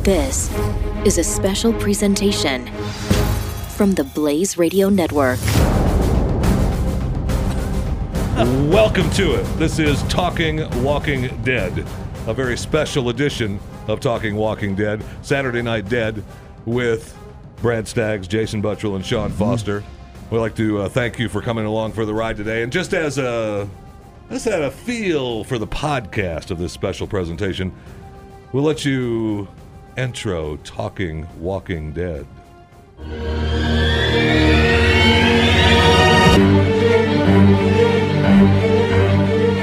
This is a special presentation from the Blaze Radio Network. Welcome to it. This is Talking Walking Dead, a very special edition of Talking Walking Dead, Saturday Night Dead, with Brad Staggs, Jason Buttrell, and Sean Foster. We'd like to uh, thank you for coming along for the ride today. And just as a just had a feel for the podcast of this special presentation, we'll let you intro Talking Walking Dead.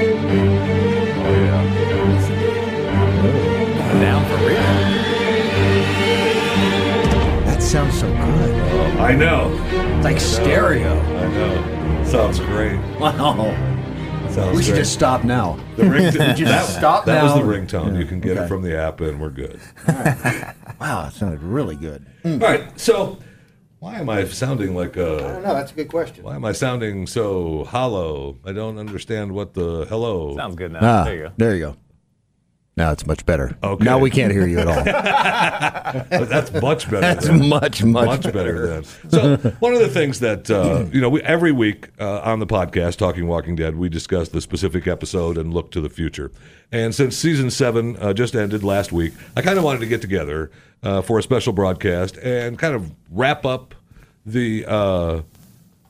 Oh yeah. That sounds so good. I know. It's like stereo. I know. Sounds great. Wow. Sounds We should Oh, great. just stop now. The ringtone. Would you just stop that was now? the ringtone. You can get it okay. from the app, and we're good. Mm. Wow, it sounded really good. All right. So, why am I sounding like a? No, that's a good question. Why am I sounding so hollow? I don't understand what the hello. Sounds good now. Ah, there you go. There you go. Now it's much better. Okay. Now we can't hear you at all. That's much better. That's than- much, much, much better than. So one of the things that uh, you know, we, every week uh, on the podcast, talking Walking Dead, we discuss the specific episode and look to the future. And since season seven uh, just ended last week, I kind of wanted to get together uh, for a special broadcast and kind of wrap up the. Uh,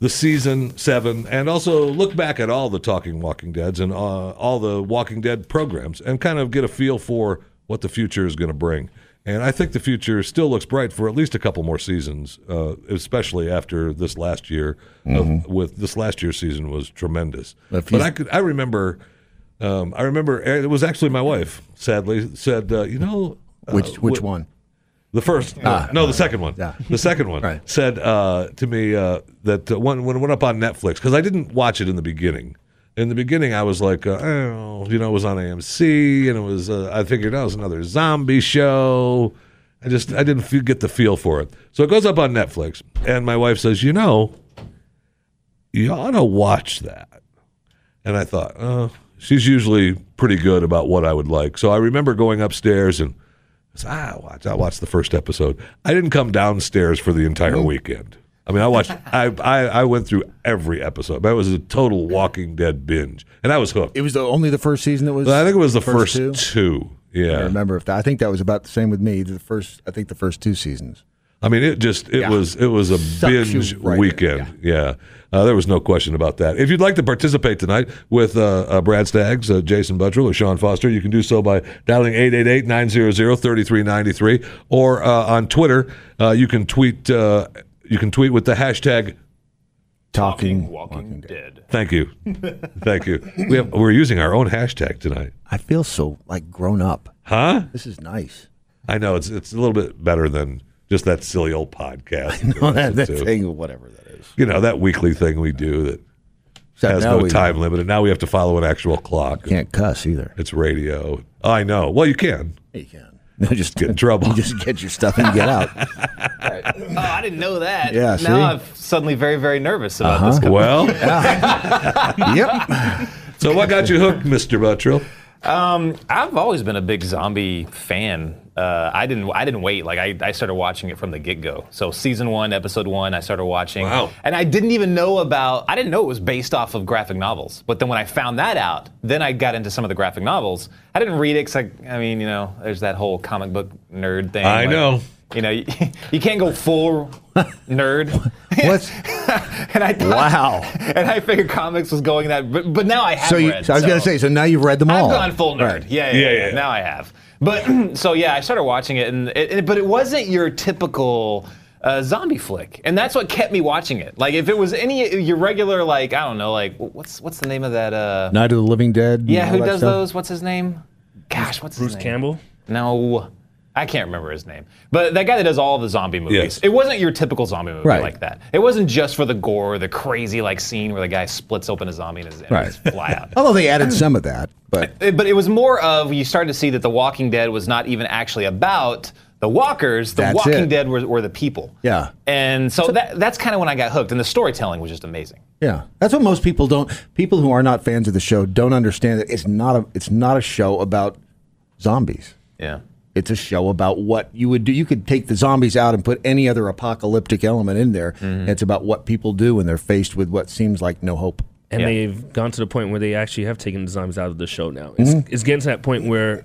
the season seven, and also look back at all the Talking Walking Deads and uh, all the Walking Dead programs and kind of get a feel for what the future is going to bring. And I think the future still looks bright for at least a couple more seasons, uh, especially after this last year. Of, with this last year's season was tremendous. If But you- I could, I remember, um, I remember it was actually my wife. Sadly, said uh, you know uh, Which which wh- one? the first, no, the second one. Ah. Yeah. The second one Right. said uh, to me uh, that uh, when, when it went up on Netflix, because I didn't watch it in the beginning. In the beginning, I was like, uh, oh, you know, it was on AMC, and it was. Uh, I figured that was another zombie show. I just, I didn't fe get the feel for it. So it goes up on Netflix, and my wife says, you know, you ought to watch that. And I thought, oh, she's usually pretty good about what I would like. So I remember going upstairs and I said, ah, I watched, I watched the first episode. I didn't come downstairs for the entire weekend. I mean, I watched, I, I, I went through every episode. That was a total Walking Dead binge. And I was hooked. It was the, only the first season that was. I think it was the first, two. two. I Yeah. remember if that. I think that was about the same with me. The first, I think, the first two seasons. I mean, it just it Yeah. was it was a Sucks you binge right in, weekend. Yeah, Uh, there was no question about that. If you'd like to participate tonight with uh, uh, Brad Staggs, uh, Jason Buttrell, or Sean Foster, you can do so by dialing 888-900-3393 or uh, on Twitter. Uh, you can tweet. Uh, you can tweet with the hashtag. Talking, Walking, Dead. Thank you, thank you. We have, we're using our own hashtag tonight, I feel so like grown up. huh? This is nice. I know it's it's a little bit better than just that silly old podcast. No, that, that Too. thing, whatever that is. You know that weekly thing we do that Except has now no we time limit, and now we have to follow an actual clock. Can't cuss either. It's radio. I know. Well, you can. You can. No, just Get in trouble. You just get your stuff and get out. Oh, I didn't know that. Yeah, Now see? Uh-huh. I'm suddenly very, very nervous about this. Well, yep. so what got you hooked, Mister Buttrill? Um, I've always been a big zombie fan. Uh, I didn't. I didn't wait. Like I, I started watching it from the get go. So season one, episode one, I started watching. Wow. And I didn't even know about. I didn't know it was based off of graphic novels. But then when I found that out, then I got into some of the graphic novels. I didn't read it. 'cause I, I mean, you know, there's that whole comic book nerd thing. I know. You know, you, you can't go full nerd. What's and I thought, Wow. And I figured comics was going that, but, but now I have so? You, read. so I was gonna say. So now you've read them all. I've gone full nerd. Oh, Right. Yeah, yeah, Yeah, yeah, yeah. Now I have. But so yeah, I started watching it, and it, it- but it wasn't your typical uh, zombie flick, and that's what kept me watching it. Like if it was any your regular, like I don't know, like what's what's the name of that? Uh, Night of the Living Dead. and yeah, all who that does stuff. those? What's his name? Gosh, what's Bruce his name? Campbell. No. I can't remember his name, but that guy that does all the zombie movies. Yes. It wasn't your typical zombie movie Right. like that. It wasn't just for the gore, the crazy like scene where the guy splits open a zombie and his and Right. his fly out. Although they added some of that, but It- but it was more of you started to see that The Walking Dead was not even actually about the walkers. The That's Walking it. Dead were, were the people. Yeah. And so, that, that's kind of when I got hooked, and the storytelling was just amazing. yeah, that's what most people don't. People who are not fans of the show don't understand that it's not a it's not a show about zombies. Yeah. It's a show about what you would do. You could take the zombies out and put any other apocalyptic element in there. Mm-hmm. It's about what people do when they're faced with what seems like no hope. And Yeah. they've gone to the point where they actually have taken the zombies out of the show now. It's, Mm-hmm. it's getting to that point where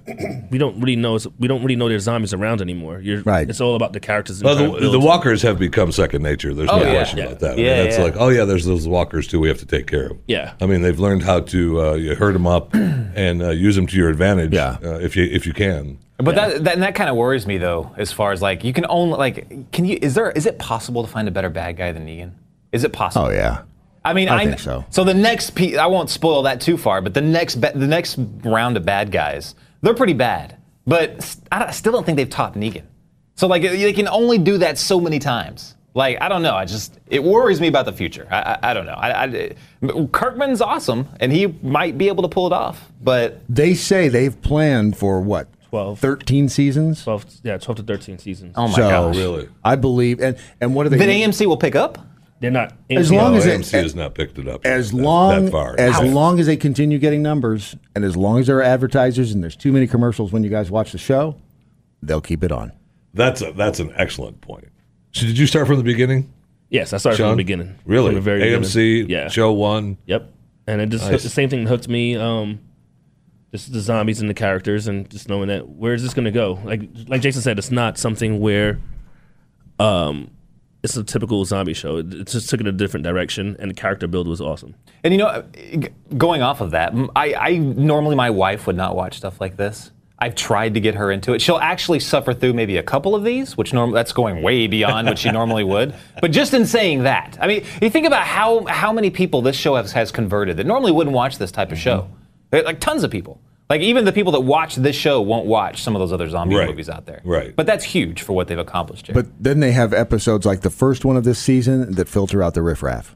we don't really know we don't really know there's zombies around anymore. You're, Right. It's all about the characters. and Well, trying to the, the build- walkers have become second nature. There's Oh, no yeah. question Yeah. about that. I Yeah, mean, it's yeah. like, oh yeah, there's those walkers too. We have to take care of. Yeah. I mean, they've learned how to uh, you herd them up and uh, use them to your advantage. Yeah. Uh, if you if you can. But that, that and that kind of worries me though, as far as like you can only like can you is there is it possible to find a better bad guy than Negan? Is it possible? Oh yeah, I mean, I I, think so. the next pe- I won't spoil that too far, but the next ba- the next round of bad guys, they're pretty bad, but s- I, don't- I still don't think they've topped Negan. So like they can only do that so many times. Like I don't know, I just it worries me about the future. I I, I don't know. I, I- Kirkman's awesome, and he might be able to pull it off, but they say they've planned for what 12. 13 seasons. 12, yeah, 12 to 13 seasons. oh my so gosh, Really? I believe, and and what are they? then AMC will pick up. They're not. As long No, as it- AMC has not picked it up as that- long that far. as Yeah. long as they continue getting numbers and as long as there are advertisers and there's too many commercials when you guys watch the show they'll keep it on That's a that's an excellent point. So did you start from the beginning? Yes, I started Sean? from the beginning. Really? From the very AMC beginning. Yeah. show one. Yep. And it just the same thing hooked me. Um, just the zombies and the characters, and just knowing that where is this going to go? Like, like Jason said, it's not something where, um, it's a typical zombie show. It, it just took it a different direction, and the character build was awesome. And you know, uh, g- going off of that, m- I, I- normally my wife would not watch stuff like this. I've tried to get her into it. She'll actually suffer through maybe a couple of these, which norm- that's going way beyond what she normally would. But just in saying that, I mean, you think about how how many people this show has, has converted that normally wouldn't watch this type of show. Mm-hmm. They're, like tons of people. Like even the people that watch this show won't watch some of those other zombie Right. movies out there. Right. But that's huge for what they've accomplished here. but then they have episodes like the first one of this season that filter out the riffraff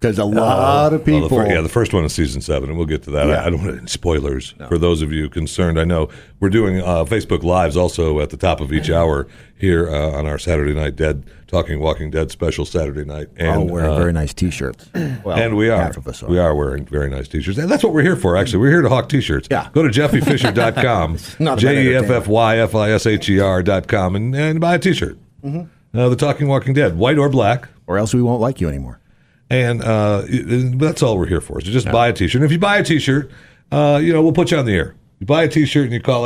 because a lot of Oh. Uh, Well, the people fir- yeah, the first one is season seven, and we'll get to that. I, I don't want to spoilers for those of you concerned. I know we're doing uh, Facebook Lives also at the top of each hour here uh, on our Saturday Night Dead Talking Walking Dead special Saturday night. And, all Oh, wearing uh, very nice t-shirts well, and we are half of us are we are wearing very nice t-shirts, and that's what we're here for. Actually, we're here to hawk t-shirts. Yeah. go to jeffyfisher.com, not about j e f f y f i s h e r dot com, and and buy a t-shirt. Mm-hmm. Uh, the Talking Walking Dead, white or black. or else we won't like you anymore And uh, it- it- that's all we're here for. So just buy a t-shirt. And if you buy a t-shirt, uh, you know, we'll put you on the air. You buy a t-shirt and you call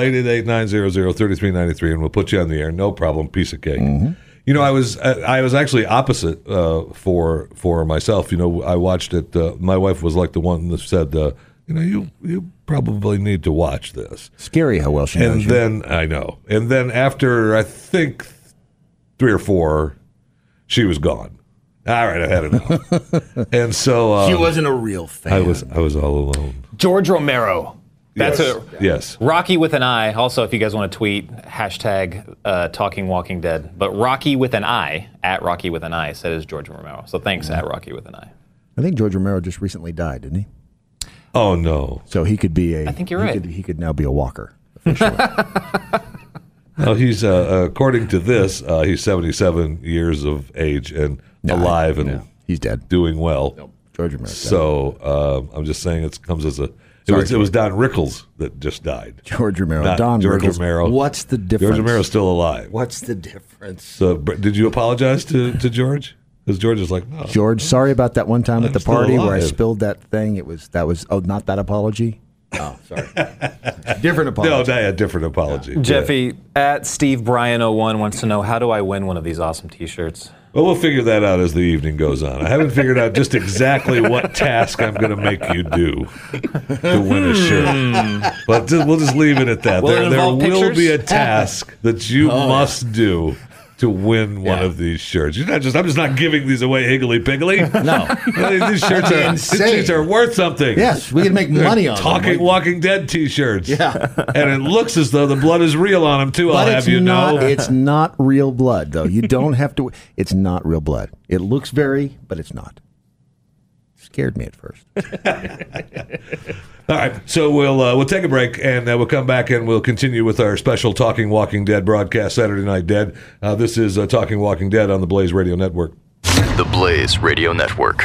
888-900-3393 and we'll put you on the air. No problem. Piece of cake. Mm-hmm. You know, I was I I was actually opposite uh, for for myself. You know, I watched it. Uh, my wife was like the one that said, uh, you know, you you probably need to watch this. scary how well she knows And you. then I know. And then after I think three or four, she was gone. All right, I had enough. and so uh, wasn't a real fan I was I was all alone. George Romero. That's yes. it. Yes. Rocky with an I. Also, if you guys want to tweet, hashtag uh, Talking Walking Dead. But Rocky with an I, at Rocky with an I, said is George Romero. So thanks, at Rocky with an I. i think george romero just recently died didn't he Oh no. so he could be a i think you're he right. could, he could now be a walker officially. No, he's uh, uh, according to this, uh, he's 77 years of age and alive and he's dead doing well. george romero So um, I'm just saying it comes as a It was it was Don Rickles that just died. George Romero, Not Don George Rickles. Romero. What's the difference? George Romero's still alive. What's the difference? So, Br- did you apologize to, to George? Because George is like, no. George, sorry about that one time I'm at the still party where I alive. spilled that thing. It was that was oh not that apology. Oh, sorry. Different No, apology. no, yeah, different apology. Yeah. Jeffy at Steve Bryan 01 wants to know how do I win one of these awesome T-shirts? Well, we'll figure that out as the evening goes on. I haven't figured out just exactly what task I'm going to make you do to win a shirt. but ju- we'll just leave it at that. Will it there there involve will be a pictures? task that you Oh, must do to win one of these shirts. You're not just I'm just not giving these away higgly piggly. No. these shirts are these Insane. shirts are worth something. Yes, we can make money on them. Talking Like- Walking Dead T-shirts, Yeah. and it looks as though the blood is real on them too. I'll But have it's you not, know, it's not real blood, though. You don't have to. It's not real blood. It looks very, but it's not. Scared me at first. All right, so we'll uh, we'll take a break and uh, we'll come back and we'll continue with our special Talking Walking Dead broadcast Saturday Night Dead. Uh, this is uh, Talking Walking Dead on the Blaze Radio Network. The Blaze Radio Network.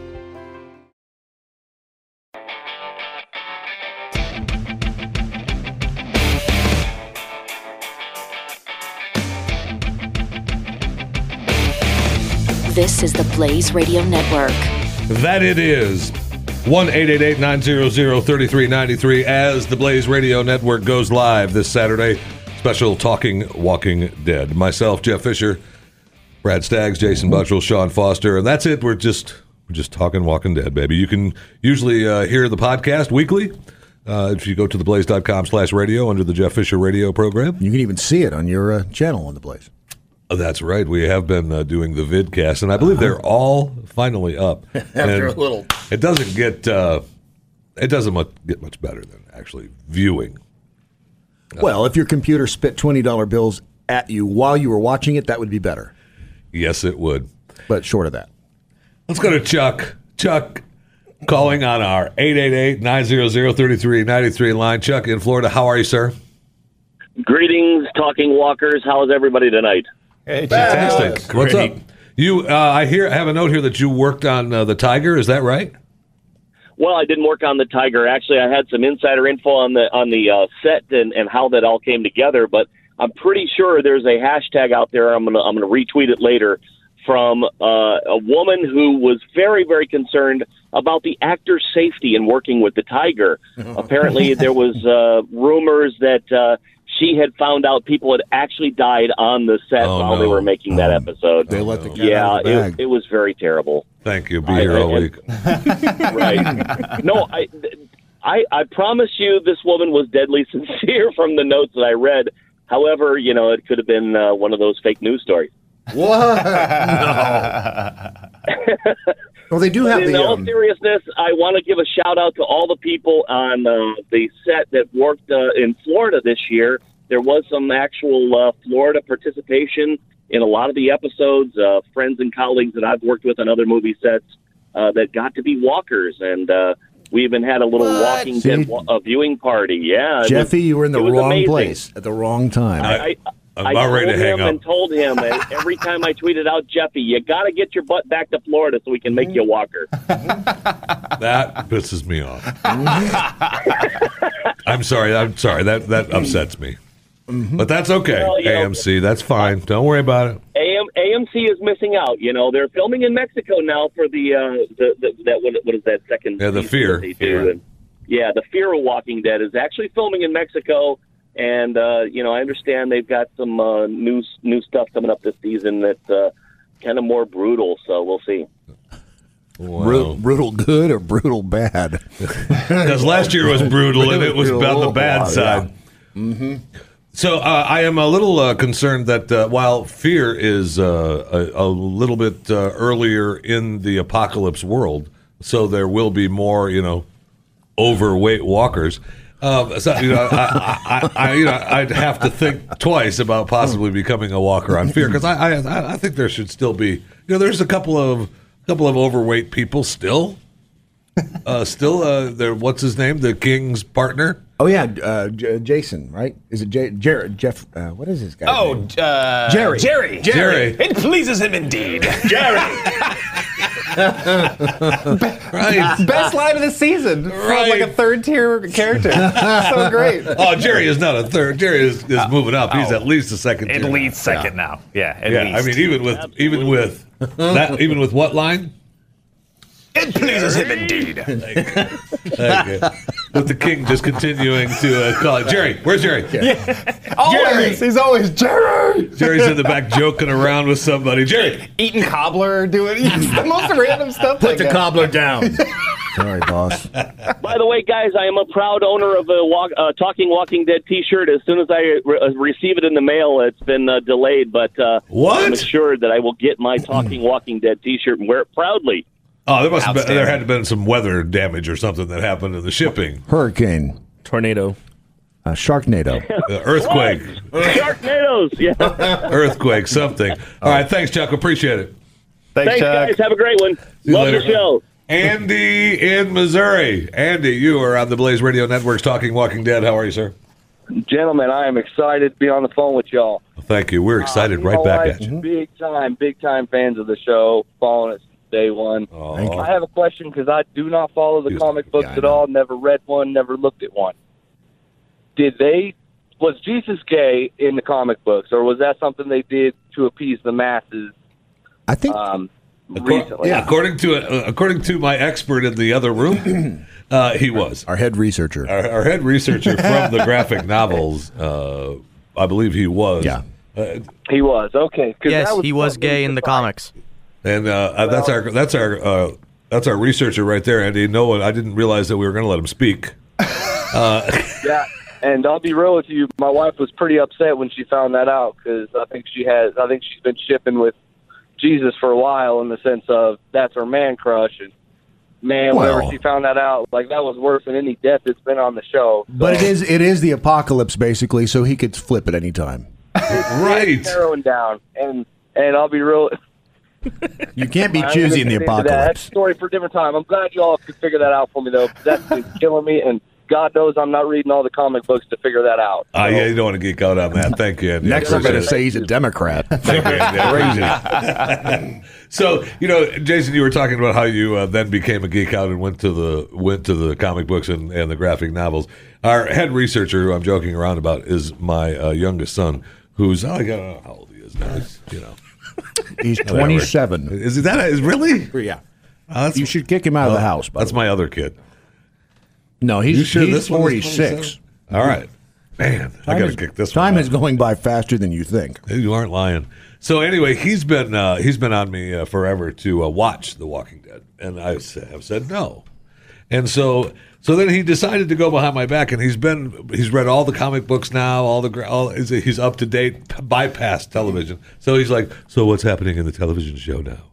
This is the Blaze Radio Network. That it is. 1 888 900 3393 as the Blaze Radio Network goes live this Saturday. Special Talking Walking Dead. Myself, Jeff Fisher, Brad Staggs, Jason Buttrell, Sean Foster, and that's it. We're just we're just talking Walking Dead, baby. You can usually uh, hear the podcast weekly. Uh, if you go to theblaze.com slash radio under the Jeff Fisher radio program. You can even see it on your uh, channel on the place. Oh, that's right. We have been uh, doing the vidcast, and I believe they're Uh-huh. all finally up. After a little- it doesn't get uh, it doesn't much, get much better than actually viewing. Well, if your computer spit twenty dollar bills at you while you were watching it, that would be better. Yes, it would. But short of that, Let's go to Chuck. Chuck calling on our 888-900-3393 line. Chuck in Florida. How are you, sir? Greetings, talking walkers. How's everybody tonight? Fantastic. What's up? You, uh, I hear, I have a note here that you worked on uh, the Tiger. Is that right? Well, I didn't work on the Tiger. Actually, I had some insider info on the on the uh, set and, and how that all came together. But I'm pretty sure there's a hashtag out there. I'm gonna I'm gonna retweet it later from uh, a woman who was very very concerned about the actor's safety in working with the Tiger. Apparently, there was uh, rumors that uh, she had found out people had actually died on the set Oh, while they no. were making that episode. they let the cat yeah, out of the bag. it, it was very terrible. Thank you. Be I- here I- all I- week. right. No, I, I, I promise you, this woman was deadly sincere from the notes that I read. However, you know, it could have been uh, one of those fake news stories. well, they do have In the all um, seriousness, I want to give a shout out to all the people on uh, the set that worked uh, in Florida this year. There was some actual uh, Florida participation in a lot of the episodes. Uh, friends and colleagues that I've worked with on other movie sets uh, that got to be walkers, and uh, we even had a little walking See? dead wa- a viewing party. Yeah, Uh, it Jeffy. was- You were in the it was wrong amazing. place at the wrong time. I, I'm I about told ready to hang him up. and told him, and every time I tweeted out Jeffy, you got to get your butt back to Florida so we can make you a walker. That pisses me off. I'm sorry. I'm sorry. That that upsets me. But that's okay. Mm-hmm. Well, you know- AMC, that's fine. Don't worry about it. AM, AMC is missing out. You know, they're filming in Mexico now for the uh, the, the that what, what is that second? Yeah, the season Fear. that They do. Fear. And, yeah, the Fear of Walking Dead is actually filming in Mexico, and uh, you know, I understand they've got some uh, new new stuff coming up this season that's uh, kind of more brutal. So we'll see. Bru- brutal good or brutal bad? Because last year was brutal and it was Brutal. Mm-hmm. about the bad Wow, side. So uh, I am a little uh, concerned that uh, while fear is uh, a, a little bit uh, earlier in the apocalypse world, so there will be more, you know, overweight walkers. Um, so, you know, I, I, I, you know, I'd have to think twice about possibly becoming a walker on fear because I, I, I think there should still be, you know, there's a couple of couple of overweight people still, uh, still. Uh, there, what's his name? The king's partner. Oh yeah, uh, J- Jason, right? Is it J- Jared? Jeff? Uh, what is this guy? Oh, uh, Jerry. Jerry. Jerry. It pleases him indeed. Right. Best line of the season. from, Right. like a third tier character. so great. Oh, Jerry is not a third. Jerry is, is moving up. He's oh. at least a second. At tier. least second now. Yeah, at Yeah, least. I mean, even with even with that, even with what line? it pleases him indeed. Okay. with the king just continuing to uh, call it Jerry. Where's Jerry? Always. He's always Jerry. Jerry's in the back joking around with somebody. Jerry, Eating cobbler, doing it's the most random stuff. Put the cobbler down. Sorry, boss. By the way, guys, I am a proud owner of a walk, uh, Talking Walking Dead T-shirt. As soon as I re- uh, receive it in the mail, it's been uh, delayed, but uh, What? I'm assured that I will get my Talking Walking Dead T-shirt and wear it proudly. oh, there must have been, there Outstanding. had to been some weather damage or something that happened in the shipping, Hurricane, Tornado. uh, Sharknado. uh, earthquake, Sharknadoes. Yeah. earthquake, something. All right, thanks, Chuck. Appreciate it. Thanks, Thanks, Chuck. guys. Have a great one. you Love the later. show. Andy in Missouri. Andy, you are on the Blaze Radio Network's Talking Walking Dead. How are you, sir? Gentlemen, I am excited to be on the phone with y'all. Thank you. We're excited You right know, back I'm at you. Big time, big time fans of the show, following it since day one. Aw. I have a question because I do not follow the Yes. comic books Yeah, I at know. all. Never read one. Never looked at one. Did they? Was Jesus gay in the comic books, or was that something they did to appease the masses? I think Um, Accor- recently, yeah, according to uh, according to my expert in the other room, uh, he was our head researcher. our, our head researcher from the graphic novels. Uh, I believe he was. Yeah. Uh, he was okay. 'cause Yes, that he was something gay in the surprising. comics. and uh, uh, that's our that's our uh, that's our researcher right there, Andy. No one, I didn't realize that we were going to let him speak. Uh, Yeah, and I'll be real with you. My wife was pretty upset when she found that out because I think she has. I think she's been shipping with Jesus for a while in the sense of that's her man crush. And man, Well. whenever she found that out, like that was worse than any death that's been on the show. But it is it is the apocalypse basically, so he could flip at any time. right. Narrowing down, and and I'll be real. You can't be I'm gonna choosy in the get into that. That's a apocalypse. story for a different time. I'm glad you all could figure that out for me though. 'cause That's been killing me, and God knows I'm not reading all the comic books to figure that out. Uh, yeah, you don't want to geek out on that. Thank you, Andy. Next, I I'm going to appreciate it. say he's a Democrat. Thank you, Andy. I appreciate it. So you know, Jason, you were talking about how you uh, then became a geek out and went to the went to the comic books and, and the graphic novels. Our head researcher, who I'm joking around about, is my uh, youngest son, who's oh, I don't know how old he is now. He's, you know, He's 27. is that is really? Yeah. Oh, that's, You should kick him out of the house. By that's the way. my other kid. no, he's, You sure he's this one is 46. 27? All right, man, I Time got is- to kick this. Time one out. is going by faster than you think. You aren't lying. So anyway, he's been uh, he's been on me uh, forever to uh, watch The Walking Dead, and I s- have said no. And so so then he decided to go behind my back, and he's been he's read all the comic books now, all the gra- all he's, he's up to date, p- bypassed television. So he's like, so what's happening in the television show now?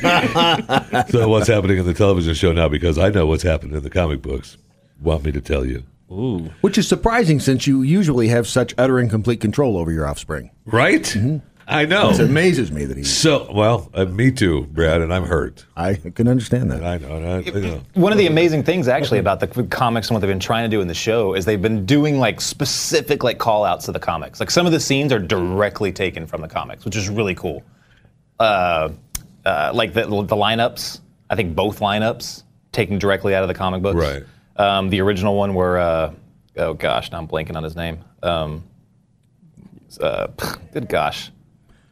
so what's happening in the television show now? Because I know what's happened in the comic books. Want me to tell you? Which is surprising since you usually have such utter and complete control over your offspring. Right? I know. Mm-hmm. It amazes me that he. So, well, uh, me too, Brad, and I'm hurt. I can understand that. I know. and I, you know. One of the amazing things, actually, about the comics and what they've been trying to do in the show is they've been doing like specific like call outs to the comics. Like some of the scenes are directly taken from the comics, which is really cool. Uh, uh, like the, the lineups, I think both lineups taken directly out of the comic books. Right. Um, the original one where, uh, oh gosh, now I'm blanking on his name. Um, uh, good gosh,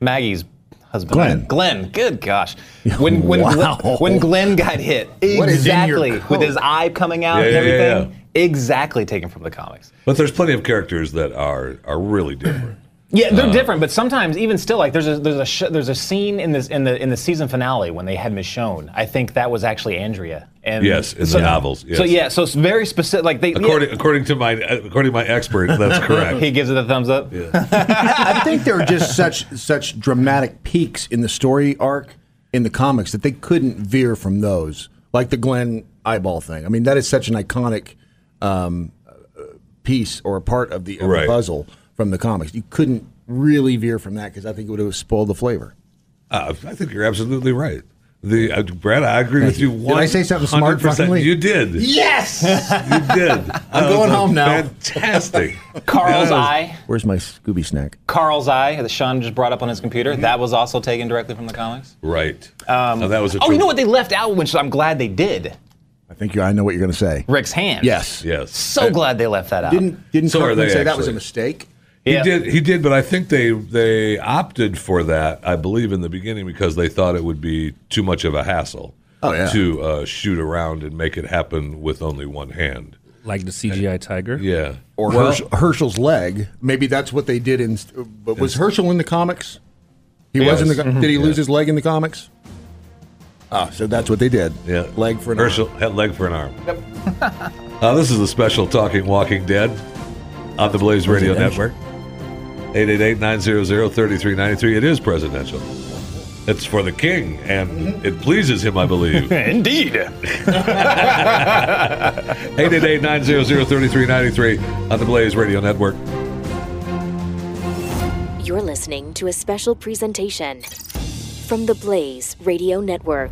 Maggie's husband. Glenn. Glenn. Good gosh. When when Wow. Glenn, when Glenn got hit. What is in your Exactly. With his coat? eye coming out Yeah, and yeah, yeah, everything. Exactly taken from the comics. But there's plenty of characters that are are really different. Yeah, they're Uh, different, but sometimes even still, like there's a there's a sh- there's a scene in this in the in the season finale when they had Michonne. I think that was actually Andrea. And Yes, in the novels, So yes. yeah, so it's very specific. Like they According, according to my uh, according to my expert, that's correct. he gives it a thumbs up. I think there are just such such dramatic peaks in the story arc in the comics that they couldn't veer from those, like the Glenn eyeball thing. I mean, that is such an iconic um, uh, piece or a part of the, of the Right. puzzle from the comics. You couldn't really veer from that because I think it would have spoiled the flavor. Uh, I think you're absolutely right. The uh, Brad, I agree with you. Did I say something smart, 100%. fucking Lee? You did. Yes! you did. I'm going home now. Fantastic. Carl's Yeah. eye, Where's my Scooby snack? Carl's eye that Sean just brought up on his computer. Mm-hmm. That was also taken directly from the comics. Right. Now that was a Oh, true- you know what they left out, which I'm glad they did. I think you, I know what you're going to say. Rick's hand. Yes. Yes. So glad they left that out. Didn't didn't So are Kirkman they say that was a actually. mistake? He did. He did, but I think they they opted for that. I believe in the beginning because they thought it would be too much of a hassle Oh, yeah. to uh, shoot around and make it happen with only one hand. Like the CGI tiger. Yeah. Or Herschel, Herschel's leg. Maybe that's what they did. In but was Herschel in the comics? He was in the. Yes. co- Did he Mhm. lose Yeah. his leg in the comics? Ah, so that's what they did. Yeah. Leg for an Herschel had leg for an arm. uh, this is a special Talking Walking Dead on the Blaze Radio Presidential. Network. 888-900-3393. It is presidential. It's for the king, and it pleases him, I believe. Indeed. 888-900-3393 on the Blaze Radio Network. You're listening to a special presentation from the Blaze Radio Network.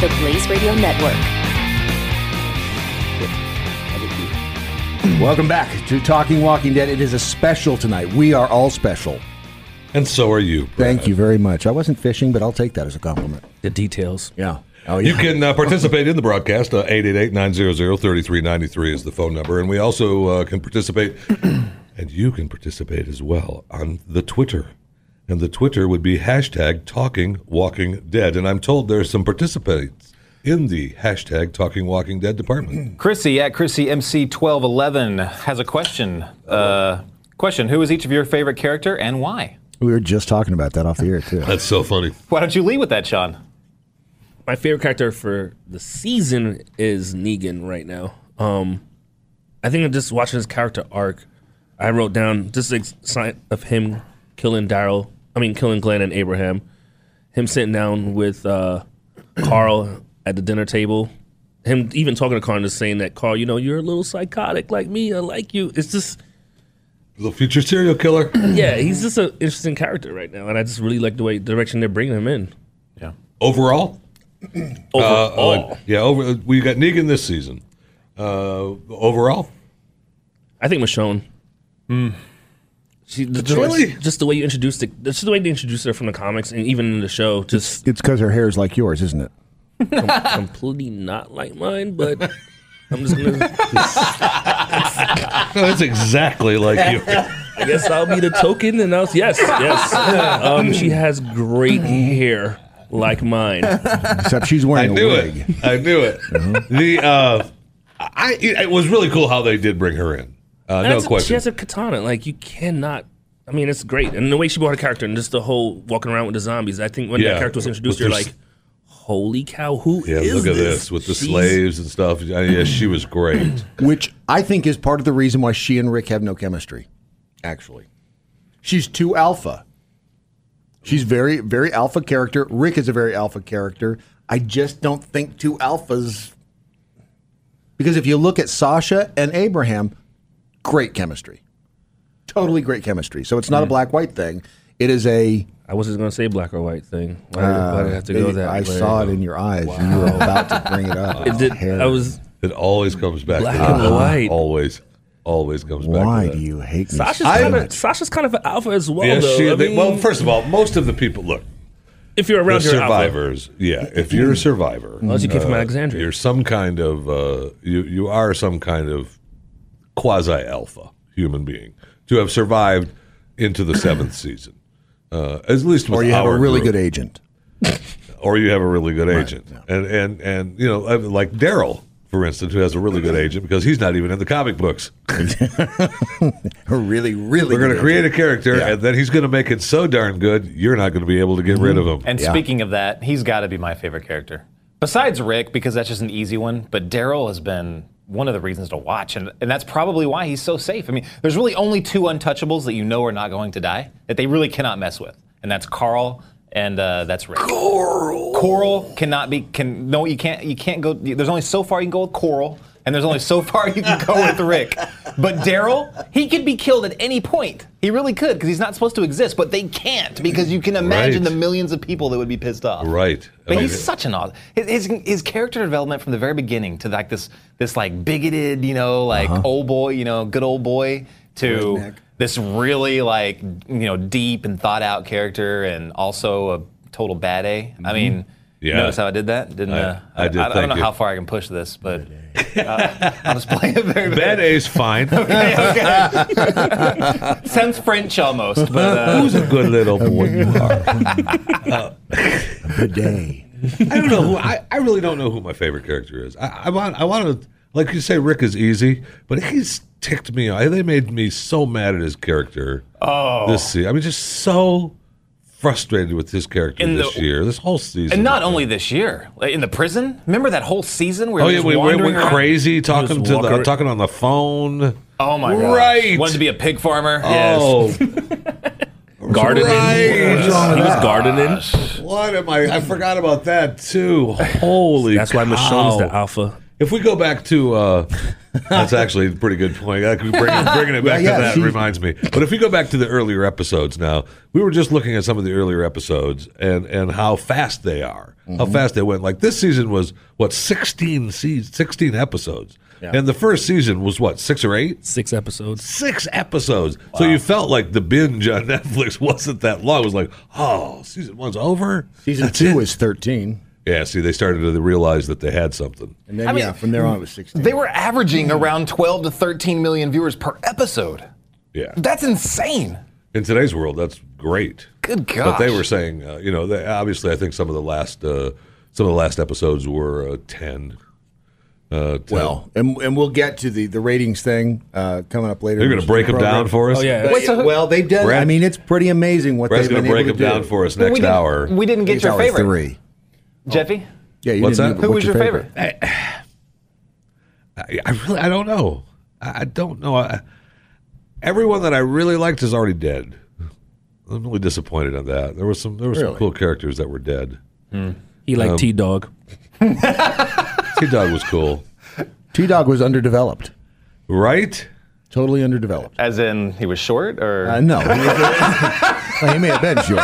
The Blaze Radio Network. Welcome back to Talking Walking Dead. It is a special tonight. We are all special. And so are you. Thank you very much. I wasn't fishing, but I'll take that as a compliment. The details. Yeah. Oh, You can uh, participate in the broadcast. Uh, 888-900-3393 is the phone number. And we also uh, can participate, and you can participate as well, on the Twitter. And the Twitter would be hashtag Talking Walking Dead. And I'm told there's some participants in the hashtag Talking Walking Dead Hmm. department. Chrissy at Chrissy MC twelve eleven has a question. Uh, question: Who is each of your favorite character and why? We were just talking about that off the air too. That's so funny. Why don't you lead with that, Sean? my favorite character for the season is Negan right now. Um, I think I'm just watching his character arc. I wrote down just a sign of him killing Daryl. I mean, killing Glenn and Abraham. Him sitting down with uh, Carl at the dinner table. Him even talking to Carl and just saying that Carl, you know, you're a little psychotic like me. I like you. It's just The future serial killer. yeah, he's just an interesting character right now, and I just really like the way the direction they're bringing him in. Overall? Uh, Overall. like- yeah, over, we got Negan this season. Uh, overall? I think Michonne. She, the, the- Really? Just the way you introduced it, just the way they introduced her from the comics and even in the show, just It's because her hair is like yours, isn't it? com- completely not like mine. But I'm just gonna, No, that's exactly like you. I guess I'll be the token, and I'll yes, yes. Um, she has great hair like mine. Except she's wearing I knew a wig. it. I knew it. Mm-hmm. The uh, I it was really cool how they did bring her in. Uh, And no it's- She question. has a katana. Like you cannot. I mean, it's great, and the way she brought her character, and just the whole walking around with the zombies. I think when Yeah, that character was introduced, with you're their like, "Holy cow! Who yeah, is look at this? this with the She's- slaves and stuff. Uh, yeah, she was great. Which I think is part of the reason why she and Rick have no chemistry, actually. She's too alpha. She's very, very alpha character. Rick is a very alpha character. I just don't think two alphas. Because if you look at Sasha and Abraham, great chemistry. Totally great chemistry. So it's not a black white thing. It is a. Mm. Uh, I wasn't going to say black or white thing. Why, why did Uh, I have to go that I way? saw it in your eyes. You were about to bring it up. It did- Hair. I was It always comes back. Black to that. and white. Always, always comes back. Why to that. do you hate me? Sasha's so kind much? of Sasha's kind of an alpha as well. Yeah, though. she, I they- mean, well, first of all, most of the people look. If you're around the here, I'll live. survivors, yeah. If you're a survivor, uh, Unless you came from Alexandria. you're some kind of uh, you. You are some kind of quasi alpha human being to have survived into the seventh season, uh, at least. With Or you have a our really group. good agent. or you have a really good agent, and and and you know, uh, like Daryl, for instance, who has a really good agent because he's not even in the comic books. A really, really We're going good to create a agent. character, Yeah. and then he's going to make it so darn good, you're not going to be able to get rid Mm-hmm. of him. And speaking of that, he's got to be my favorite character. Besides Rick, because that's just an easy one, but Daryl has been one of the reasons to watch, and, and that's probably why he's so safe. I mean, there's really only two untouchables that you know are not going to die, that they really cannot mess with, and that's Carl and uh, that's Rick. Coral. Coral cannot be can no you can't you can't go. There's only so far you can go with Coral, and there's only so far you can go with Rick. But Daryl, he could be killed at any point. He really could because he's not supposed to exist, but they can't because you can imagine Right. the millions of people that would be pissed off. Right. I But mean, he's such an odd. His, his his character development from the very beginning to like this this like bigoted, you know, like Uh-huh. old boy, you know, good old boy to this really like you know deep and thought out character and also a total bad A. I mean, Mm-hmm. Yeah. notice how I did that? Didn't I- uh, I did, I, don't thank know you. how far I can push this, but uh, I'll just play it very Bad A's fine. Okay, okay. Sounds French almost, but uh, Who's a good little boy you are? Uh, Good day. I don't know who. I, I really don't know who my favorite character is. I, I want. I want to. Like you say, Rick is easy, but he's ticked me off. They made me so mad at his character. Oh, this season. I mean, just so frustrated with his character In this the- year, this whole season. And not only this year, like, in the prison. Remember that whole season where oh we yeah, just we went wandering went around? crazy talking Just to walk the, around. talking on the phone. Oh my god! Right. Wanted to be a pig farmer. Oh, Gardening. Right. He was gardening. what am I? I forgot about that too. Holy, That's why cow. Michonne's the alpha. If we go back to, uh, that's actually a pretty good point. I could bring, bringing it back Yeah, yeah, to that she- reminds me. But if we go back to the earlier episodes now, we were just looking at some of the earlier episodes and, and how fast they are, how fast they went. Like this season was, what, 16, se- 16 episodes? And the first season was, what, six or eight? Six episodes. six episodes. So you felt like the binge on Netflix wasn't that long. It was like, oh, season one's over. Season That's two it. is thirteen, Yeah, see, they started to realize that they had something. and then I mean, yeah, from there on it was sixteen. They were averaging around 12 to 13 million viewers per episode. Yeah. That's insane. In today's world, that's great. Good God. But they were saying, uh, you know, they, obviously, I think some of the last uh, some of the last episodes were uh, ten. Uh, 10. well, and, and we'll get to the the ratings thing uh, coming up later. they're in going to the break them program. down for us. Oh yeah. But Wait, so it- who- well, they've done. Brad- I mean, it's pretty amazing what Brad's they've going been to break able them to down do. for us But we next didn't- hour. We didn't get These your are favorite. Three. Jeffy, Yeah, you What's didn't that? do- who was what's your favorite? I, I really, I don't know. I, I don't know. I, everyone that I really liked is already dead. I'm really disappointed on that. There was some, there were some Really? cool characters that were dead. Hmm. Um, He liked T Dog. T Dog was cool, T Dog was underdeveloped, right? totally underdeveloped. As in, he was short or? Uh, no, he, was- well, he may have been sure,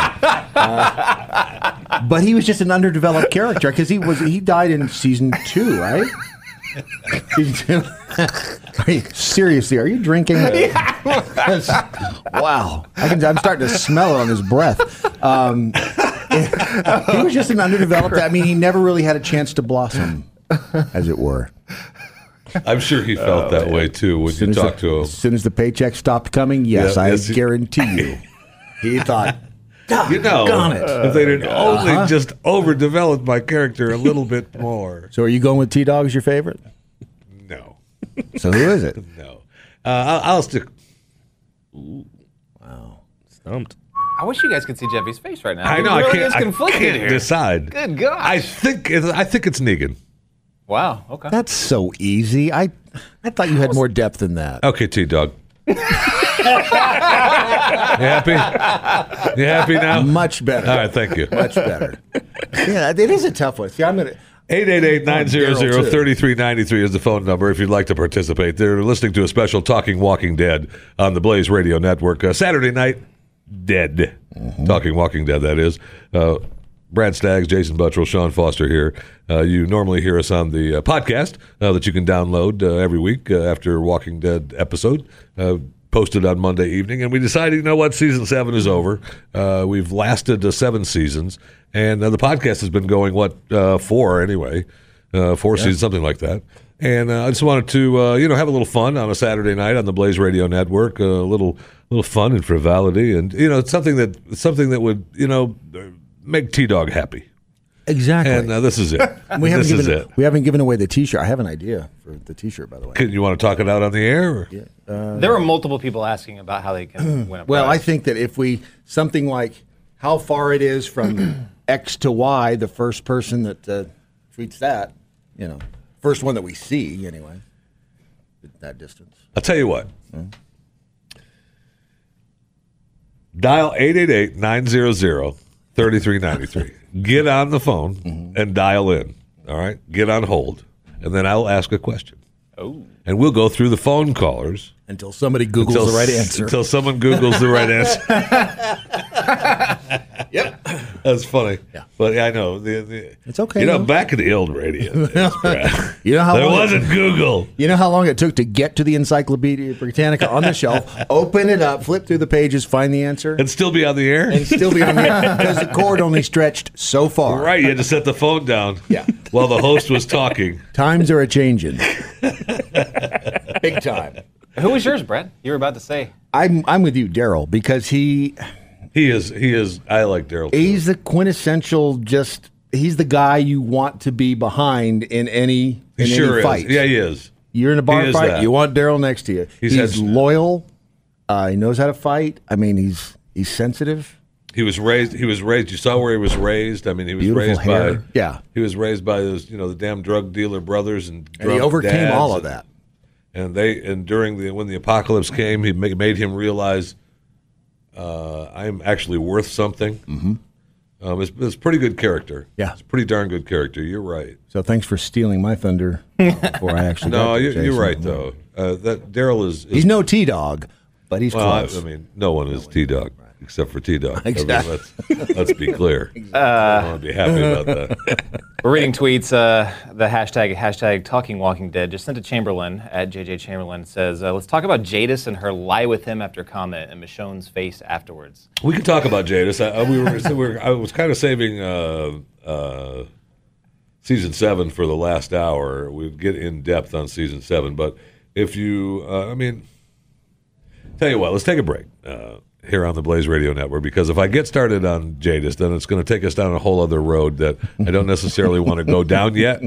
Uh, but he was just an underdeveloped character because he was he died in season two, right? Season two. Are you- seriously, are you drinking? wow, I can, I'm starting to smell it on his breath. Um, he was just an underdeveloped. I mean, he never really had a chance to blossom, as it were. I'm sure he felt that way too when you as talk the, to him. As soon as the paycheck stopped coming, yes, Yeah, I yes, he- guarantee you, he thought, you know, gone it. if they didn't only Uh-huh. just overdevelop my character a little bit more. So are you going with T Dog as your favorite? No, So who is it? no. Uh, I'll, I'll stick. Stumped. I wish you guys could see Jeffy's face right now. I He know really I can't. is I conflicted can't here. decide. Good gosh. I think. it- I think it's Negan. wow. Okay. That's so easy. I I thought you had more depth than that. Okay, T Dog. you happy? You happy now? Much better. All right, thank you. Much better. yeah, it is a tough one. See, I'm gonna 888-900-3393 is the phone number if you'd like to participate. They're listening to a special Talking Walking Dead on the Blaze Radio Network. Uh, Saturday night, Dead. Talking Walking Dead, that is. Uh, Brad Staggs, Jason Buttrell, Sean Foster here. Uh, you normally hear us on the uh, podcast uh, that you can download uh, every week uh, after Walking Dead episode. Uh, posted on Monday evening, and we decided, you know what, season seven is over. Uh, we've lasted uh, seven seasons, and uh, the podcast has been going what uh, four anyway, uh, four seasons, something like that. And uh, I just wanted to, uh, you know, have a little fun on a Saturday night on the Blaze Radio Network, uh, a little, little fun and frivolity, and you know, it's something that something that would, you know, make T Dog happy. Exactly. And uh, this is it. we haven't this given is it. we haven't given away the T-shirt. I have an idea for the T-shirt, by the way. Can, you want to talk it out on the air? Or? uh, there are multiple people asking about how they can win a Well, I prize. think that if we something like how far it is from X to Y, the first person that uh, tweets that, you know, first one that we see anyway, that distance. I'll tell you what. Dial 888 900 3393. Get on the phone and dial in. All right? Get on hold. And then I'll ask a question. Oh. And we'll go through the phone callers. Until somebody Googles Until the right s- answer. Until someone Googles the right answer. That's funny. But yeah, I know. The, the, It's okay, You know, though. back in the old radio, You know how there long it- wasn't Google. You know how long it took to get to the Encyclopedia Britannica on the shelf, open it up, flip through the pages, find the answer, And still be on the air? and still be on the because the cord only stretched so far. Right, you had to set the phone down. Yeah. While the host was talking. Times are a changing, big time. Who was yours, Brett? You were about to say. I'm I'm with you, Daryl, because he He is he is I like Daryl. too. he's the quintessential. Just he's the guy you want to be behind in any He in sure any fight. is. Yeah, he is. You're in a bar He is fight. that. You want Daryl next to you. He's He's, had- loyal. Uh, he knows how to fight. I mean, he's he's sensitive. He was raised he was raised you saw where he was raised. I mean he was Beautiful raised hair. by Yeah. He was raised by those, you know, the damn drug dealer brothers and, And he drunk overcame dads all of and- that. And they and during the when the apocalypse came, he ma- made him realize uh, I'm actually worth something. Mm-hmm. Um, it's, it's pretty good character. Yeah. it's pretty darn good character. You're right. So thanks for stealing my thunder before I actually. No, got to you, it, you're Jason. right though. Uh, that Daryl is, is He's no T dog, but he's Well, I, close. I mean, no one is T Dog except for T Dog. Exactly. let's, let's be clear. I want to be happy about that. Uh, We're reading tweets. Uh, the hashtag hashtag Talking Walking Dead just sent to Chamberlain at JJ Chamberlain says, uh, "Let's talk about Jadis and her lie with him after comment and Michonne's face afterwards." We can talk about Jadis. I, I- we were, so we were, I was kind of saving uh, uh, season seven for the last hour. We'd get in depth on season seven, but if you, uh, I mean, tell you what, let's take a break uh, here on the Blaze Radio Network because if I get started on Jadis, then it's going to take us down a whole other road that I don't necessarily want to go down yet.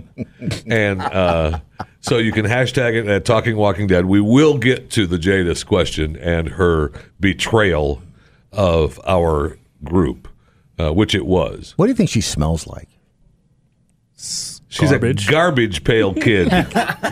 And uh, so you can hashtag it at Talking Walking Dead. We will get to the Jadis question and her betrayal of our group, uh, which it was. what do you think she smells like? She's Garbage. a garbage pail kid.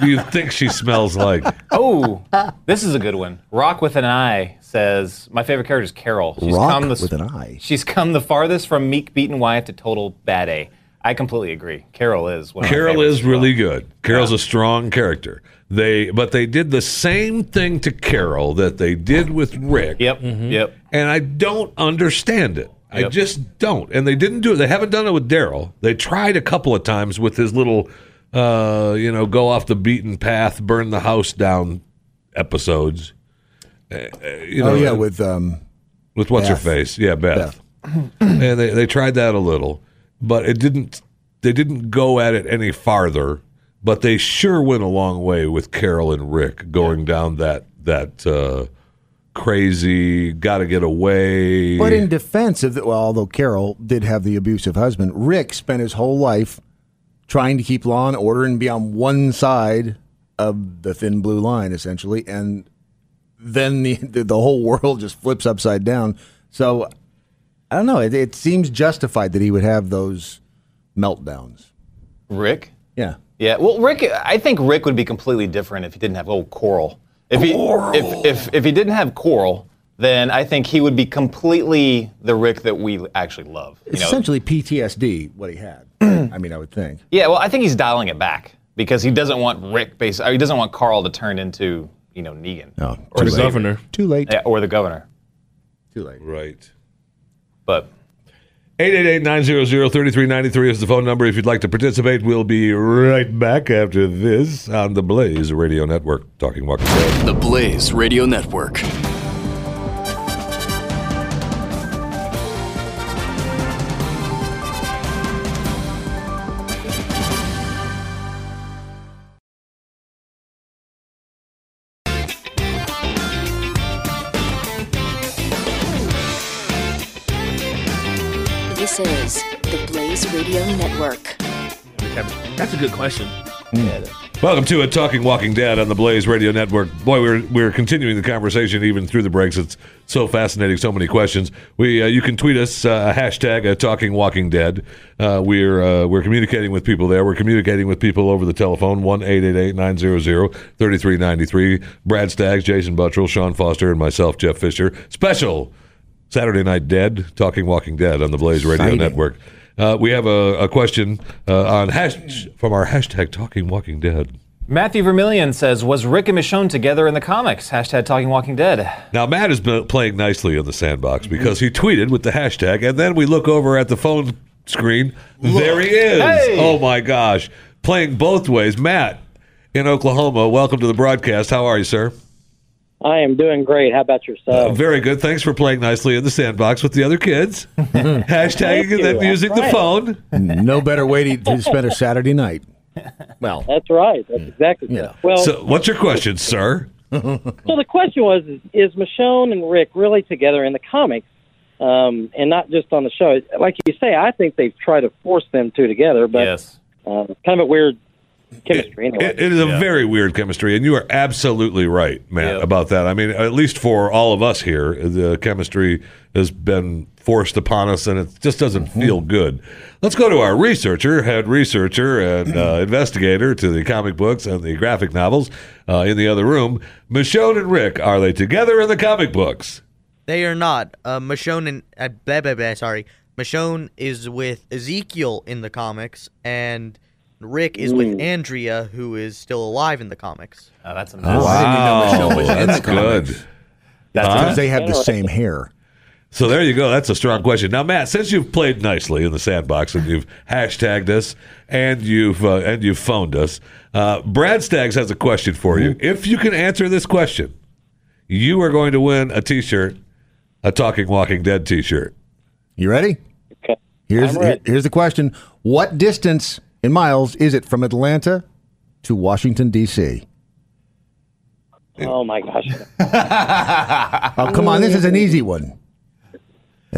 Do you think she smells like? Oh, this is a good one. Rock with an eye says, "My favorite character is Carol. Rock the, s- with an eye. She's come the farthest from meek beaten wife to total bad A. I completely agree. Carol is one. Of my Carol favorites is as well. really good. Carol's a strong character. They but they did the same thing to Carol that they did with Rick. Yep. Mm-hmm. Yep. And I don't understand it. I Yep. just don't. And they didn't do it. They haven't done it with Daryl. They tried a couple of times with his little uh, you know, go off the beaten path, burn the house down episodes. Uh, uh, you know, Oh yeah, and- with um, with what's Beth. her face? Yeah, Beth. and they, they tried that a little, but it didn't. They didn't go at it any farther, but they sure went a long way with Carol and Rick going down that that uh, crazy. Got to get away. But in defense of the, well, although Carol did have the abusive husband, Rick spent his whole life trying to keep law and order and be on one side of the thin blue line, essentially, and then the the, the whole world just flips upside down. So I don't know. It, it seems justified that he would have those meltdowns. Rick. Yeah. Yeah, well, Rick, I think Rick would be completely different if he didn't have old Coral. If he if, if if he didn't have Coral, then I think he would be completely the Rick that we actually love. you It's know? essentially PTSD what he had. I mean, I would think. Yeah, well, I think he's dialing it back because he doesn't want Rick, base, or he doesn't want Carl to turn into you know Negan No, To too the late. governor. Too late. Yeah, or the governor. Too late. right. But 888-900-3393 is the phone number if you'd like to participate. We'll be right back after this on the Blaze Radio Network. Talking Walking Dead. The Blaze Radio Network. This is the Blaze Radio Network. That's a good question. Welcome to a Talking Walking Dead on the Blaze Radio Network. Boy, we're we're continuing the conversation even through the breaks. It's so fascinating, so many questions. We uh, you can tweet us uh, hashtag uh, Talking Walking Dead. Uh, we're uh, we're communicating with people there. We're communicating with people over the telephone one 900 3393 Brad Staggs, Jason Buttrell, Sean Foster, and myself, Jeff Fisher. Special Saturday Night Dead, Talking Walking Dead on the Blaze Radio Exciting. Network. Uh, we have a, a question uh, on hash, from our hashtag Talking Walking Dead. Matthew Vermillion says, "Was Rick and Michonne together in the comics?" Hashtag Talking Walking Dead. Now Matt is been playing nicely in the sandbox because he tweeted with the hashtag, and then we look over at the phone screen. There he is! Hey! Oh my gosh, playing both ways. Matt in Oklahoma, welcome to the broadcast. How are you, sir? I am doing great. How about Uh, yourself? very good. Thanks for playing nicely in the sandbox with the other kids. Thank you. Hashtagging that That's music, the right. phone. No better way to, to spend a Saturday night. Well, That's right. That's exactly. Yeah. Well, so, So, what's your question, sir? the question was: is, is Michonne and Rick really together in the comics, um, and not just on the show? Like you say, I think they've tried to force them two together, but yes. uh, kind of a weird chemistry. anyway, It, it is a very weird chemistry, and you are absolutely right, Matt, Yeah. about that. I mean, at least for all of us here, the chemistry has been forced upon us, and it just doesn't Mm-hmm. feel good. Let's go to our researcher, head researcher and uh, investigator to the comic books and the graphic novels uh, in the other room. Michonne and Rick, are they together in the comic books? They are not. Uh, Michonne and uh, blah blah blah. Sorry, Michonne is with Ezekiel in the comics, and Rick is with Andrea, who is still alive in the comics. Oh, that's amazing. Oh, I didn't even know Michonne was in that's the comics. good. That's Huh? because they have the same hair. So there you go. That's a strong question. Now, Matt, since you've played nicely in the sandbox and you've hashtagged us and you've uh, and you've phoned us, uh, Brad Staggs has a question for you. Mm-hmm. If you can answer this question, you are going to win a T-shirt, a Talking Walking Dead T-shirt. You ready? okay. Here's I'm ready. here's the question: What distance in miles is it from Atlanta to Washington D.C.? Oh my gosh! Oh, come on, this is an easy one. I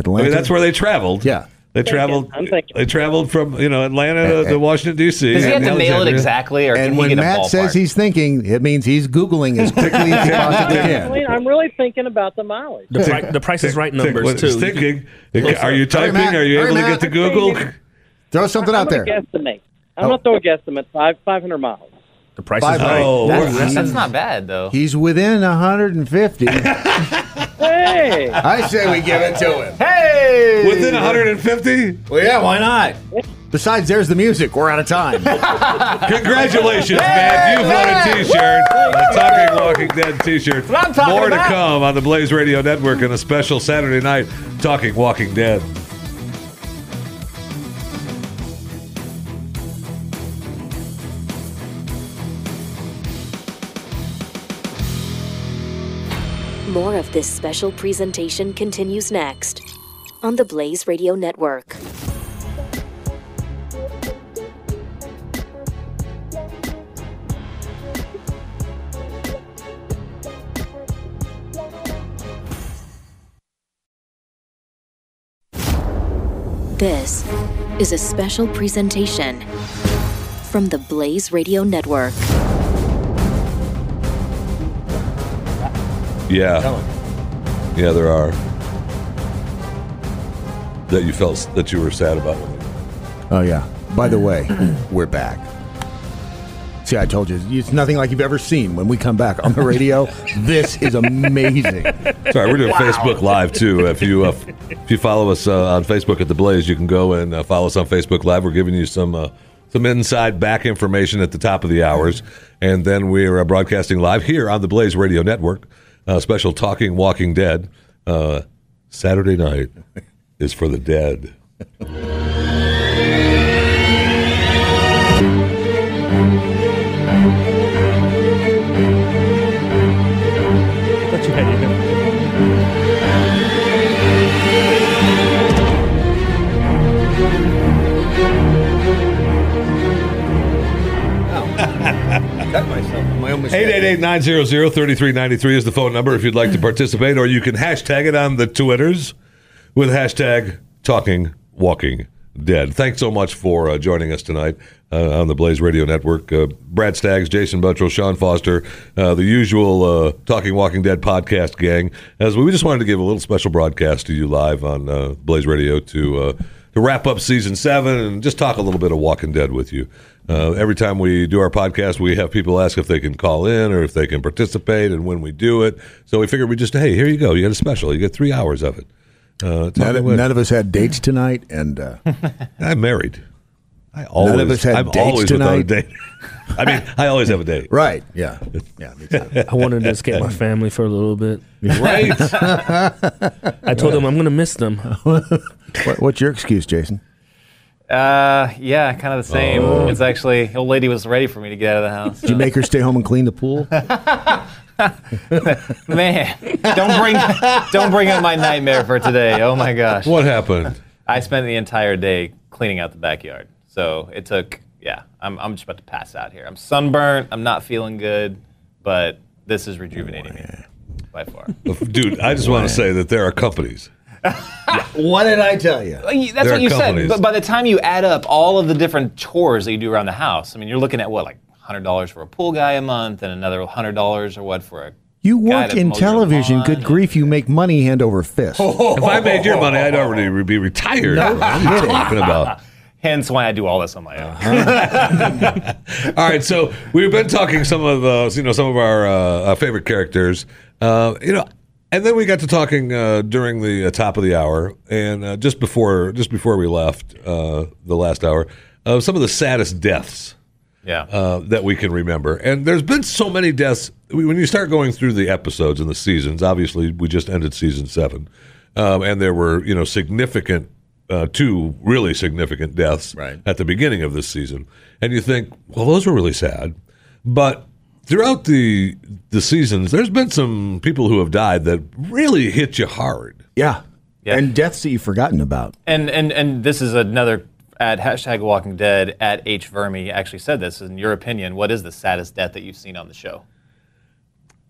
Atlanta. mean, that's where they traveled. Yeah. they traveled. I'm thinking. They traveled from you know Atlanta to, Eh, eh. to Washington D.C. Does he have and to mail it Alexandria. exactly, or can and he when get a Matt ballpark? says he's thinking, it means he's googling as quickly as he possibly I can. mean, I'm really thinking about the mileage. The, pri- the price is right Think numbers what too. he's thinking. Are you Hurry, typing? Matt. Are you Hurry, able to Matt. get to Google? Throw something I'm out gonna there. guesstimate. I'm Oh. gonna throw a guesstimate. Five five hundred miles. The price Five is right. Oh, That's- we're- that's, that's not bad though. He's within 150. Hey, I say we give it to him. Hey! within 150. Well, yeah, why not? Besides, there's the music. We're out of time. Uh-huh. Congratulations, Matt. You've won a t-shirt. A Talking Walking Dead t-shirt. what I'm talking More about. to come on the Blaze Radio Network and a special Saturday night Talking Walking Dead. More of this special presentation continues next on the Blaze Radio Network. This is a special presentation from the Blaze Radio Network. Yeah, yeah, there are that you felt that you were sad about. Oh, yeah. By the way, we're back. See, I told you, it's nothing like you've ever seen when we come back on the radio. this is amazing. Sorry, we're doing Facebook Live too. If you uh, if you follow us uh, on Facebook at the Blaze, you can go and uh, follow us on Facebook Live. We're giving you some uh, some inside back information at the top of the hours, and then we're uh, broadcasting live here on the Blaze Radio Network. Uh, special talking Walking Dead uh, Saturday night is for the dead. Thought you had it. My own mistake. 888-900-3393 is the phone number if you'd like to participate, or you can hashtag it on the Twitters with hashtag talking Walking Dead. Thanks so much for uh, joining us tonight uh, on the Blaze Radio Network. Uh, Brad Staggs, Jason Buttrell, Sean Foster, uh, the usual uh, Talking Walking Dead podcast gang. As we, we just wanted to give a little special broadcast to you live on uh, Blaze Radio to uh, to wrap up season seven and just talk a little bit of Walking Dead with you. Uh, every time we do our podcast, we have people ask if they can call in or if they can participate, and when we do it. So we figured we just hey, here you go, you get a special, you get three hours of it. Uh, talk None, of- with- none of us had dates tonight, and uh, I'm married. I always, none of us had I'm dates always without a tonight. date. I mean, I always have a date. Right. Yeah. I wanted to escape my family for a little bit. Right. I told them I'm going to miss them. What, what's your excuse, Jason? Uh, yeah, kind of the same. Oh. It's actually old lady was ready for me to get out of the house. Did you make her stay home and clean the pool? Man, don't bring don't bring up my nightmare for today. Oh my gosh. What happened? I spent the entire day cleaning out the backyard. So it took yeah, I'm I'm just about to pass out here. I'm sunburnt, I'm not feeling good, but this is rejuvenating me by far. Dude, I just want to say that there are companies. what did I tell you? Well, you- That's There what are you said. companies. But by the time you add up all of the different chores that you do around the house, I mean, you're looking at what, like $100 for a pool guy a month and another $100 or what for a. You guy work to in mow your television. Good grief, you make money hand over fist. If I made your money, I'd already re- be retired. Oh. No what are you kidding. talking about? Hence why I do all this on my own. All right, so we've been talking some of those, you know, some of our, uh, our favorite characters, uh, you know, and then we got to talking uh, during the uh, top of the hour and uh, just before just before we left uh, the last hour of some of the saddest deaths. Yeah. uh, that we can remember. And there's been so many deaths. When you start going through the episodes and the seasons, obviously we just ended season seven, um, and there were you know significant, uh, two really significant deaths at the beginning of this season, and you think, well, those were really sad, but throughout the the seasons, there's been some people who have died that really hit you hard. Yeah. And deaths that you've forgotten about. And and and this is another at hashtag Walking Dead at H Vermi actually said this. In your opinion, what is the saddest death that you've seen on the show?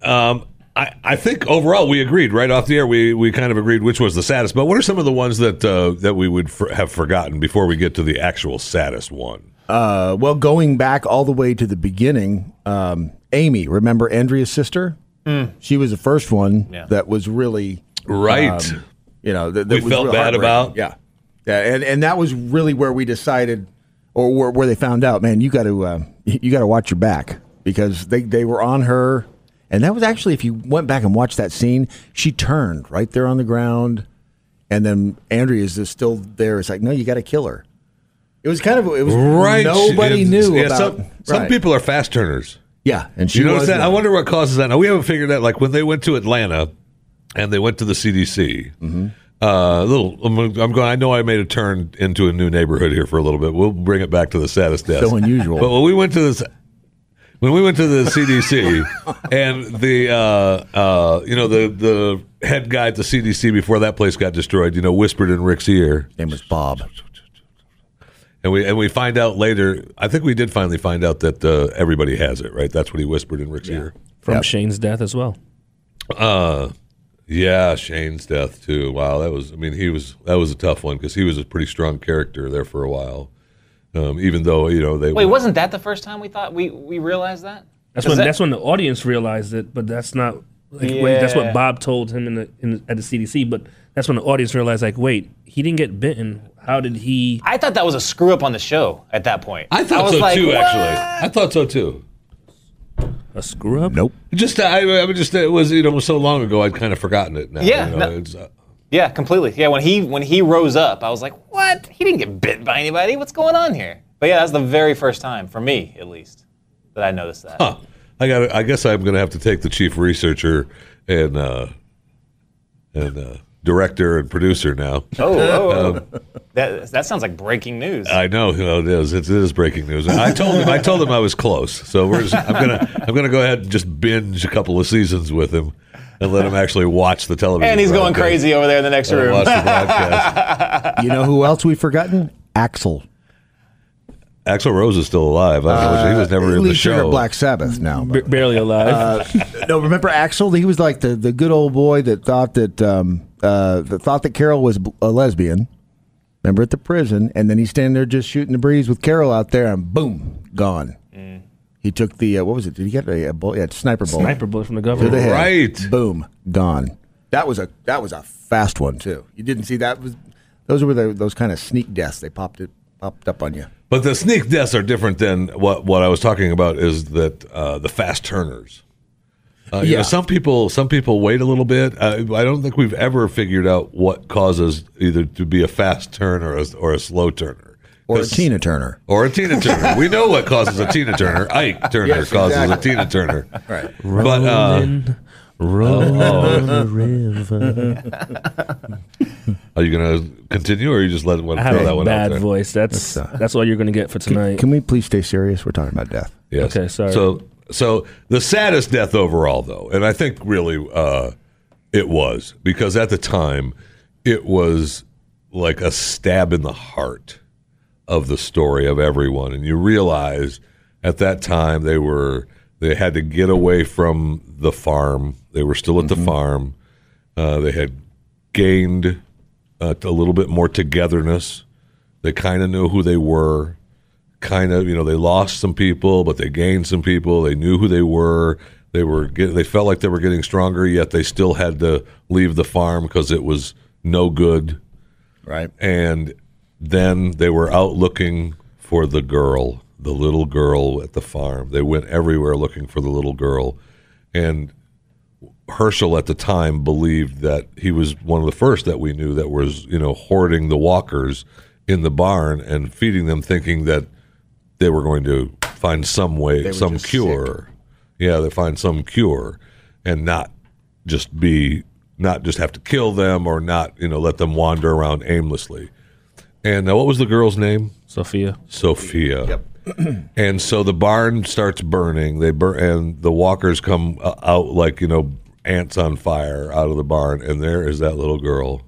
Um, I, I think overall we agreed right off the air. We we kind of agreed which was the saddest. But what are some of the ones that uh, that we would for, have forgotten before we get to the actual saddest one? Uh, well, going back all the way to the beginning, um, Amy, remember Andrea's sister? Mm. She was the first one Yeah. that was really Right. um, you know, that, that We was felt real bad heartbreaking. about. Yeah, yeah, and and that was really where we decided, or where, where they found out. Man, you got to uh, you got to watch your back because they they were on her, and that was actually if you went back and watched that scene, she turned right there on the ground, and then Andrea is just still there. It's like, no, you got to kill her. It was kind of it was Right. Nobody It's- knew yeah, about some, some right. people are fast turners. Yeah, and she you notice was that. one. I wonder what causes that. Now we haven't figured out. Like when they went to Atlanta, and they went to the CDC. Mm-hmm. Uh, little, I'm, I'm going. I know I made a turn into a new neighborhood here for a little bit. We'll bring it back to the saddest death. So unusual. But when we went to this, when we went to the CDC and the uh, uh, you know the the head guy at the CDC before that place got destroyed, you know, whispered in Rick's ear. name was Bob. And we and we find out later. I think we did finally find out that uh, everybody has it, right? That's what he whispered in Rick's ear. From Shane's death as well. Uh, yeah, Shane's death too. Wow, that was. I mean, he was that was a tough one because he was a pretty strong character there for a while. Um, even though you know they Wait, wasn't that the first time we thought we we realized that? That's 'Cause when that- that's when the audience realized it, but that's not like wait, that's Yeah. what Bob told him in the, in the, at the CDC. But that's when the audience realized like, wait, he didn't get bitten. How did he? I thought that was a screw up on the show at that point. I thought was so like, too. "What?" Actually, I thought so too. A screw up? Nope. Just I, I mean, just it was you know it was so long ago I'd kind of forgotten it now. Yeah, you know, no. it's, uh, Yeah, completely. Yeah, when he when he rose up, I was like, what? He didn't get bit by anybody. What's going on here? But yeah, that's the very first time for me at least that I noticed that. huh. I got. I guess I'm going to have to take the chief researcher and uh, and uh, director and producer now. Oh, oh, Um, oh. that that sounds like breaking news. I know who it is. It is breaking news. I told him. I told him I was close. So we're just, I'm gonna. I'm gonna go ahead and just binge a couple of seasons with him, and let him actually watch the television. and he's going broadcast. crazy over there in the next Let him room. Watch the broadcast. You know who else we've forgotten? Axel. Axel Rose is still alive. I don't know. he was never in the lead singer show. of Uh, Black Sabbath now. Ba- barely alive. Uh, no, remember Axel? He was like the, the good old boy that thought that um, uh, that thought that Carol was a lesbian. Remember at the prison, and then he's standing there just shooting the breeze with Carol out there, and boom, gone. Mm. He took the uh, what was it? Did he get a, a bullet? Yeah, sniper bullet. Sniper bullet from the government. To the head. Right. Boom, gone. That was a that was a fast one too. You didn't see that was those were the, those kind of sneak deaths. They popped it popped up on you. But the sneak deaths are different than what what I was talking about. Is that uh, the fast turners? Uh, yeah. Yeah. some people some people wait a little bit. Uh, I don't think we've ever figured out what causes either to be a fast turn or a, or a slow turner Or a 'Cause- Tina Turner. or a Tina Turner. we know what causes a Tina Turner. Ike Turner Yes, causes exactly. a Tina Turner. Right. But uh, Rolling, rolling Oh. on the river. are you going to continue, or you just let one I have throw a that one out bad there? voice. That's That's, uh, that's all you're gonna get for tonight. Can we please stay serious? We're talking about death. Yes. Okay, sorry. So, so the saddest death overall, though, and I think really uh, it was because at the time it was like a stab in the heart of the story of everyone, and you realize at that time they were they had to get away from the farm. They were still at the farm. Uh, they had gained uh, a little bit more togetherness. They kind of knew who they were. Kind of, you know, they lost some people, but they gained some people. They knew who they were. They were get, they felt like they were getting stronger, yet they still had to leave the farm because it was no good. Right. And then they were out looking for the girl, the little girl at the farm. They went everywhere looking for the little girl, and Herschel at the time believed that he was one of the first that we knew that was, you know, hoarding the walkers in the barn and feeding them, thinking that they were going to find some way, some cure. Yeah, they find some cure and not just be, not just have to kill them or not, you know, let them wander around aimlessly. And uh, what was the girl's name? Sophia. Sophia. Yep. and so the barn starts burning. They burn, and the walkers come uh, out like you know ants on fire out of the barn, and there is that little girl.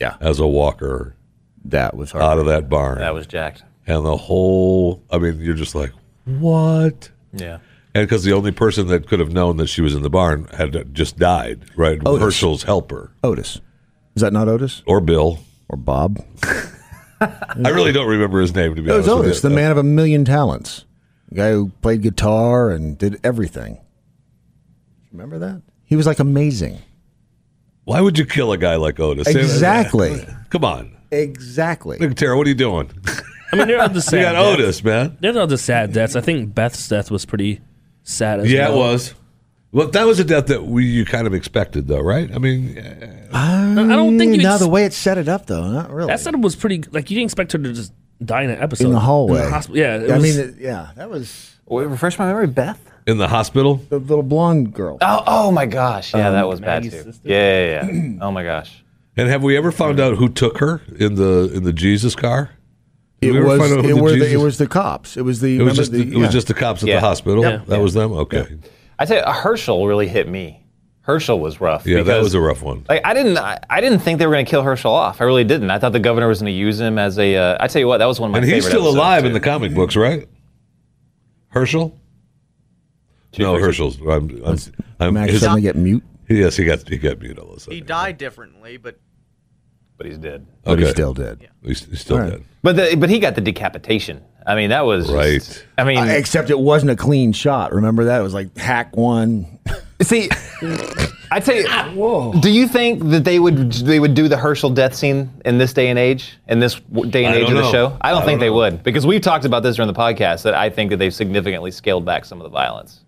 Yeah. As a walker That was hard. out of that barn, That was jacked. and the whole. I mean, you're just like, What? Yeah. and because the only person that could have known that she was in the barn had just died, right? Otis. Herschel's helper Otis. Is that not Otis or Bill. or Bob? I really don't remember his name to be It was honest. with Otis, you. Uh, the man of a million talents, the guy who played guitar and did everything. Remember that? He was like amazing. Why would you kill a guy like Otis? Exactly. Come on, Exactly. Nick Tara, what are you doing? I mean, there are the sad. You got deaths. Otis, man. There's other sad deaths. I think Beth's death was pretty sad. As Yeah, well. it was. Well, that was a death that we you kind of expected, though, right? I mean, eh, I don't think you. no, ex- Mm, the way it set it up, though, not really. that setup was pretty. Like you didn't expect her to just die in an episode in the hallway. hospital. Yeah, it I was- mean, it- Ah, yeah, that was Wait, refresh my memory, Beth. in the hospital. Ah. the little blonde girl. Oh, oh my gosh. Yeah, that was bad Um, Maggie's too. sister? Yeah, yeah, yeah. oh my gosh. And have we ever found out who took her in the in the Jesus car? Did It we ever was. find out who It, the were the, it Jesus- was the cops. It was the. It was remember just the, the, it was yeah. just the cops at Yeah. the hospital. Yeah. That was them. Okay. I tell you, Herschel really hit me. Herschel was rough. Yeah, that because- was a rough one. Like I didn't, I, I didn't think they were going to kill Herschel off. I really didn't. I thought the governor was going to use him as a. Uh, I tell you what, that was one of my. And favorite he's still episodes, alive in too. the comic books, right? Herschel. no, Herschel's. I'm. I'm, I'm Max his- suddenly get mute, yes, he got he got mute all of a sudden. He died differently, but but he's dead. but he Okay. still did. He's, he's still All right. dead. But the, but he got the decapitation. I mean, that was just- Right. I mean, Uh, except it wasn't a clean shot. Remember that? It was like hack one. see, I tell you, do you think that they would they would do the Herschel death scene in this day and age, in this w- day and I age of don't the know. show? I I don't don't think they know. would because we've talked about this during the podcast that I think that they've significantly scaled back some of the violence.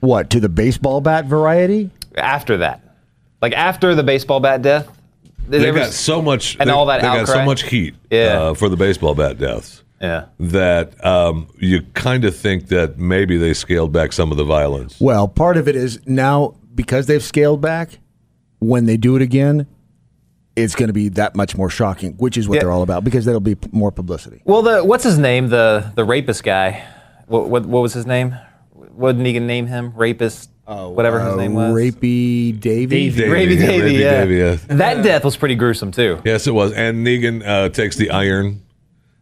What to the baseball bat variety? after that, like after the baseball bat death, They, there got was- so much and they, all that They got so outcry. much heat Yeah. uh, for the baseball bat deaths. yeah. that um, you kind of think that maybe they scaled back some of the violence. Well, part of it is now because they've scaled back. When they do it again, it's going to be that much more shocking, which is what Yeah. they're all about because there'll be p- more publicity. Well, the what's his name, the the rapist guy? What what, what was his name? What did Negan name him? Rapist, whatever his Uh, name was. Rapey Davy. Davey. Ravy Davey, Davy, Ravy yeah. Davey, yeah. That death was pretty gruesome too. Yes, it was. And Negan uh, takes the iron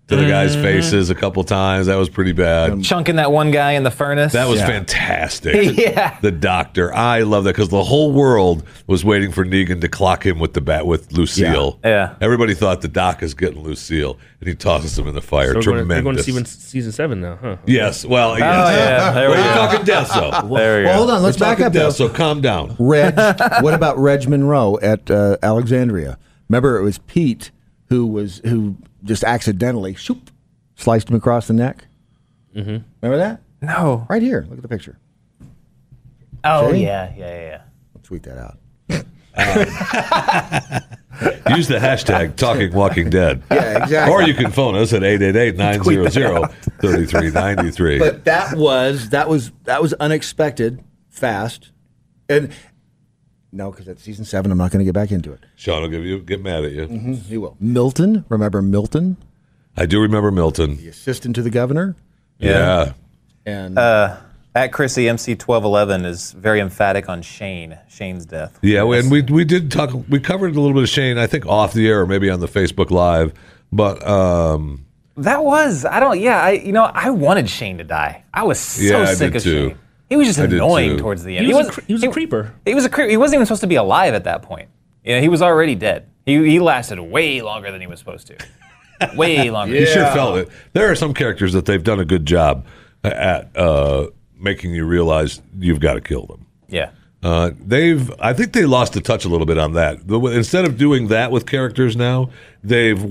to the guys' Mhm. faces a couple times. That was pretty um, bad. Chunking that one guy in the furnace. That was fantastic. Yeah. The doctor. I love that because the whole world was waiting for Negan to clock him with the bat with Lucille. Yeah. Yeah. Everybody thought the doc is getting Lucille, and he tosses him in the fire. So we're, going, Tremendous. we're going to season, season seven now, huh? Yes. Oh, Well, yes. yeah. There We're we go. talking death, so. There we Well, go. hold on, let's We're back talking up, Death, though. so calm down. Reg, what about Reg Monroe at uh, Alexandria? Remember, it was Pete who was who just accidentally shoop, sliced him across the neck. Mm-hmm. Remember that? No. Right here. Look at the picture. Oh See? yeah, yeah, yeah, yeah. Tweet that out. Use the hashtag Talking Walking Dead. Yeah, exactly. Or you can phone us at 888 900 3393. But that was that was that was unexpected, fast, and no, because that's season seven. I'm not going to get back into it. Sean will give you, get mad at you. Mm-hmm. He will. Milton, remember Milton, I do remember Milton. assistant to the governor. Yeah. And uh, at Chrissy MC twelve eleven is very emphatic on Shane. Shane's death. Yeah, we- and we we did talk. We covered a little bit of Shane, I think, off the air or maybe on the Facebook Live. But um, That was I don't. Yeah, I you know I wanted Shane to die. I was so yeah, I sick did of too. Shane. He was just I did annoying too. towards the He end. was a wasn't- cre- he was a creeper. He was a creep. He wasn't even supposed to be alive at that point. Yeah, he was already dead. He he lasted way longer than he was supposed to. way longer. You sure felt it. There are some characters that they've done a good job at uh, making you realize you've got to kill them. Yeah. Uh, they've, I think they lost the touch a little bit on that. The, instead of doing that with characters now, they've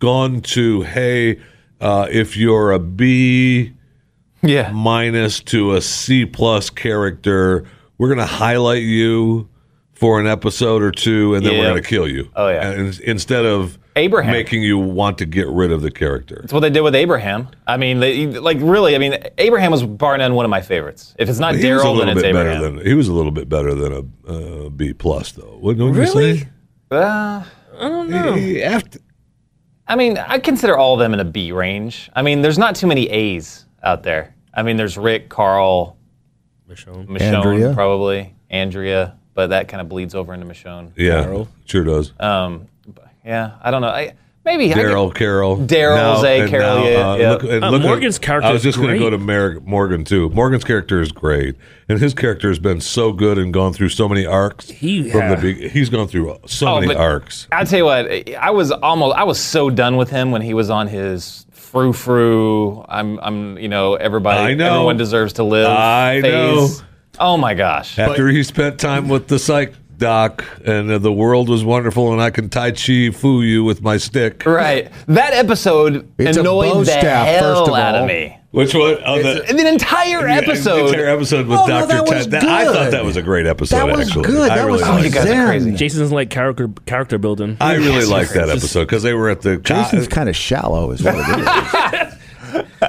gone to hey, uh, if you're a B, yeah, minus to a C plus character, we're gonna highlight you for an episode or two, and then we're Yeah. gonna kill you. Oh yeah. And, instead of Abraham. making you want to get rid of the character. It's what they did with Abraham. I mean, they, like really. I mean, Abraham was bar none one of my favorites. If it's not He was a Daryl, little then it's bit Abraham. better than he was a little bit better than a uh, B plus though. Wouldn't wouldn't you say? Uh, I don't know. After, I mean, I consider all of them in a B range. I mean, there's not too many A's out there. I mean, there's Rick, Carl, Michonne, Andrea. probably Andrea, but that kind of bleeds over into Michonne. Yeah, sure does. Um, but yeah, I don't know. I maybe I Daryl, Carol, Daryl, Now- Zay, and Carol, yeah, yeah. look- and Uh, look at- Morgan's character I was is just going to go great. to Mer- Morgan too. Morgan's character is great, and his character has been so good and gone through so many arcs. He from yeah. the big, he's gone through so Oh, many but arcs. I tell you what, I was almost, I was so done with him when he was on his frou frou. I'm, I'm, you know, everybody, I know. everyone deserves to live. I know. phase. Oh my gosh. After he spent time with the psych doc, and uh, the world was wonderful, and I can tai chi foo you with my stick. Right. That episode It's a bow annoyed the staff, hell first of out all. of me. Which one? Oh, the, An entire Yeah, episode. entire episode with Oh, no, Dr. that was Ted. That- I thought good. that was a great episode, actually. I really liked you that. guys are crazy. Jason's like character character building. I really Yes, like that it's just- episode because they were at the. Jason's kind of shallow, is what it is.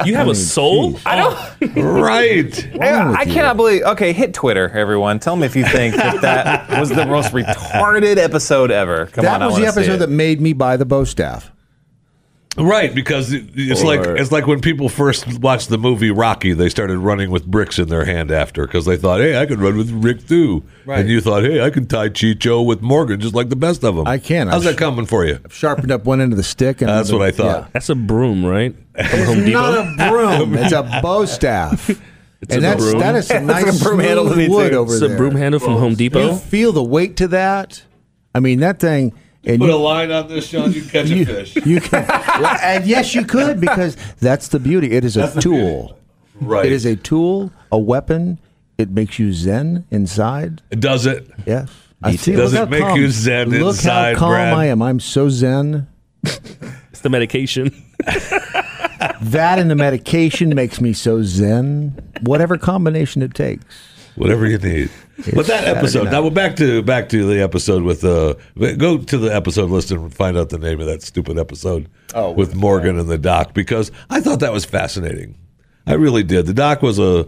You have I mean, a soul. I don't. right. I, I cannot believe. Okay, hit Twitter, everyone. Tell me if you think that that was the most retarded episode ever. Come that on, I was the wanna see episode it. that made me buy the bow staff. Right, because it- it's like it's like when people first watched the movie Rocky, they started running with bricks in their hand after because they thought, "Hey, I could run with Rick too," Right. and you thought, "Hey, I can tie Chicho with Morgan just like the best of them." I can. How's that coming for you? I've sharpened up one end of the stick. and That's the- what I thought. yeah. That's a broom, right? From Home It's Depot. not a broom. it's a bow staff. It's and a that's broom. that is some It's nice like a broom handle to me, smooth too. wood over It's a there. broom handle from Home Depot. You feel the weight to that. I mean that thing. And Put you, a line on this, Sean. You catch a fish. you can, and yes, you could because that's the beauty. It is a tool. Right. It is a tool, a weapon. It makes you zen inside. Does it? Yeah. I see. Does Look it how make calm- you zen Look inside, how calm Brad? I am. I'm so zen. It's the medication. That and the medication makes me so zen. Whatever combination it takes. Whatever you need. but that Saturday episode. night. Now we're back to back to the episode with uh go to the episode list and find out the name of that stupid episode Oh, with Morgan and the doc because I thought that was fascinating. I really did. The doc was a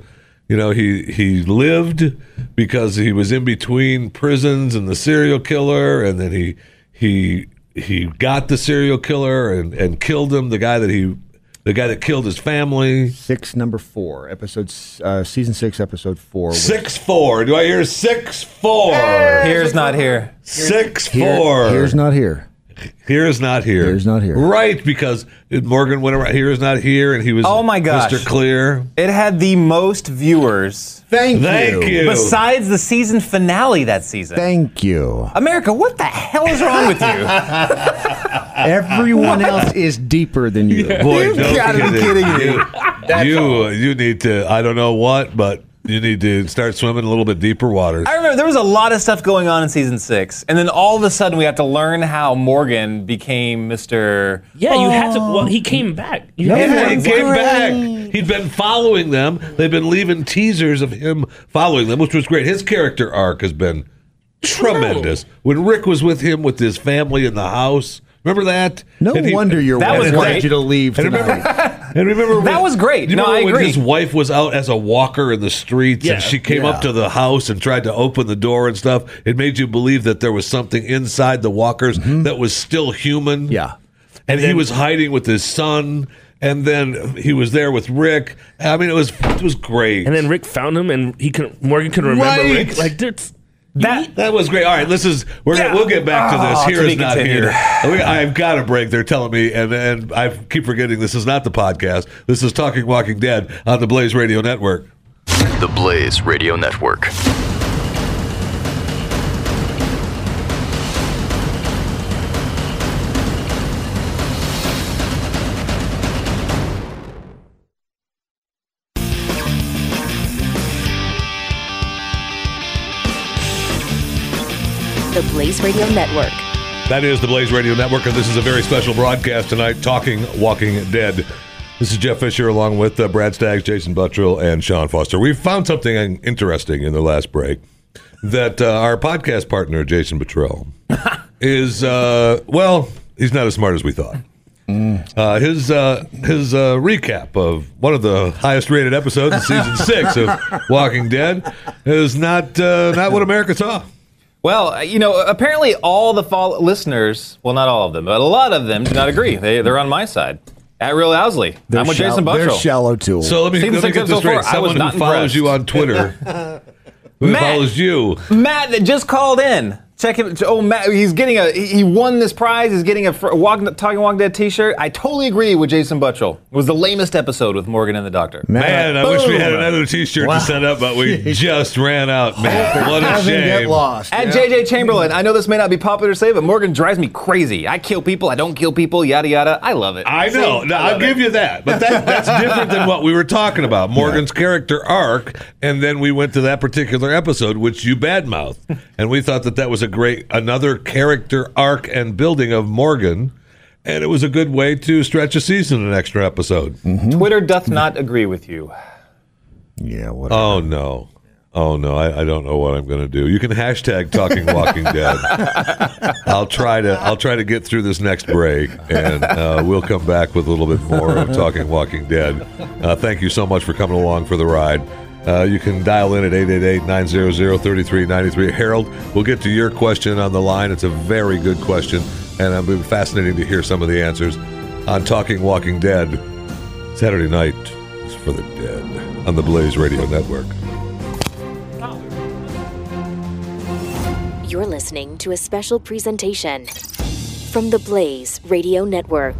you know he he lived because he was in between prisons and the serial killer and then he he he got the serial killer and and killed him the guy that he the guy that killed his family Six number four episode s- uh, season six episode four. Six four. Do I hear six four? Here's not here. Six Here- four. Here's not here. Here is not here. Here is not here. Right, because it- Morgan went around. Here is not here, and he was. Oh my gosh. Mr. Clear. It had the most viewers. Thank, Thank you. you. Besides the season finale that season. Thank you. America, what the hell is wrong with you? Everyone else is deeper than you. Boy, no kidding. You, you, uh, you need to. I don't know what, but you need to start swimming a little bit deeper water. I remember there was a lot of stuff going on in season six, and then all of a sudden we have to learn how Morgan became Mr. Yeah, you had to. Well, he came back. You Yeah, had to- he came back. He'd been following them. They've been leaving teasers of him following them, which was great. His character arc has been tremendous. When Rick was with him with his family in the house, remember that? No wonder your That wife was wanted great. you to leave And remember- tonight. And remember That when- was great. You No, remember I when agree. his wife was out as a walker in the streets Yeah. and she came Yeah. up to the house and tried to open the door and stuff. It made you believe that there was something inside the walkers Mm-hmm. that was still human. Yeah. And, he was hiding with his son and then he was there with Rick. I mean it was it was great. And then Rick found him, and he could Morgan could remember Right. Rick. Like that's that that was great. All right, this is we're gonna, we'll get back to Ah, this. Oh, Here to is be not continued. here. Oh, We- I've got a break. They're telling me, and and I keep forgetting this is not the podcast. This is Talking Walking Dead on the Blaze Radio Network. The Blaze Radio Network. The Blaze Radio Network. That is the Blaze Radio Network, and this is a very special broadcast tonight. Talking Walking Dead. This is Jeff Fisher along with uh, Brad Staggs, Jason Buttrill, and Sean Foster. We found something interesting in the last break that uh, our podcast partner Jason Buttrill is uh, well, he's not as smart as we thought. Uh, his uh, his uh, recap of one of the highest rated episodes of season six of Walking Dead is not uh, not what America saw. Well, you know, apparently all the follow- listeners, well, not all of them, but a lot of them do not agree. They, they're on my side. At Real Owsley. They're I'm with shall- Jason they're Buttrell. shallow tools. So let me, Season let me six, get this episode straight. four, I was Someone not who impressed. follows you on Twitter, who Matt. follows you, Matt that just called in. Check him. Oh, Matt, he's getting a. He he won this prize. He's getting a fr- walk, Talking Walk Dead T-shirt. I totally agree with Jason Butchell. It was the lamest episode with Morgan and the Doctor. man, I wish we had Boom. another T-shirt to send up, but we just ran out. Man, what a Heaven shame! get lost. At Yeah. JJ Chamberlain, I know this may not be popular to say, but Morgan drives me crazy. I kill people. I don't kill people. Yada yada. I love it. I know. See? Now, I I'll love give it. you that, but that, that's different than what we were talking about. Morgan's character arc, and then we went to that particular episode, which you badmouthed, and we thought that that was a great another character arc and building of Morgan, and it was a good way to stretch a season an extra episode. Twitter doth not agree with you. Mm-hmm. Yeah. What? Oh no. Oh no, I, I don't know what I'm going to do. You can hashtag talking Walking Dead. I'll try to I'll try to get through this next break, and uh, we'll come back with a little bit more of talking Walking Dead. Uh, thank you so much for coming along for the ride. Uh, you can dial in at 888-900-3393. Harold, we'll get to your question on the line. It's a very good question, and it'll be fascinating to hear some of the answers on Talking Walking Dead Saturday night is for the dead on the Blaze Radio Network. You're listening to a special presentation from the Blaze Radio Network.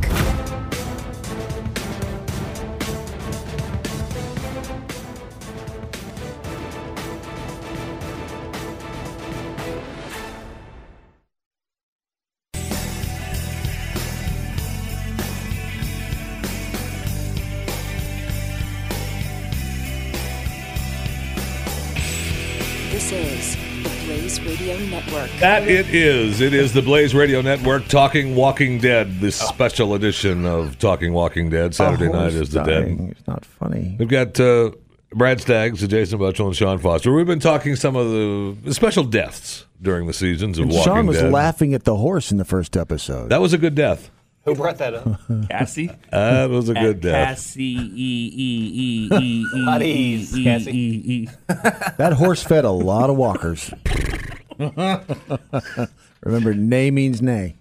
This is the Blaze Radio Network. That it is. It is the Blaze Radio Network talking Walking Dead, this special edition of Talking Walking Dead. Saturday Oh, night is the dead. It's not funny. We've got uh, Brad Staggs, Jason Butchell, and Sean Foster. We've been talking some of the special deaths during the seasons of And Walking Sean was Dead. laughing at the horse in the first episode. That was a good death. Who brought that up? Cassie. That was a good death. Cassie e e e e e Lot of e E's, e Cassie. e e. That horse fed a lot of walkers. Remember, nay means nay.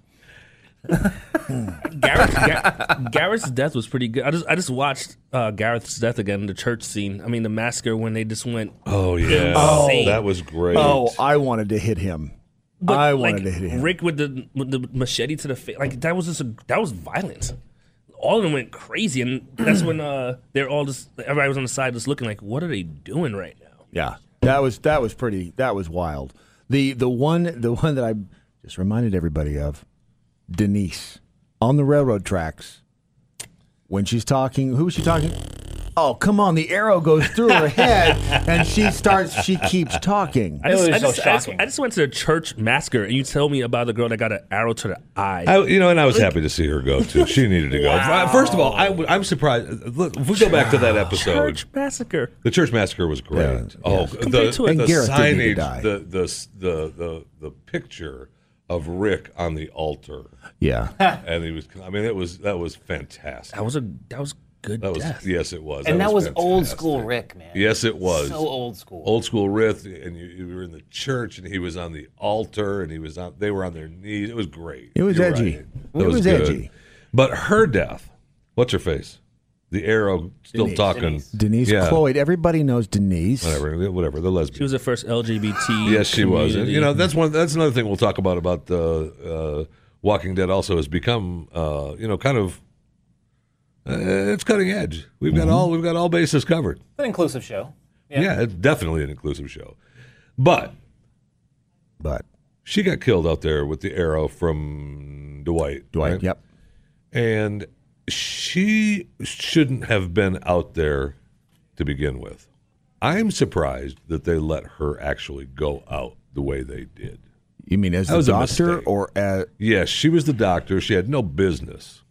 Gareth, Ga- Gareth's death was pretty good. I just I just watched uh, Gareth's death again, the church scene. I mean, the massacre when they just went. Oh yeah, Oh. that was great. Oh, I wanted to hit him. But, I like, wanted to hit him. Rick with the with the machete to the face. Like that was just a that was violent. All of them went crazy, and that's when uh they're all just everybody was on the side just looking like, what are they doing right now? Yeah, that was that was pretty. That was wild. The the one the one that I just reminded everybody of, Denise on the railroad tracks. When she's talking, who was she talking? Oh, come on! The arrow goes through her head, and she starts. She keeps talking. I just, I, just, I, just, I just went to the church massacre, and you tell me about the girl that got an arrow to the eye. I, you know, and I was happy to see her go too. She needed to go. Uh, Wow. First of all, I, am surprised. Look, if we go back to that episode, Church massacre. the church massacre was great. Oh, the, Compared to it- the And Garrett didn't need to die. signage, the, the the the the picture of Rick on the altar, Yeah. and he was. I mean, it was that was fantastic. That was a that was good. That was death. yes, it was. and that was, fantastic. old school Rick, man. Yes, it was. So old school. Old school riff, and you, you were in the church, and he was on the altar, and he was on. They were on their knees. It was great. It was You're edgy. right. It That was good. edgy. But her death. What's her face? The arrow still Denise. talking. Denise. Denise Yeah. Cloyd. Everybody knows Denise. Whatever. Whatever. The lesbian. She was the first LGBT. Yes, she was. And, community. you know, that's one. That's another thing we'll talk about about the uh, Walking Dead. Also, has become uh, you know kind of uh, it's cutting edge. We've got all we've got all bases covered. An inclusive show. Yeah. it's definitely an inclusive show. But but she got killed out there with the arrow from Dwight. Dwight. right? Yep. And she shouldn't have been out there to begin with. I'm surprised that they let her actually go out the way they did. You mean as That the was a doctor mistake. or as, Yes, she was the doctor. She had no business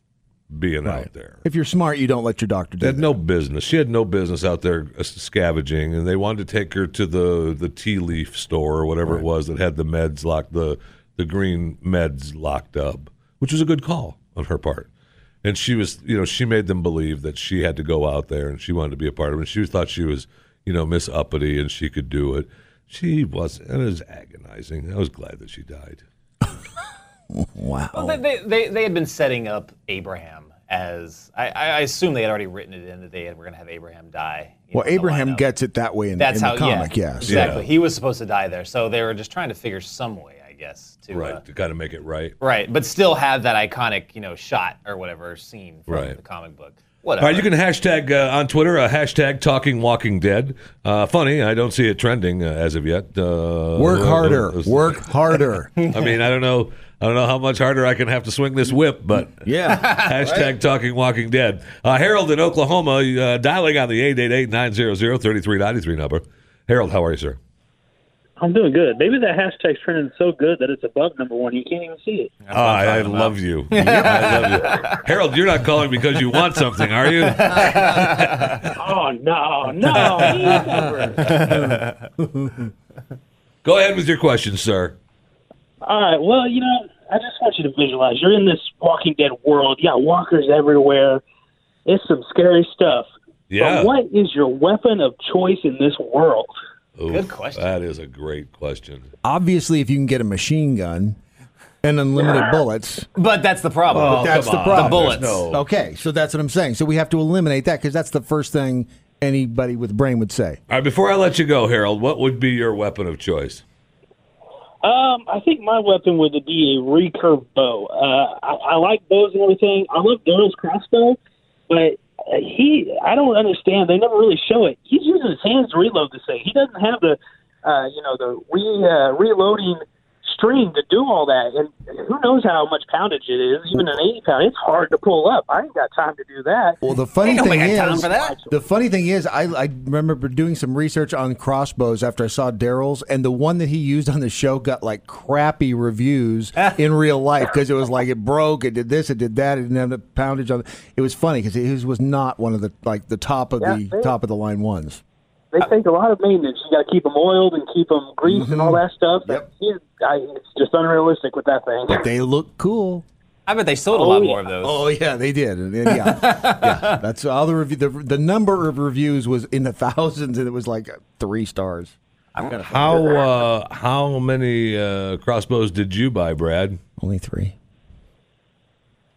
being out there. if you're smart, you don't let your doctor She do had that. no business. She had no business out there uh, scavenging, and they wanted to take her to the the tea leaf store or whatever it was that had the meds locked the the green meds locked up, which was a good call on her part. And she was, you know, she made them believe that she had to go out there and she wanted to be a part of it. And she thought she was, you know, Miss Uppity and she could do it. She was, and it was agonizing. I was glad that she died. Wow. Well, they, they, they, they had been setting up Abraham as I, I I assume they had already written it in that they had, were going to have Abraham die. you Well, know, in the Abraham lineup. gets it that way in, That's in how the comic. yeah, Yeah. so- exactly. He was supposed to die there, so they were just trying to figure some way, I guess, to Right. uh, to kind of make it right. right, but still have that iconic you know shot or whatever scene from Right. the comic book. All Whatever. right, you can hashtag uh, on Twitter, uh, hashtag Talking Walking Dead. Uh, funny, I don't see it trending uh, as of yet. Uh, Work uh, harder. uh, Work harder. I mean, I don't know. I don't know how much harder I can have to swing this whip, but Yeah. hashtag Talking Walking Dead. Uh, Harold in Oklahoma, uh, dialing on the 888-900-3393 number. Harold, how are you, sir? I'm doing good. Maybe that hashtag's trending so good that it's above number one. You can't even see it. Uh, I, I love you. I love you, Harold. You're not calling because you want something, are you? oh no, no, he's over. Go ahead with your question, sir. All right. Well, you know, I just want you to visualize. You're in this Walking Dead world. You got walkers everywhere. It's some scary stuff. Yeah. But what is your weapon of choice in this world? Oof, That is a great question. Obviously, if you can get a machine gun and unlimited bullets, But that's the problem. Oh, that's come the on. problem. The bullets. There's no- okay. So that's what I'm saying. So we have to eliminate that because that's the first thing anybody with brain would say. All right, before I let you go, Harold, what would be your weapon of choice? Um, I think my weapon would be a recurve bow. Uh, I, I like bows and everything. I love Daryl's crossbow, but uh, he, I don't understand. They never really show it. He's using his hands to reload this thing. He doesn't have the, uh, you know, the re, uh, reloading string to do all that. And who knows how much poundage it is? Even an 80 pound, it's hard to pull up. I ain't got time to do that. Well, the funny Ain't thing nobody got time is, for that. the funny thing is, I, I remember doing some research on crossbows after I saw Daryl's, and the one that he used on the show got like crappy reviews Ah. in real life because it was like it broke, it did this, it did that, it didn't have the poundage on. It, it was funny because his was not one of the like the top of Yeah, the yeah. top of the line ones. They take a lot of maintenance. You got to keep them oiled and keep them greased and all that stuff. Yep. I, it's just unrealistic with that thing. But they look cool. I bet they sold a lot more of those. Oh yeah, they did. And, and yeah, yeah. That's all the review. The, the number of reviews was in the thousands, and it was like three stars. How uh, how many uh, crossbows did you buy, Brad? Only three.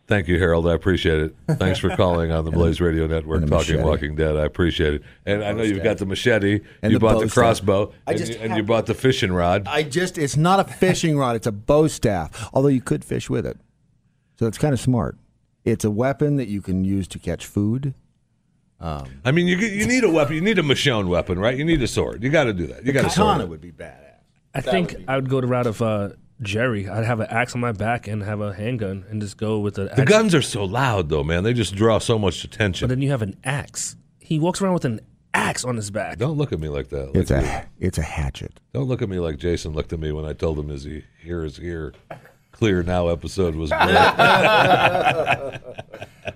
Thank you, Harold. I appreciate it. Thanks for calling on the Blaze Radio Network, and a talking machete. Walking Dead. I appreciate it. And I know you've got the machete. And you the bought bow the staff. crossbow. I and just you- and have- you bought the fishing rod. I just, it's not a fishing rod, it's a bow staff, although you could fish with it. So it's kind of smart. It's a weapon that you can use to catch food. Um, I mean, you get- you need a weapon. You need a Michonne weapon, right? You need a sword. You got to do that. You got a sword. be badass. I think I would go the route of uh, Jerry. I'd have an axe on my back and have a handgun and just go with an axe. The guns are so loud, though, man. They just draw so much But attention. then you have an axe. He walks around with an axe on his back. Don't look at me like that. It's Like a, it's a hatchet. you- Don't look at me like Jason looked at me when I told him his he- here is here. Clear now episode was great.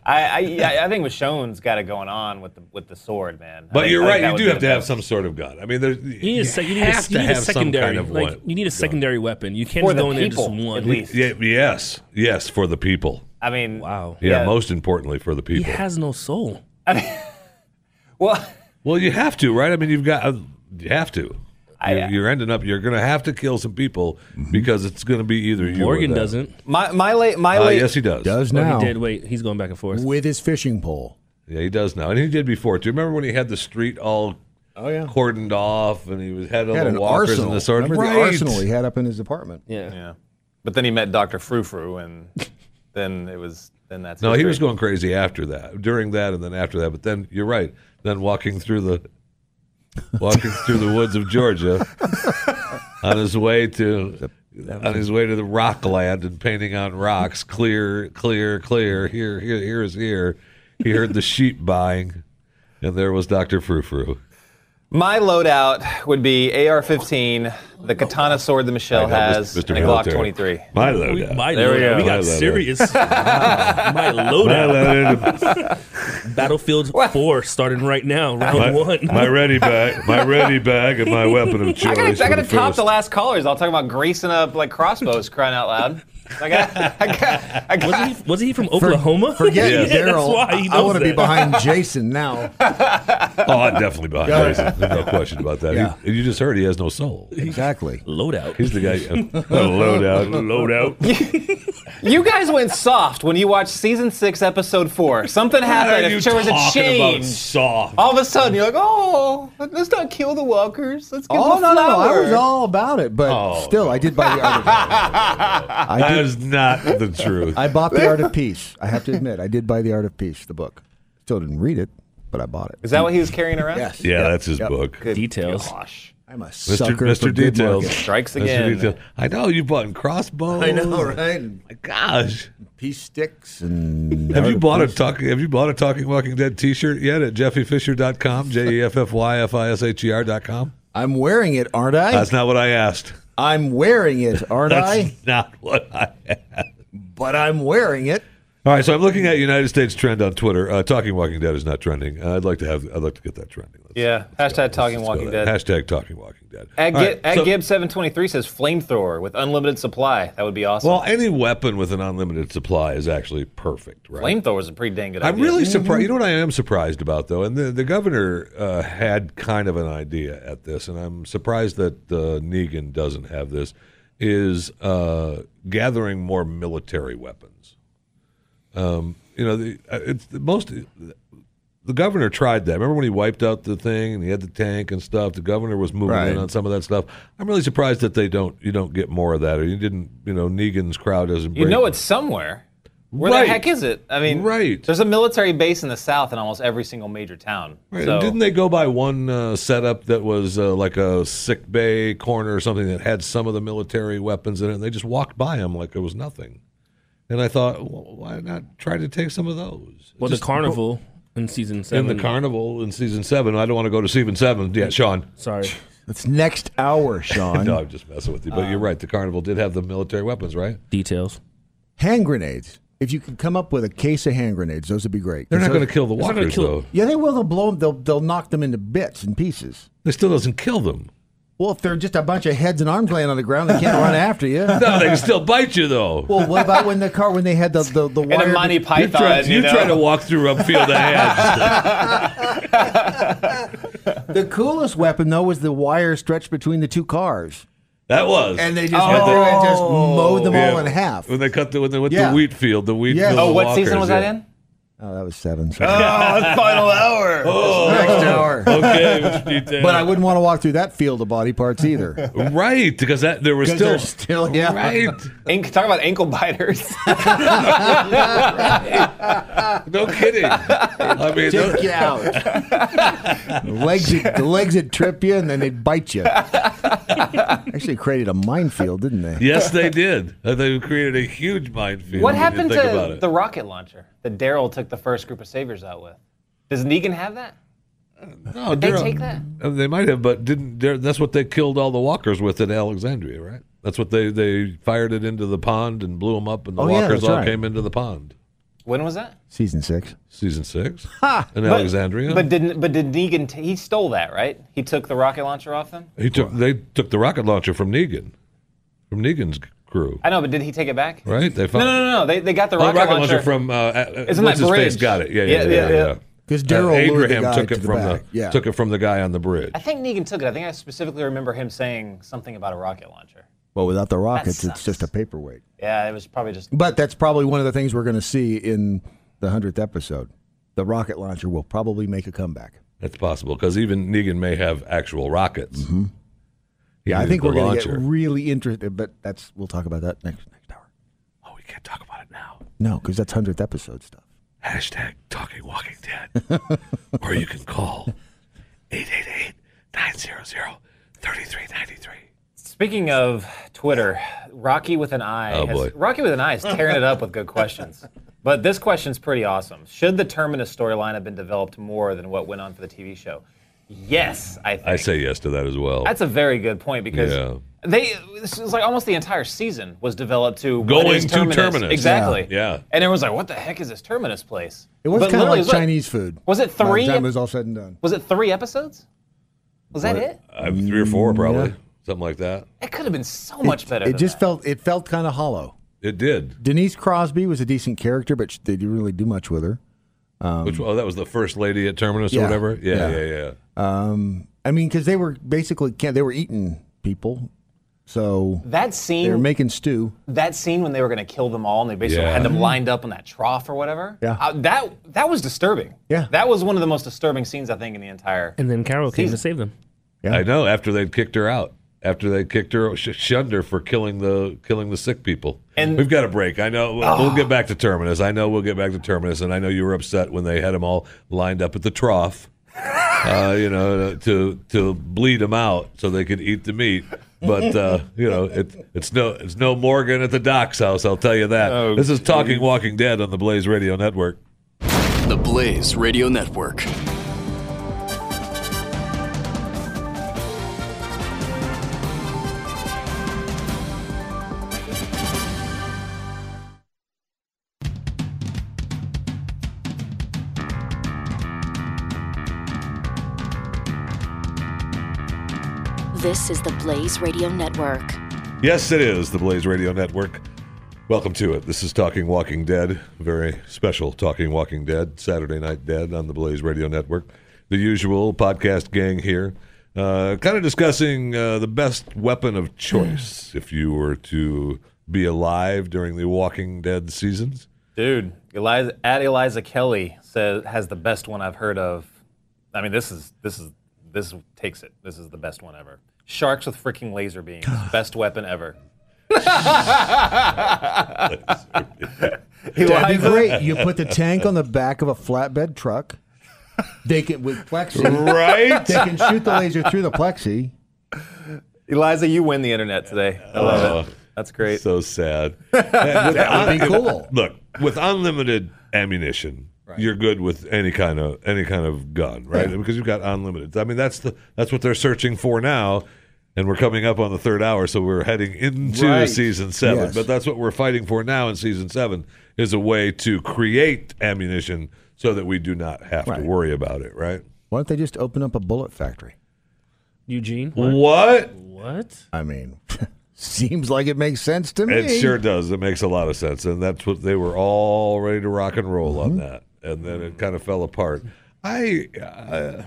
I, I I think Michonne's got it going on with the with the sword, man. I But think- you're I think right. that You would do be have the to have best. some sort of gun. I mean, there's, You need, a, sec- you need, a, have you to need a have some secondary. kind of like, one. you need a secondary weapon. You can't For just the go in there and just people, one. at least. Yeah, yes, yes, for the people. I mean, wow. Yeah, most importantly for the He people. has no soul. Well, Well, you have to, right? I mean, you've got uh, you have to. I- Mm-hmm. you're, you're ending up. You're going to have to kill some people because it's going to be either you. Morgan or them. doesn't. my my late my Uh, late yes, he does. Does Well, now he did. Wait, he's going back and forth. with his fishing pole. Yeah, he does now, and he did before. Do you remember when he had the street all Oh, yeah. cordoned off, and he was had all He had the an walkers arsenal. and the sword? Remember Right. the arsenal he had up in his apartment. Yeah. yeah. But then he met Doctor Frou Frou, and then it was then that's No, he history. was going crazy after that, during that, and then after that. But then you're right. Then walking through the walking through the woods of Georgia on his way to on his way to the rock land and painting on rocks, clear, clear, clear. Here, here, here is here. He heard the sheep buying, and there was Doctor Frou Frou. My loadout would be AR-15, the katana sword that Michelle I know, has, Mr. and a Glock Military. 23. My loadout. My There we loadout. go. We My got loadout. serious. My loadout. Battlefield 4 starting right now, round My, one. my ready bag, my ready bag, and my weapon of choice. I gotta, I for gotta the top first. the last callers. I'll talk about greasing up like crossbows, crying out loud. I got, I got, I got. Wasn't he, wasn't he from Oklahoma? Forget Yeah. that's Daryl. why he I want to knows be that. behind Jason now. Oh, I'm definitely behind Yeah. Jason. There's no question about that. He- Yeah. you just heard he has no soul. Exactly. Loadout. He's the guy. Oh, loadout. Loadout. You guys went soft when you watched season six, episode four. Something happened. It- there was a change. soft? All of a sudden, you're like, oh, let's not kill the walkers. Let's give Oh them the no, no, I was flower." all about it, but Oh, still, I did buy the art. Of, I That did. is not the truth. I bought the Art of Peace. I have to admit, I did buy the Art of Peace, the book. Still didn't read it, but I bought it. Is that what he was carrying around? Yes. yeah, Yep. that's his Yep. book. Details. Gosh. I'm a Mr. sucker Mr. for good Details. marketing. Strikes That's again. ridiculous. I know you bought crossbows. Oh I know, right? And My gosh, Peace sticks and have you bought a it? talking? Have you bought a Talking Walking Dead T-shirt yet at jeffyfisher.com? J e f f y f i s h e r dot com. I'm wearing it, aren't I? That's not what I asked. I'm wearing it, aren't That's I? not what I asked. But I'm wearing it. All right, so I'm looking at United States trend on Twitter. Uh, Talking Walking Dead is not trending. Uh, I'd like to have. I'd like to get that trending. Let's- Yeah. Hashtag Talking let's go Walking there. Dead. Hashtag Talking Walking Dead. At, All Gi- right, at so- Gibbs723 says flamethrower with unlimited supply. That would be awesome. Well, any weapon with an unlimited supply is actually perfect, right? Flamethrower is a pretty dang good idea. Mm-hmm. I'm really surprised. You know what I am surprised about though, and the the governor uh, had kind of an idea at this, and I'm surprised that uh, Negan doesn't have this. Is uh, gathering more military weapons. Um, you know, the, uh, it's the most. The governor tried that. Remember when he wiped out the thing and he had the tank and stuff. The governor was moving Right. in on some of that stuff. I'm really surprised that they don't. You don't get more of that, or you didn't. You know, Negan's crowd doesn't. You bring- know it's somewhere. Where Right. the heck is it? I mean, Right. There's a military base in the south in almost every single major town. Right, So, and didn't they go by one uh, setup that was uh, like a sick bay corner or something that had some of the military weapons in it? And they just walked by them like it was nothing. And I thought, well, why not try to take some of those? Well, Just the carnival in season in seven. the carnival in season seven. I don't want to go to season seven. Yeah, Sean. Sorry. It's next hour, Sean. No, I'm just messing with you. But you're right. The carnival did have the military weapons, right? Details. Hand grenades. If you could come up with a case of hand grenades, those would be great. They're not So- going to kill the not gonna walkers, kill- though. Yeah, they will. They'll blow them. They'll they'll knock them into bits and pieces. They still doesn't kill them. Well, if they're just a bunch of heads and arms laying on the ground, they can't run after you. No, they can still bite you, though. Well, what about when the car when they had the the, the in wire? a Monty you try, Python, you, you know? try to walk through a field of heads. the coolest weapon though was the wire stretched between the two cars. That was. And they just went through and just mowed them all in half. When they cut the when they went Yeah. to wheat field, the wheat Yeah. field. Oh, what walkers, season was yeah. that in? Oh, that was seven. Oh, final hour. Oh. Next hour. Okay, Mr. Detail. But I wouldn't want to walk through that field of body parts either. Right, because that there was 'Cause still they're still- yeah. right. Ink, talk about ankle biters. No kidding. I mean, Take you out. The legs, would, the legs would trip you, and then they'd bite you. Actually, created a minefield, didn't they? yes, they did. Uh, They created a huge minefield. what when you happened think about to it. the rocket launcher that Daryl took the first group of saviors out with? Does Negan have that? No, They Daryl- take that? Uh, They might have, but didn't. Dar- That's what they killed all the walkers with at Alexandria, right? That's what they they fired it into the pond and blew them up, and the Oh, yeah, walkers that's all right. came into the pond. When was that? Season six. Season six. Ha! In But- Alexandria. But didn't? But did Negan? T- he stole that, right? He took the rocket launcher off them. he took. They took the rocket launcher from Negan, from Negan's crew, I know, but did he take it back? right? They No, no, no, no. They, they got the Oh, rocket, launcher, from uh, uh, Isn't what's that his bridge? face got it. Yeah, yeah, yeah, yeah. Because Uh, Daryl lured the Abraham guy took to it the from back. the Yeah. took it from the guy on the bridge. I think Negan took it. I think I specifically remember him saying something about a rocket launcher. Well, without the rockets, it's just a paperweight. Yeah, it was probably just. But that's probably one of the things we're going to see in the hundredth episode. The rocket launcher will probably make a comeback. That's possible because even Negan may have actual rockets. He Mm-hmm. Yeah, I used think the we're going to launcher. get really interested, but that's we'll talk about that next next hour. Oh, we can't talk about it now. No, because that's hundredth episode stuff. Hashtag Talking Walking Dead. or you can call 888 900 3393. Speaking of Twitter, Rocky with an eye. Oh, has- boy. Rocky with an eye is tearing it up with good questions. But this question's pretty awesome. Should the Terminus storyline have been developed more than what went on for the TV show? Yes, I think. I say yes to that as well. That's a very good point because Yeah. they this was like almost the entire season was developed to what Going is to Terminus. exactly. Yeah, yeah. and everyone's like, "What the heck is this Terminus place?" It was But kind of literally, like it was Chinese food. Was it by the three? time it was all said and done. Was it three episodes? Was that What? it? I have Uh, three or four, probably. Something like that. It could have been so much It- better. It than just that. felt it felt kind of hollow. It did. Denise Crosby was a decent character, but she, they didn't really do much with her. Um, Which, oh, that was the first lady at Terminus or yeah, whatever? Yeah, yeah. yeah, yeah. Um, I mean, because they were basically can they were eating people, so that they were scene. making stew. that scene when they were going to kill them all and they basically Yeah. had them lined up in that trough or whatever. Yeah. Uh, that that was disturbing. Yeah. That was one of the most disturbing scenes I think in the entire. And then Carol came Season- to save them. I know. After they'd kicked her out, after they kicked her, sh- shunned her for killing the killing the sick people. And- we've got a break. I know we'll, Ah. we'll get back to terminus. I know we'll get back to terminus, and I know you were upset when they had them all lined up at the trough, uh, you know, to to bleed them out so they could eat the meat. But uh, you know, it, it's no it's no Morgan at the doc's house. I'll tell you that. Oh, this is talking geez. Walking Dead on the Blaze Radio Network. The Blaze Radio Network. This is the Blaze Radio Network. Yes, it is the Blaze Radio Network. Welcome to it. This is Talking Walking Dead, very special Talking Walking Dead, Saturday Night Dead on the Blaze Radio Network. The usual podcast gang here, uh, kind of discussing uh, the best weapon of choice if you were to be alive during the Walking Dead seasons. Dude, Eliza, at Eliza Kelly says has the best one I've heard of. I mean, this is this is this takes it. This is the best one ever. Sharks with freaking laser beams, best weapon ever. That'd be Eliza- great. You put the tank on the back of a flatbed truck. They can with plexi, Right? They can shoot the laser through the plexi. Eliza, you win the internet today. I love it. That's great. So sad. That would be cool. Look, with unlimited ammunition, you're good with any kind of any kind of gun, right? Because you've got unlimited. I mean, that's the that's what they're searching for now, and we're coming up on the third hour, so we're heading into Right. season seven. Yes. But that's what we're fighting for now in season seven is a way to create ammunition so that we do not have to worry about it, right? Why don't they just open up a bullet factory? Eugene. What? What? I mean, seems like it makes sense to me. It sure does. It makes a lot of sense, and that's what they were all ready to rock and roll Mm-hmm. on that, and then it kind of fell apart. I uh,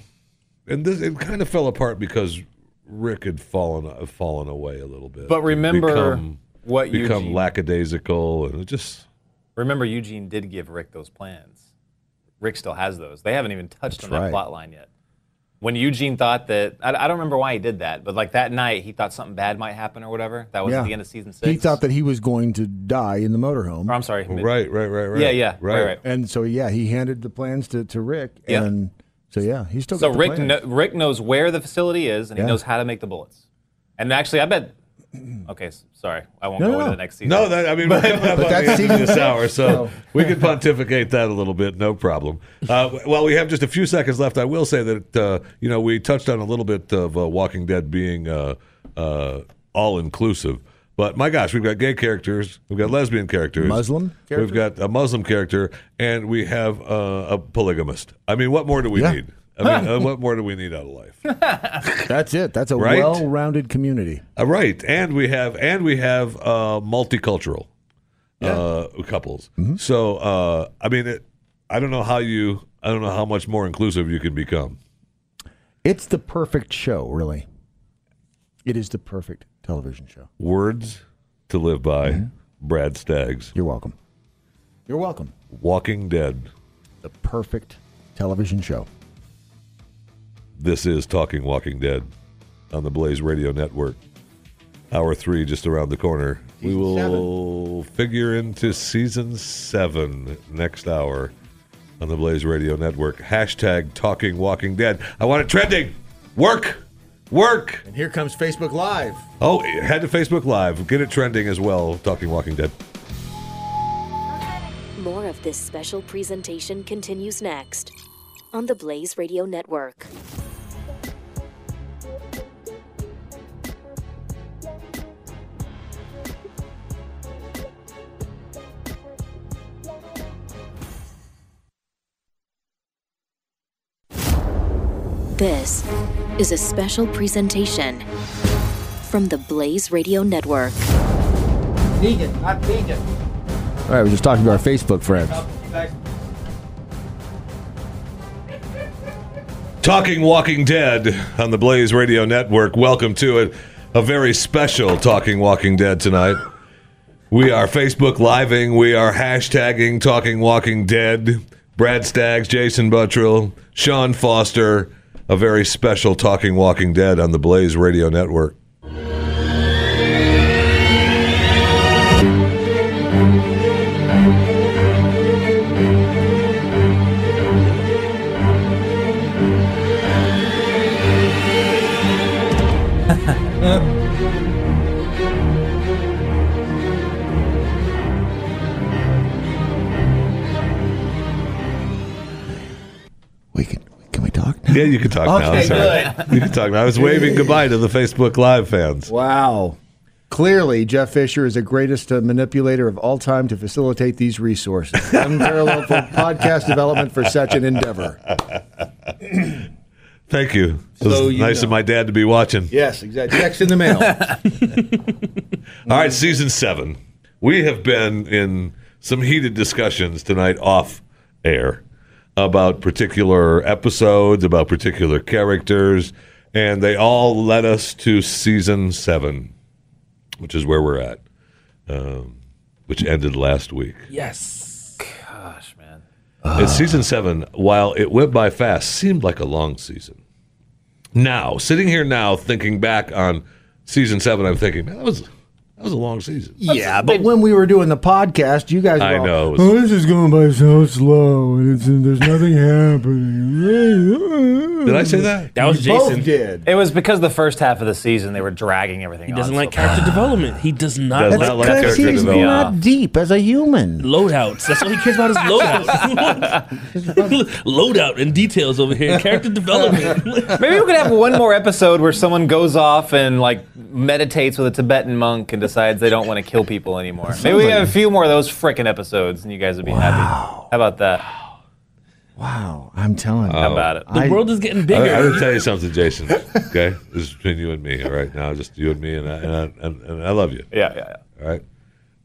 and this it kind of fell apart because Rick had fallen fallen away a little bit. But remember Become- what become Eugene- lackadaisical and it just Remember, Eugene did give Rick those plans. Rick still has those. They haven't even touched on right. that plot line yet. When Eugene thought that, I, I don't remember why he did that, but like that night, he thought something bad might happen or whatever. That was at the end of season six. He thought that he was going to die in the motorhome. Or, I'm sorry. mid- Right, right, right, right. Yeah, yeah, right, right. right. And so yeah, he handed the plans to, to Rick, Yeah. and so yeah, he still. So got the Rick, plans. kno Rick knows where the facility is, and Yeah. he knows how to make the bullets. And actually, I bet. Okay, s- sorry, I won't go No, no, into no. the next season. No, that, I mean, we're coming up on the end of this hour, so No. we could pontificate that a little bit, no problem. Uh, well, we have just a few seconds left. I will say that uh, you know we touched on a little bit of uh, Walking Dead being uh, uh, all inclusive, but my gosh, we've got gay characters, we've got lesbian characters, Muslim we've got a Muslim character, and we have uh, a polygamist. I mean, what more do we Yeah. need? I mean, uh, what more do we need out of life? That's it. That's a Right? well-rounded community. Uh, right, and we have and we have uh, multicultural uh, couples. Mm-hmm. So uh, I mean, it, I don't know how you, I don't know how much more inclusive you can become. It's the perfect show, really. It is the perfect television show. Words to live by, Brad Staggs. Mm-hmm. You're welcome. You're welcome. Walking Dead. The perfect television show. This is Talking Walking Dead on the Blaze Radio Network. Hour three just around the corner. we will figure into season seven next hour on the Blaze Radio Network. Hashtag Talking Walking Dead. I want it trending. Work. Work. And here comes Facebook Live. Oh, head to Facebook Live. Get it trending as well. Talking Walking Dead. More of this special presentation continues next on the Blaze Radio Network. This is a special presentation from the Blaze Radio Network. Vegan, not vegan. All right, we're just talking to our Facebook friends. Talking Walking Dead on the Blaze Radio Network. Welcome to a, a very special Talking Walking Dead tonight. We are Facebook living. We are hashtagging Talking Walking Dead. Brad Staggs, Jason Buttrill, Sean Foster. A very special Talking Walking Dead on the Blaze Radio Network. Yeah, you can talk now. I'm Okay, sorry. You can talk now. I was waving goodbye to the Facebook Live fans. Wow. Clearly, Jeff Fisher is the greatest uh, manipulator of all time to facilitate these resources. Unparalleled for podcast development for such an endeavor. Thank you. It was So you nice of know. my dad to be watching. Yes, exactly. Checks in the mail. All right, season seven. We have been in some heated discussions tonight off air about particular episodes, about particular characters, and they all led us to season seven, which is where we're at, um, which ended last week. Yes. Gosh, man. And season seven, while it went by fast, seemed like a long season. Now, sitting here now, thinking back on season seven, I'm thinking, man, that was that was a long season. yeah, but when we were doing the podcast, you guys were I all, know, it was- "Oh, this is going by so slow, and it's, and there's nothing happening. Did I say that? That was You both Jason. did. It was because the first half of the season they were dragging everything. He doesn't like character development. He does not Does like not like character character He's development. not deep as a human. loadouts. That's all he cares about is loadouts. Loadout and details over here. Character development. Maybe we could have one more episode where someone goes off and like meditates with a Tibetan monk and decides they don't want to kill people anymore. Maybe we like- have a few more of those frickin' episodes, and you guys would be happy. How about that? Wow, I'm telling you. How about it? The world is getting Um, I, I'm bigger. going to tell you something, Jason. Okay, this is between you and me. All right, now just you and me, and I, and I, and, and I love you. Yeah, yeah, yeah. All right,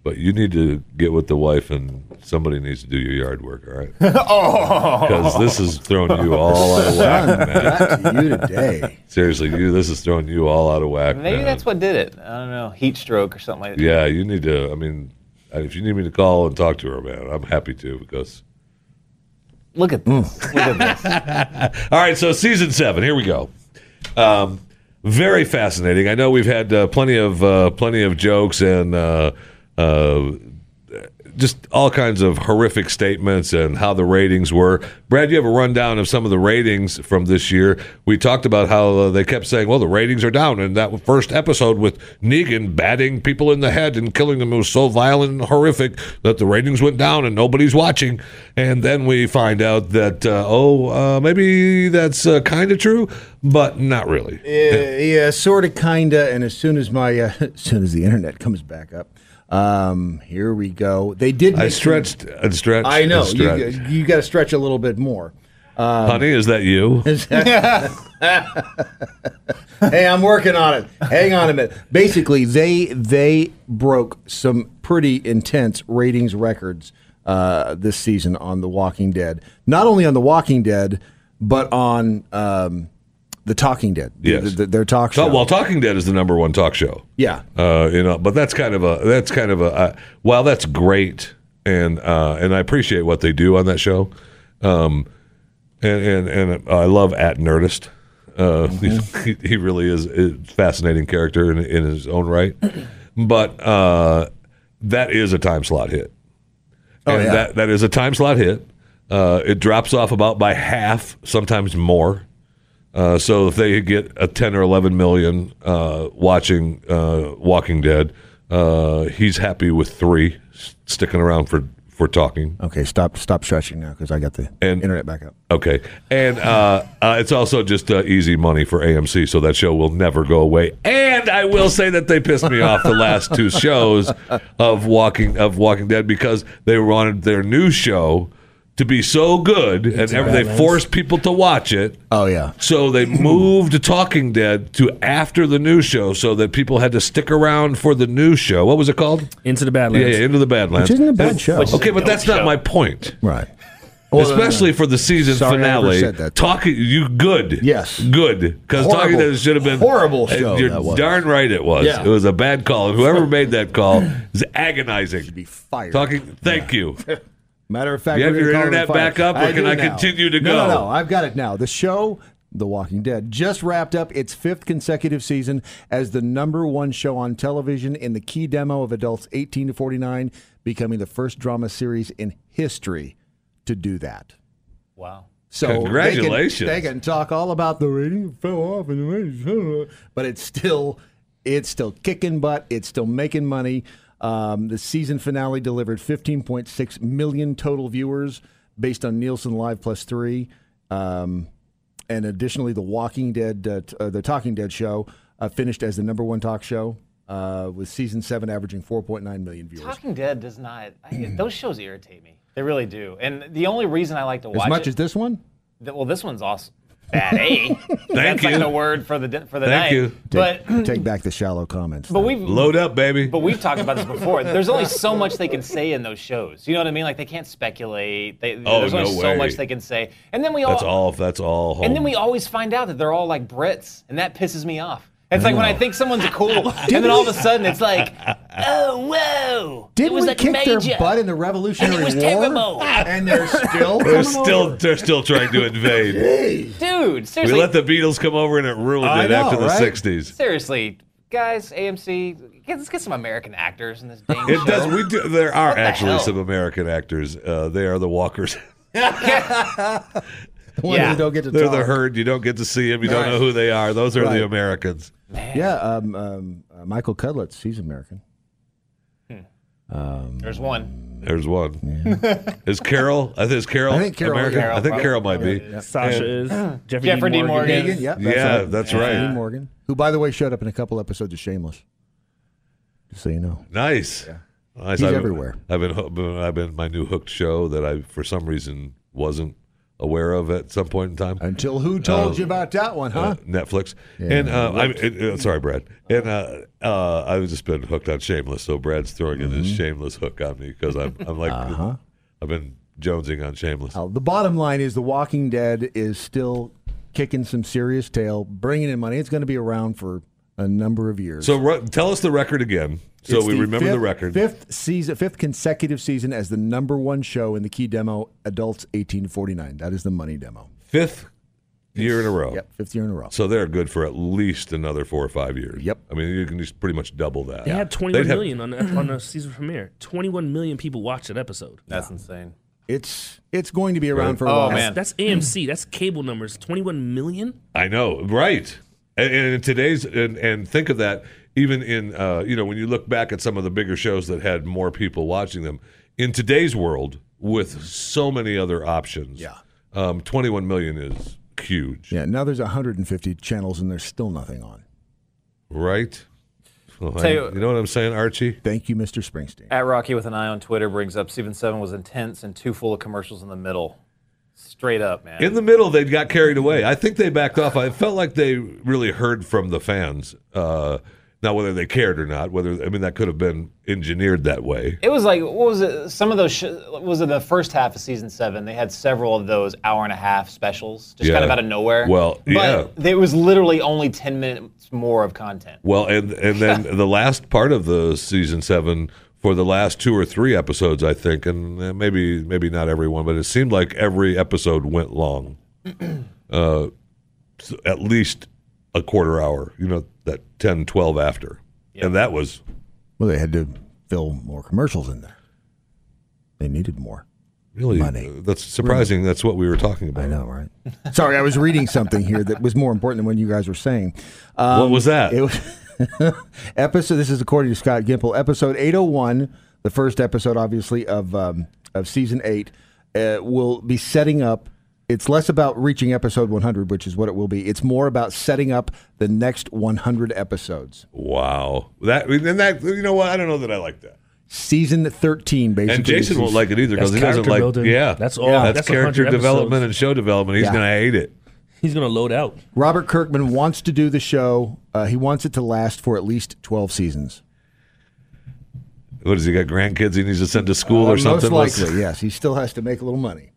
But you need to get with the wife, and somebody needs to do your yard work. All right. oh, Because this is throwing you all out of Son, whack, man. got to you today. Seriously, you this is throwing you all out of whack, Maybe man. that's what did it. I don't know. Heat stroke or something like that. Yeah, you need to. I mean, if you need me to call and talk to her, man, I'm happy to because. Look at this. Look at this. All right, so season seven. Here we go. Um, very fascinating. I know we've had uh, plenty of uh, plenty of jokes and uh, uh, just all kinds of horrific statements and how the ratings were. Brad, you have a rundown of some of the ratings from this year. We talked about how uh, they kept saying, "Well, the ratings are down," and that first episode with Negan batting people in the head and killing them was so violent and horrific that the ratings went down and nobody's watching. And then we find out that uh, oh, uh, maybe that's uh, kind of true, but not really. Yeah, yeah sort of, kinda. And as soon as my, uh, as soon as the internet comes back up, um, here we go. They did. I make some- stretched and stretched. I know and stretched. you, you got to stretch a little bit more. Um, Honey, is that you? hey, I'm working on it. Hang on a minute. Basically, they they broke some pretty intense ratings records uh, this season on The Walking Dead. Not only on The Walking Dead, but on um, The Talking Dead. the- Yes. the- their talk show. Oh, well, Talking Dead is the number one talk show. Yeah. uh, you know, but that's kind of a that's kind of a uh, while that's great, and uh, and I appreciate what they do on that show, um, and and and I love at Nerdist. Uh, Mm-hmm. he, he really is a fascinating character in, in his own right, but uh, that is a time slot hit. Oh, and yeah. that, that is a time slot hit. Uh, it drops off about by half, sometimes more. Uh, so if they get a 10 or 11 million uh, watching uh, Walking Dead, uh, he's happy with three s- sticking around for, for talking. okay, stop stop stretching now because I got the And- internet back up. Okay. And uh, uh, it's also just uh, easy money for AMC, so that show will never go away. And I will say that they pissed me off the last two shows of Walking of Walking Dead because they wanted their new show to be so good, and a ever, they balance. forced people to watch it. Oh yeah. So they moved Talking Dead to after the new show, so that people had to stick around for the new show. What was it called? Into the Badlands. Yeah, yeah Into the Badlands, Which isn't a bad show. Which is Okay, a but dope that's not show. my point. Right. Especially for the season Sorry I ever finale. said that. Talking, you good. Yes. Good. Because Horrible- Talking Dead should have been. horrible show You're that was. darn right it was. Yeah. It was a bad call. And whoever made that call is agonizing. Should be fired. Talking, thank you. Matter of fact, You have we're gonna your call it a internet fight. back up, or can do I now. continue to No, go? No, no, I've got it now. The show, The Walking Dead, just wrapped up its fifth consecutive season as the number one show on television in the key demo of adults 18 to 49, becoming the first drama series in history to do that. Wow. So they can- Congratulations. They can, talk all about the ratings fell off and the ratings, but it's still it's still kicking butt. It's still making money. Um, the season finale delivered 15.6 million total viewers based on Nielsen Live Plus three, um, and additionally, The Walking Dead, uh, t- uh, the Talking Dead show, uh, finished as the number one talk show uh, with season seven averaging 4.9 million viewers. Talking Dead does not. I, those shows irritate me. They really do. And the only reason I like to watch As much it, as this one, th- well, this one's awesome. Bad A. That's you. like the word for the di- for the night. But Take, take back the shallow comments. But we've load up, baby. But we've talked about this before. There's only so much they can say in those shows. You know what I mean? Like they can't speculate. They, Oh, there's only no so way. much they can say. And then we all, That's all. That's all. and then Holmes. we always find out that they're all like Brits, and that pisses me off. It's I like when I know. think someone's cool, and then all of a sudden it's like, oh whoa, Did it was we like kick major. their butt in the Revolutionary And it was War? terrible. And they're still They're coming still over? they're still trying to invade. Dude, we seriously, let the Beatles come over and it ruined I it know, after the right? '60s. seriously, guys, AMC, get- let's get some American actors in this dang It does. show. We do. There are What the actually hell? some American actors. Uh, they are the Walkers. Well, they don't get to They're talk. the herd. You don't get to see them. You Right. don't know who they are. Those are Right. the Americans. Yeah, um, um, uh, Michael Cudlitz, he's American. Um, There's one. There's one. Is Carol? I think is Carol. I think Carol, American. yeah. I think Carol might be. Yeah, yeah. Sasha is. Jeffrey, Jeffrey D. D. Morgan. Morgan. is. Yep, Yeah, that's Jeffrey right. Yeah. Dean Morgan, who by the way showed up in a couple episodes of Shameless. Just so you know. Nice. Nice. He's I've, everywhere. I've been, hoo- been- I've been my new hooked show that I for some reason wasn't aware of at some point in time. Until who told Uh, you about that one, huh? uh, Netflix. Yeah. And uh, I, it, it- sorry, Brad. And uh, uh, I've just been hooked on Shameless, so Brad's throwing in Mm-hmm. his Shameless hook on me because I'm I'm like Uh-huh. I've been jonesing on Shameless. Uh, the bottom line is The Walking Dead is still kicking some serious tail, bringing in money. It's going to be around for a number of years. So ru- tell us the record again, so It's we remember fifth- the record. Fifth season, fifth consecutive season as the number one show in the key demo, adults eighteen forty nine. That is the money demo. Fifth year in a row. Yep, fifth year in a row. So they're good for at least another four or five years. Yep. I mean, you can just pretty much double that. They had Uh, They'd 21 have- million on on a season premiere. 21 million people watched an episode. That's insane. It's it's going to be around Right. for a Oh, while. man. That's AMC. That's cable numbers. 21 million. I know, right? And, and in today's and, and think of that even in uh, you know when you look back at some of the bigger shows that had more people watching them in today's world with so many other options. Yeah, um, twenty one million is huge, Yeah, now there's 150 channels and there's still nothing on. right? Well, Tell I- you- you know what I'm saying, Archie? Thank you, Mr. Springsteen. At Rocky with an eye on Twitter brings up season seven was intense and too full of commercials in the middle. Straight up, man. In the middle, they got carried away. I think they backed off. I felt like they really heard from the fans. Uh, now, whether they cared or not, whether I mean that could have been engineered that way. It was like what was it? Some of those sh- was it the first half of season seven? They had several of those hour and a half specials, just kind Yeah. of out of nowhere. Well, but yeah. there was literally only ten minutes more of content. Well, and and then the last part of the season seven for the last two or three episodes, I think, and uh, maybe maybe not everyone, but it seemed like every episode went long, uh, s- at least a quarter hour. You know that 10, 12 after, and that was Well, they had to fill more commercials in there. They needed more. really uh, that's surprising. That's what we were talking about. I know, right? Sorry, I was reading something here that was more important than what you guys were saying. Um, What was that? It was episode. This is according to Scott Gimple. Episode eight hundred one, the first episode, obviously of um, of season eight, uh, will be setting up. It's less about reaching episode one hundred, which is what it will be. It's more about setting up the next one hundred episodes. Wow, that and that you know what? I don't know that I like that. Season thirteen, basically. And Jason won't like it either because That's he doesn't character like building. yeah. That's all- That's, that's 100 character episodes. development and show development. He's Yeah. gonna hate it. He's gonna load out. Robert Kirkman wants to do the show. Uh, he wants it to last for at least twelve seasons. What does he got? Grandkids he needs to send to school Uh, or something? Most likely, yes. He still has to make a little money,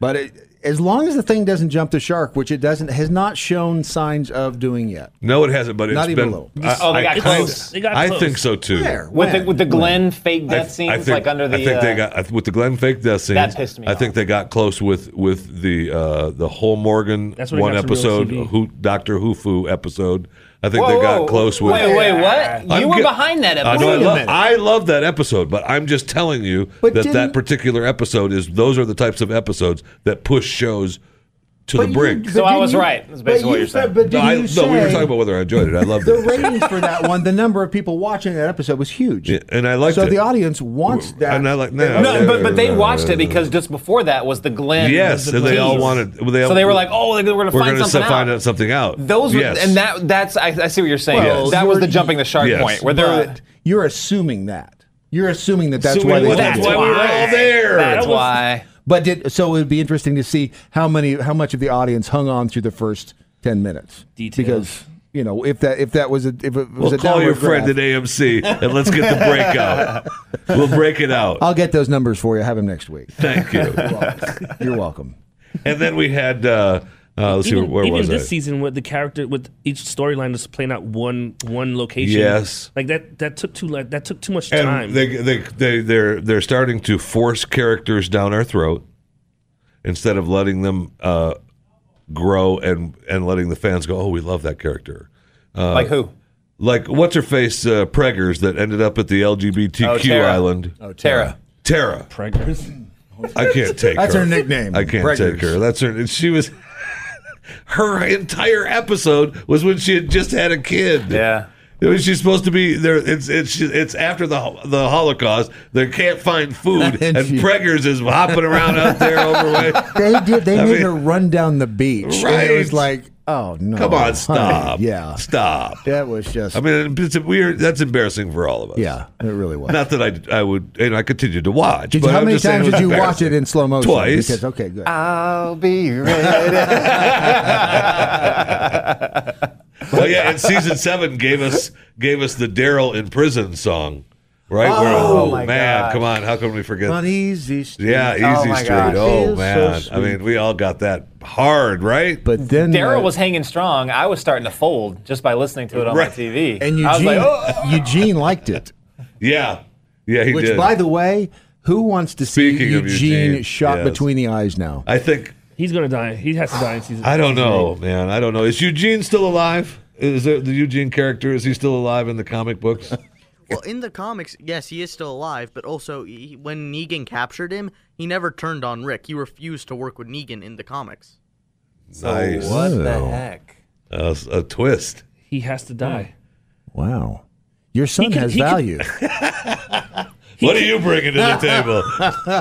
but it, as long as the thing doesn't jump the shark, which it doesn't, has not shown signs of doing yet. No, it hasn't. But it's Not been. even a little. I, Oh, they I got kinda- close. They got I close. think so too. Where? With the- with the Glenn fake death I- scenes, I think- like under the, I think uh, they got I- with the Glenn fake death scenes. That pissed me I think they got close with with the uh, the whole Morgan That's when it one got some real episode, TV. who Doctor Who episode. I think Whoa, they got whoa, close with. Wait, wait, what? You I'm were ge- behind that I episode. know I love, I love that episode, but I'm just telling you But that that didn't- particular episode is those are the types of episodes that push shows to the brink. So I was right. That's basically but what you you're said- saying. but did no, I- you no, we were say- talking about whether I enjoyed it. I loved The it. ratings for that one, the number of people watching that episode was huge, Yeah, and I liked so it. the audience wants that. And I like No, but, but they watched it because just before that was the Glenn. Yes, the and they all tease. wanted- well, they all- so they were like, "Oh, they- we're going to we're find gonna something se- out." find out something out. Those were, yes. and that that's I, I see what you're saying. Well, that was the you're- jumping the shark Yes. point where there. But you're assuming that. You're assuming that that's So why we- they well, did that's it. why we were all there. That's That was- why. But did so it would be interesting to see how many how much of the audience hung on through the first 10 minutes. Details. Because you know, if that if that was a if it was We'll a call downward your friend graph, at AMC and let's get the breakout. we'll break it out. I'll get those numbers for you. Have them next week. Thank you. You're welcome. And then we had. Uh, uh, let's see, even, where even was this I? season with the character with each storyline was playing out one one location. Yes. Like that that took too like that took too much And time. They, they, they, they're, they're starting to force characters down our throat instead of letting them uh, grow and, and letting the fans go, oh, we love that character. Uh, Like who? Like, what's her face uh, Preggers that ended up at the LGBTQ Oh, Tara. island? Oh, Tara. Tara. Preggers. I can't take That's her. her nickname, I can't Preggers. take her. That's her. and She was. Her entire episode was when she had just had a kid. Yeah. It was she's supposed to be there. It's it's it's after the hol- the Holocaust. They can't find food, and, And she- Preggers is hopping around out there overweight. They did. They I made mean- her run down the beach. And it Right. was like, oh no! Come on, honey, stop. yeah, stop. That was just. I mean, it's a weird. That's embarrassing for all of us. Yeah, it really was. Not that I I would, and I continued to watch. Did you, but how I'm many just saying times it was did you watch it embarrassing. in slow motion? Twice. Because okay, good. Uh, I'll be ready. Oh yeah, and season seven gave us gave us the Daryl in prison song, right? Oh, oh, my man, God. come on, how can we forget? On Easy Street. Yeah, Oh, Easy my Street. God. Oh Feels so man, I sweet. mean, we all got that hard, right? But then Daryl was hanging strong. I was starting to fold just by listening to it on Right. my TV. And Eugene, I was like, oh, Eugene liked it. yeah, yeah, he Which, did. by the way, who wants to see Speaking of Eugene, Eugene, shot yes. between the eyes now? I think He's gonna die. He has to die in season. I don't know, man. I don't know. Is Eugene still alive? Is there, the Eugene character? Is he still alive in the comic books? Well, in the comics, yes, he is still alive, but also he, when Negan captured him, he never turned on Rick. He refused to work with Negan in the comics. nice. Oh, what the Wow. heck? A, s- a twist. He has to die. Wow. Your son could- has he could- value. What are you bringing to the table?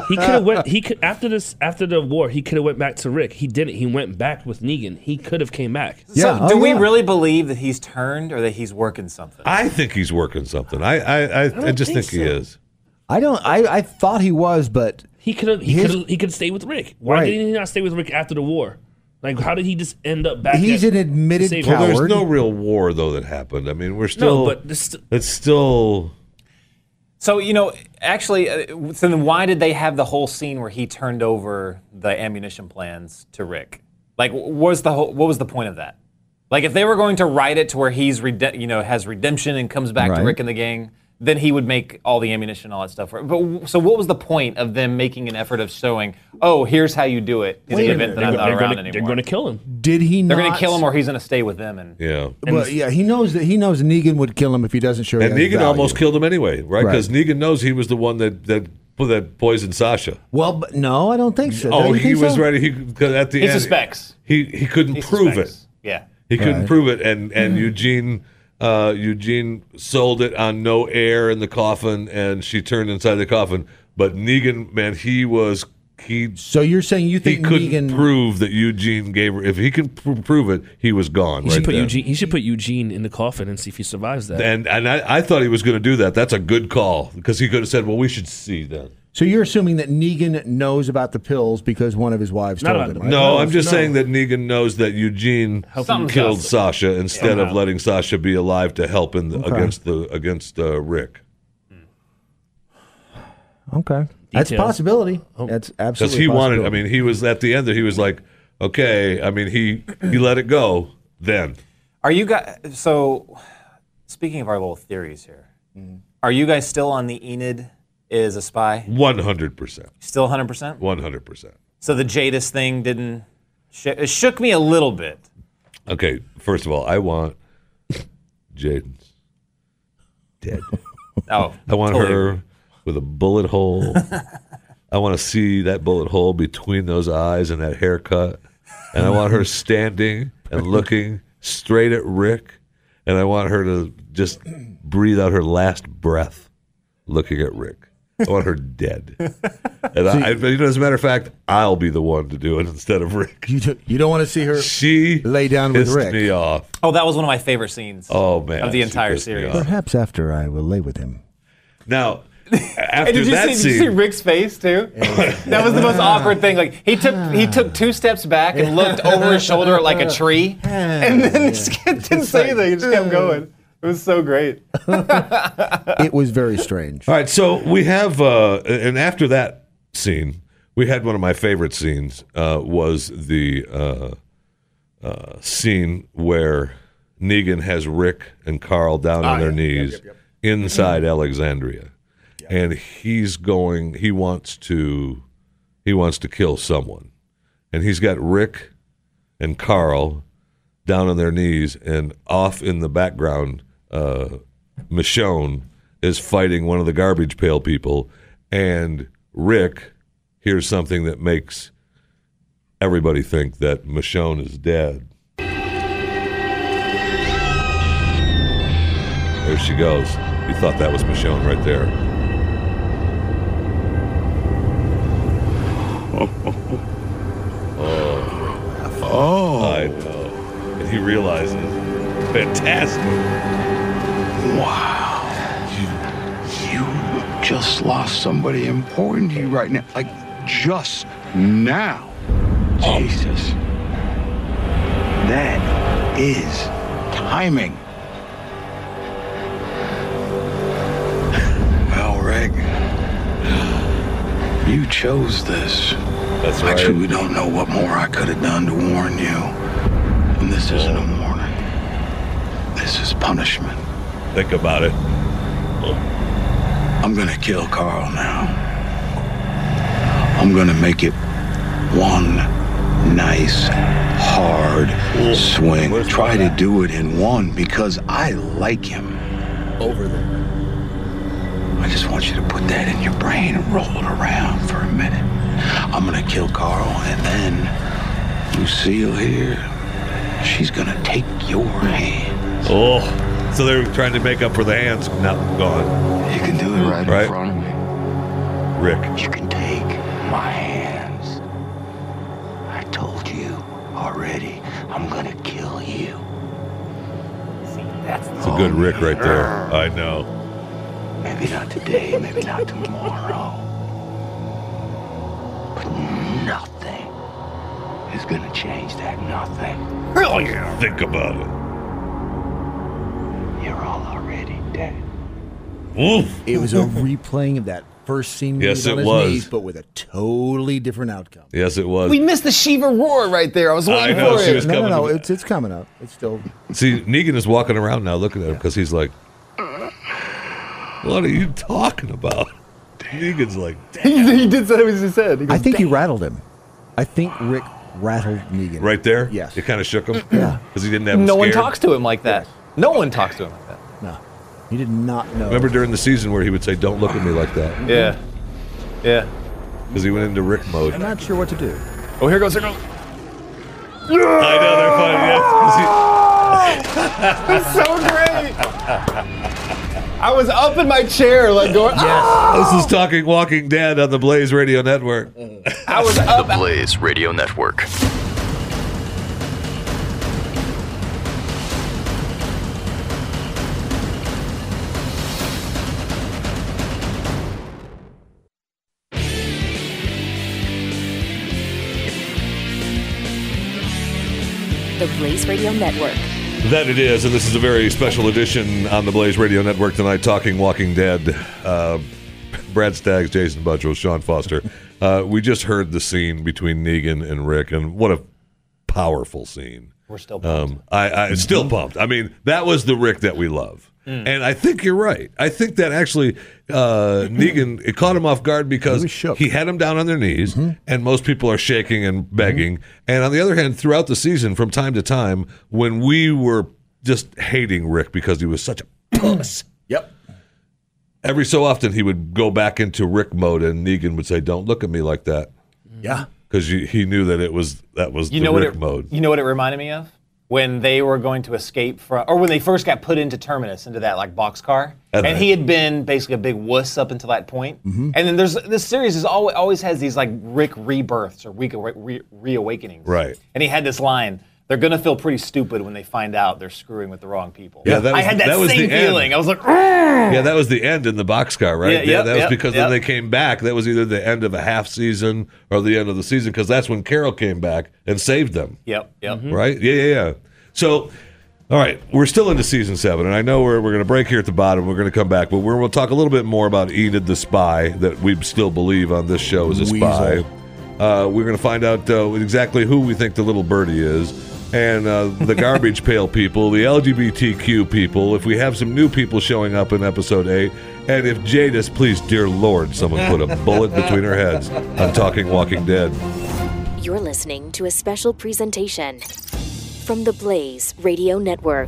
he could have went. He could after this after the war. He could have went back to Rick. He didn't. He went back with Negan. He could have came back. So, do we really believe that he's turned or that he's working something? I think he's working something. I I, I, I, just think, think he so. is. I don't. I, I thought he was, but He could have. He His- could. have He could stay with Rick. Why Right. did he not stay with Rick after the war? Like, how did he just end up back? He's at- an admitted to save Well, him? there's no real war though that happened. I mean, we're still. but this- it's still. So you know, actually, uh, so then why did they have the whole scene where he turned over the ammunition plans to Rick? Like, wh- what was the whole, what was the point of that? Like, if they were going to write it to where he's rede- you know has redemption and comes back Right. to Rick and the gang, then he would make all the ammunition and all that stuff. But w- so, what was the point of them making an effort of showing? Oh, here's how you do it in Wait the a event minute. that I'm They're- not they're around gonna- anymore. they're gonna kill him. Did he? They're not? going to kill him, or he's going to stay with them. And Yeah. Well, yeah, he knows that he knows Negan would kill him if he doesn't show. And he has Negan value. almost killed him anyway, right? Right. Because Negan knows he was the one that that that poisoned Sasha. Well, but no, I don't think so. Oh, Don't you he think was so? ready. He cause at the He end suspects. He he couldn't prove suspects. it. Yeah. He couldn't Right. Mm-hmm. prove it, and and Eugene. Uh, Eugene sold it on no air in the coffin, and she turned inside the coffin. But Negan, man, he was he So you're saying you he think couldn't Negan? prove that Eugene gave her. If he can pr- prove it, he was gone. He right should put then. Eugene. He should put Eugene in the coffin and see if he survives that. And and I, I thought he was going to do that. That's a good call because he could have said, "Well, we should see then." so you're assuming that Negan knows about the pills because one of his wives Not told about him. the Right? No, No, I'm just no. saying that Negan knows that Eugene Something's killed up. Sasha instead of letting Sasha be alive to help in the, Okay. against the against uh, Rick Okay, that's Details. a Oh. possibility. That's because absolutely. he a wanted. I possibility. mean, he was at the end. He was like, "Okay." I mean, he he let it go then. Are you guys so? Speaking of our little theories here, Mm-hmm. are you guys still on the Enid is a spy? One hundred percent. Still 100. percent One hundred percent. So the Jadis thing didn't. Sh- it shook me a little bit. Okay, first of all, I want Jaden's dead. Oh, I want totally. her with a bullet hole. I want to see that bullet hole between those eyes and that haircut. And I want her standing and looking straight at Rick. And I want her to just breathe out her last breath looking at Rick. I want her dead. And I, I, you know, as a matter of fact, I'll be the one to do it instead of Rick. you don't, you don't want to see her. She Lay down with pissed Rick. me off. Oh, that was one of my favorite scenes. Oh man, of the she entire pissed me series. off. Perhaps after I will lay with him. Now, Hey, after did, you that see, did you scene, see Rick's face too? that was the most awkward thing. Like he took he took two steps back and looked over his shoulder at like a tree, and then just didn't say anything. It just kept going. It was so great. It was very strange. all right, so we have, uh, and after that scene, we had one of my favorite scenes uh, was the uh, uh, scene where Negan has Rick and Carl down on their knees inside Alexandria, and he's going. He wants to, he wants to kill someone, and he's got Rick and Carl down on their knees, and off in the background, uh, Michonne is fighting one of the garbage pail people, and Rick hears something that makes everybody think that Michonne is dead. There she goes. You thought that was Michonne right there. oh, oh, I know. And he realizes. Fantastic. Wow. You, you just lost somebody important to you right now. Like, just now. Jesus. That is timing. Well, Rick, you chose this. That's I truly don't know what more I could have done to warn you. And this isn't a warning. This is punishment. Think about it. I'm gonna kill Carl now. I'm gonna make it one nice, hard swing. Try to do it in one because I like him. Over there. I just want you to put that in your brain and roll it around for a minute. I'm gonna kill Carl and then Lucille here, she's gonna take your hand. Oh. So they're trying to make up for the hands now gone. You can do it right, in front of me. Rick. You can take my hands. I told you already, I'm gonna kill you. That's It's a good Rick right there. I know. Maybe not today, maybe not tomorrow. But nothing is gonna change that. Nothing. Hell yeah. Think about it. You're all already dead. It was a replaying of that first scene. where Yes, he's on it his was. knees, but with a totally different outcome. Yes, it was. We missed the Shiva roar right there. I was waiting know, for she it. was no, no, coming no. to- It's it's coming up. It's still. See, Negan is walking around now looking at him because he's like, What are you talking about? Negan's like, he, he did say what he said. He I goes, think he rattled him. I think Rick rattled Negan. Right there? Yes. It kind of shook him? Yeah. Because he didn't have him No one scared. talks to him like that. No one talks to him like that. No. He did not know. Remember during the season where he would say, Don't look at me like that? Yeah. Yeah. Because he went into Rick mode. I'm not sure what to do. Oh, here goes. Here goes. I know, they're funny. That's so great. I was up in my chair, like going, "Ah!" This is Talking Walking Dead on the Blaze Radio Network. I was up. The Blaze Radio Network. The Blaze Radio Network. That it is, and this is a very special edition on the Blaze Radio Network tonight. Talking Walking Dead, uh, Brad Staggs, Jason Budgel, Sean Foster. Uh, we just heard the scene between Negan and Rick, and what a powerful scene. We're still Mm-hmm. Um, I, I still pumped. I mean, that was the Rick that we love, Mm. and I think you're right. I think that actually uh, Mm-hmm. Negan it caught him off guard because he, had him down on their knees, Mm-hmm. and most people are shaking and begging. And on the other hand, throughout the season, from time to time, when we were just hating Rick because he was such a puss. Yep. Every so often, he would go back into Rick mode, and Negan would say, "Don't look at me like that," Yeah. because he knew that it was that was You the know what Rick it, mode. You know what it reminded me of? When they were going to escape from, or when they first got put into Terminus, into that like boxcar, and That's right. he had been basically a big wuss up until that Mm-hmm. point. And then there's this series is always always has these like Rick rebirths or Rick re- re- reawakenings. Right. And he had this line: "They're gonna feel pretty stupid when they find out they're screwing with the wrong people." Yeah, that I was- had that, that was same the end. feeling. I was like, "Argh!" Yeah, that was the end in the boxcar, right? Yeah, yep, that was yep, because yep. when they came back, that was either the end of a half season or the end of the season because that's when Carol came back and saved them, yep, yep. Mm-hmm. right? Yeah, yeah, yeah. So, all right, we're still into season seven, and I know we're, we're going to break here at the bottom. We're going to come back, but we're, we'll talk a little bit more about Enid the spy that we still believe on this show is a spy. Weasel. Uh, we're going to find out uh, exactly who we think the little birdie is. And uh, the garbage pail people, the LGBTQ people, if we have some new people showing up in episode 8, and if Jadis, please, dear Lord, someone put a bullet between her heads. I'm talking Walking Dead. You're listening to a special presentation from the Blaze Radio Network.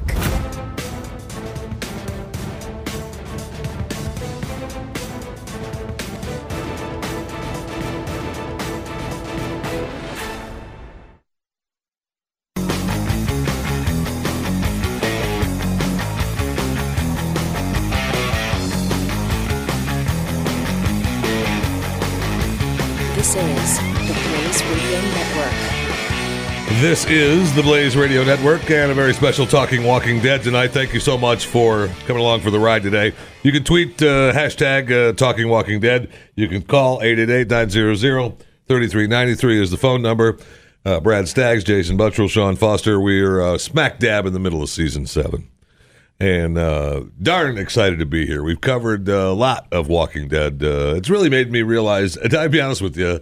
This is the Blaze Radio Network. This is the Blaze Radio Network and a very special Talking Walking Dead tonight. Thank you so much for coming along for the ride today. You can tweet uh, hashtag uh, Talking Walking Dead. You can call 888 900 3393 is the phone number. Uh, Brad Staggs, Jason Buttrell, Sean Foster. We're uh, smack dab in the middle of season seven. And uh, darn excited to be here. We've covered uh, a lot of Walking Dead. Uh, it's really made me realize, and I'll be honest with you,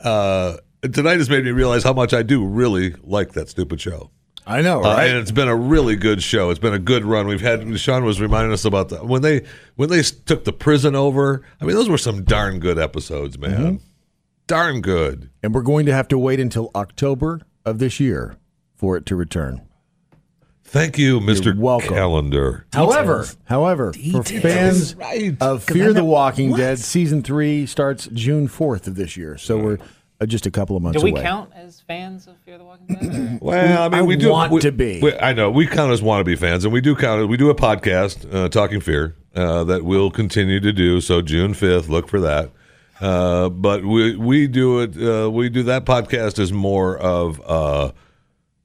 uh, tonight has made me realize how much I do really like that stupid show. I know, Uh, right? and it's been a really good show. It's been a good run. We've had Sean was reminding us about that when they when they took the prison over. I mean, those were some darn good episodes, man. Darn good. And we're going to have to wait until October of this year for it to return. Thank you, mister Calendar. However, however, for fans of Because I Fear the know- Walking Dead, season three starts June fourth of this year, so we're uh, just a couple of months Do we away. count as fans of Fear the Walking Dead? or- Well, I mean, I we do want we- to be. we- I know we count as wannabe fans, and we do count. We do a podcast, uh, Talking Fear, uh, that we'll continue to do. So June fifth, look for that. Uh, but we we do it. Uh, we do that podcast is more of uh,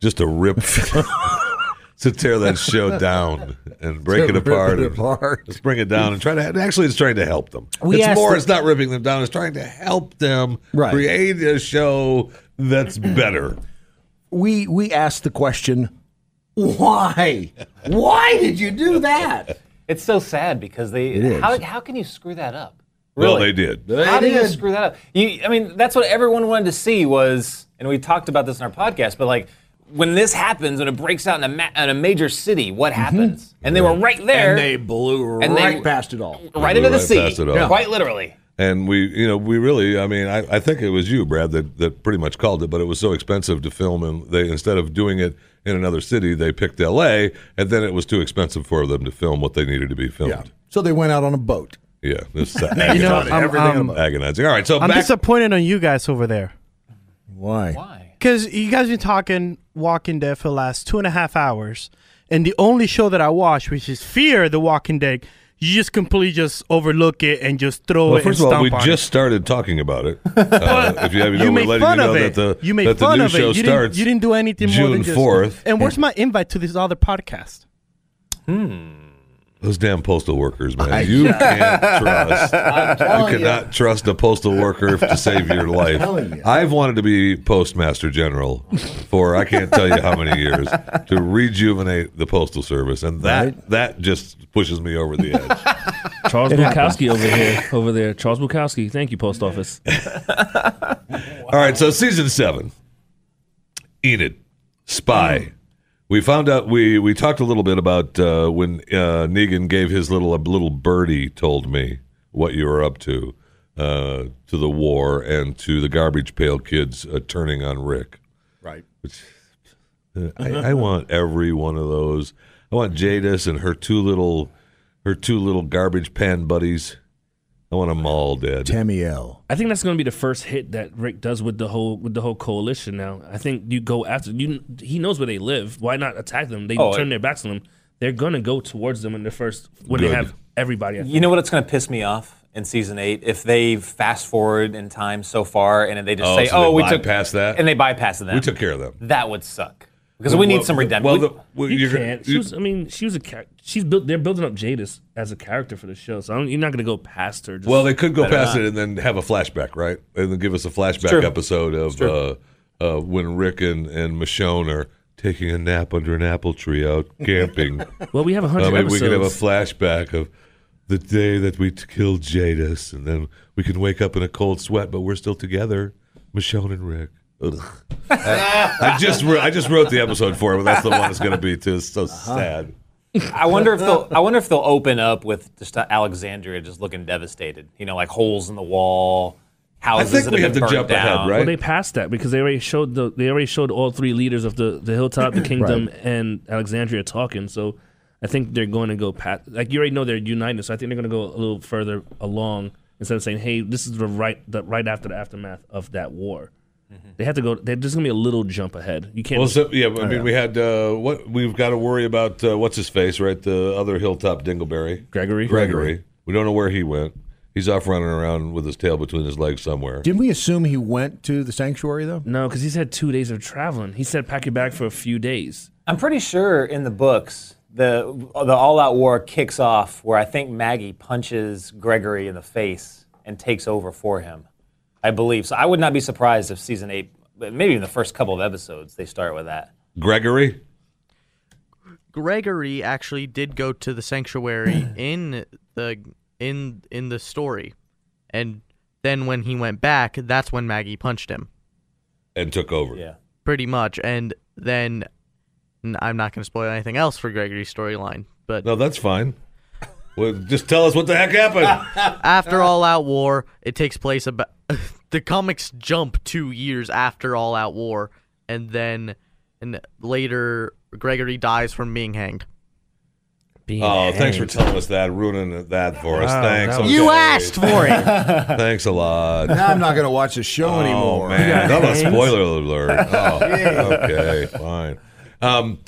just a rip to tear that show down and break To it rip apart. it and Let's bring it down and try to. Actually, it's trying to help them. We it's asked more. the- it's not ripping them down. It's trying to help them create a show that's better. We we asked the question, why? Why did you do that? It's so sad because It they is. how, how can you screw that up? Well, Really? they did. How did you screw that up? You, I mean, that's what everyone wanted to see was, and we talked about this in our podcast, but like when this happens, when it breaks out in a, ma- in a major city, what Mm-hmm. happens? And they were right there. And they blew And they- right past it all. right into the Right sea, past it all. quite literally. And we, you know, we really, I mean, I, I think it was you, Brad, that, that pretty much called it, but it was so expensive to film. And they, instead of doing it in another city, they picked LA, and then it was too expensive for them to film what they needed to be filmed. So they went out on a boat. Yeah. this is They agonizing. did I'm- Everything agonizing. All right. So I'm back. disappointed on you guys over there. Why? Because you guys been talking Walking Dead for the last two and a half hours, and the only show that I watch, which is Fear the Walking Dead, you just completely just overlook it and just throw well, it. first and of all, we stomp on just started talking about it. Uh, if you have, you know, You we're made letting you fun know of that it. the, You made that the fun new of it. show You didn't- starts you didn't do anything more June than just- 4th. it. And where's my invite to this other podcast? Those damn postal workers, man. You can't trust. I'm You telling cannot trust a postal worker to save your life. telling I've wanted to be postmaster general for I can't tell you how many years to rejuvenate the postal service, and that that just pushes me over the edge. Charles It happens. Bukowski over here, over there. Charles Bukowski. Thank you, Post Office. All right, so season seven, Enid, spy. We found out we we talked a little bit about uh, when uh, Negan gave his little a little birdie told me what you were up to uh, to the war and to the garbage pail kids uh, turning on Rick. Right. Which uh, I, I want every one of those. I want Jadis and her two little her two little garbage pan buddies. I want them all dead. Tamiel. I think that's going to be the first hit that Rick does with the whole with the whole coalition. Now, I think you go after you. He knows where they live. Why not attack them? They Oh, turn it- their backs on them. They're going to go towards them in the first when Good. they have everybody. I You know what? It's going to piss me off in season eight if they fast forward in time so far and they just Oh, say, so "Oh, they we took bypassed that? and they bypass that. We took care of them. That would suck because we need Well, some well, redemption. well, We- the- you can't. She was, I mean, she was a. char- She's built. They're building up Jadis as a character for the show, so I don't, you're not going to go past her. Just Well, they could go Better past not. it and then have a flashback, right? And then give us a flashback true. episode of uh, uh, when Rick and, and Michonne are taking a nap under an apple tree out camping. Well, we have 100 I mean, we could have a episodes. flashback of the day that we t- killed Jadis, and then we can wake up in a cold sweat, but we're still together, Michonne and Rick. Ugh. I, I just wrote, I just wrote the episode for it, but that's the one it's going to be too. It's so Uh-huh. sad. I wonder if they'll. I wonder if they'll open up with just Alexandria just looking devastated. You know, like holes in the wall, houses that have, been burnt down. Well, they passed that because they already showed the they already showed all three leaders of the the hilltop, the kingdom, and Alexandria talking. So I think they're going to go past. Like you already know they're united, so I think they're going to go a little further along instead of saying, "Hey, this is the right the right after the aftermath of that war." They have to go. They're just going to be a little jump ahead. You can't. Well, just- so, yeah, I Oh, mean, we had uh, what we've got to worry about. Uh, what's his face, right? The other hilltop dingleberry, Gregory. Gregory. We don't know where he went. He's off running around with his tail between his legs somewhere. Didn't we assume he went to the sanctuary though? No, because he's had two days of traveling. He said pack your bag for a few days. I'm pretty sure in the books, the the all out war kicks off where I think Maggie punches Gregory in the face and takes over for him. I believe so. I would not be surprised if season eight, maybe in the first couple of episodes, they start with that. Gregory? Gregory actually did go to the sanctuary in the in in the story, and then when he went back, that's when Maggie punched him, And took over. Yeah. pretty much. And then n- I'm not going to spoil anything else for Gregory's storyline, but No, that's fine. Well, just tell us what the heck happened. after All Out War, it takes place about the comics jump two years after All Out War, and then and later Gregory dies from being hanged. oh, thanks for telling us that, ruining that for us. Wow, thanks. that was- You okay. asked for it. thanks a lot. Now I'm not going to watch the show oh, anymore. Man, that was Thanks. spoiler alert. Oh, okay, fine. Um,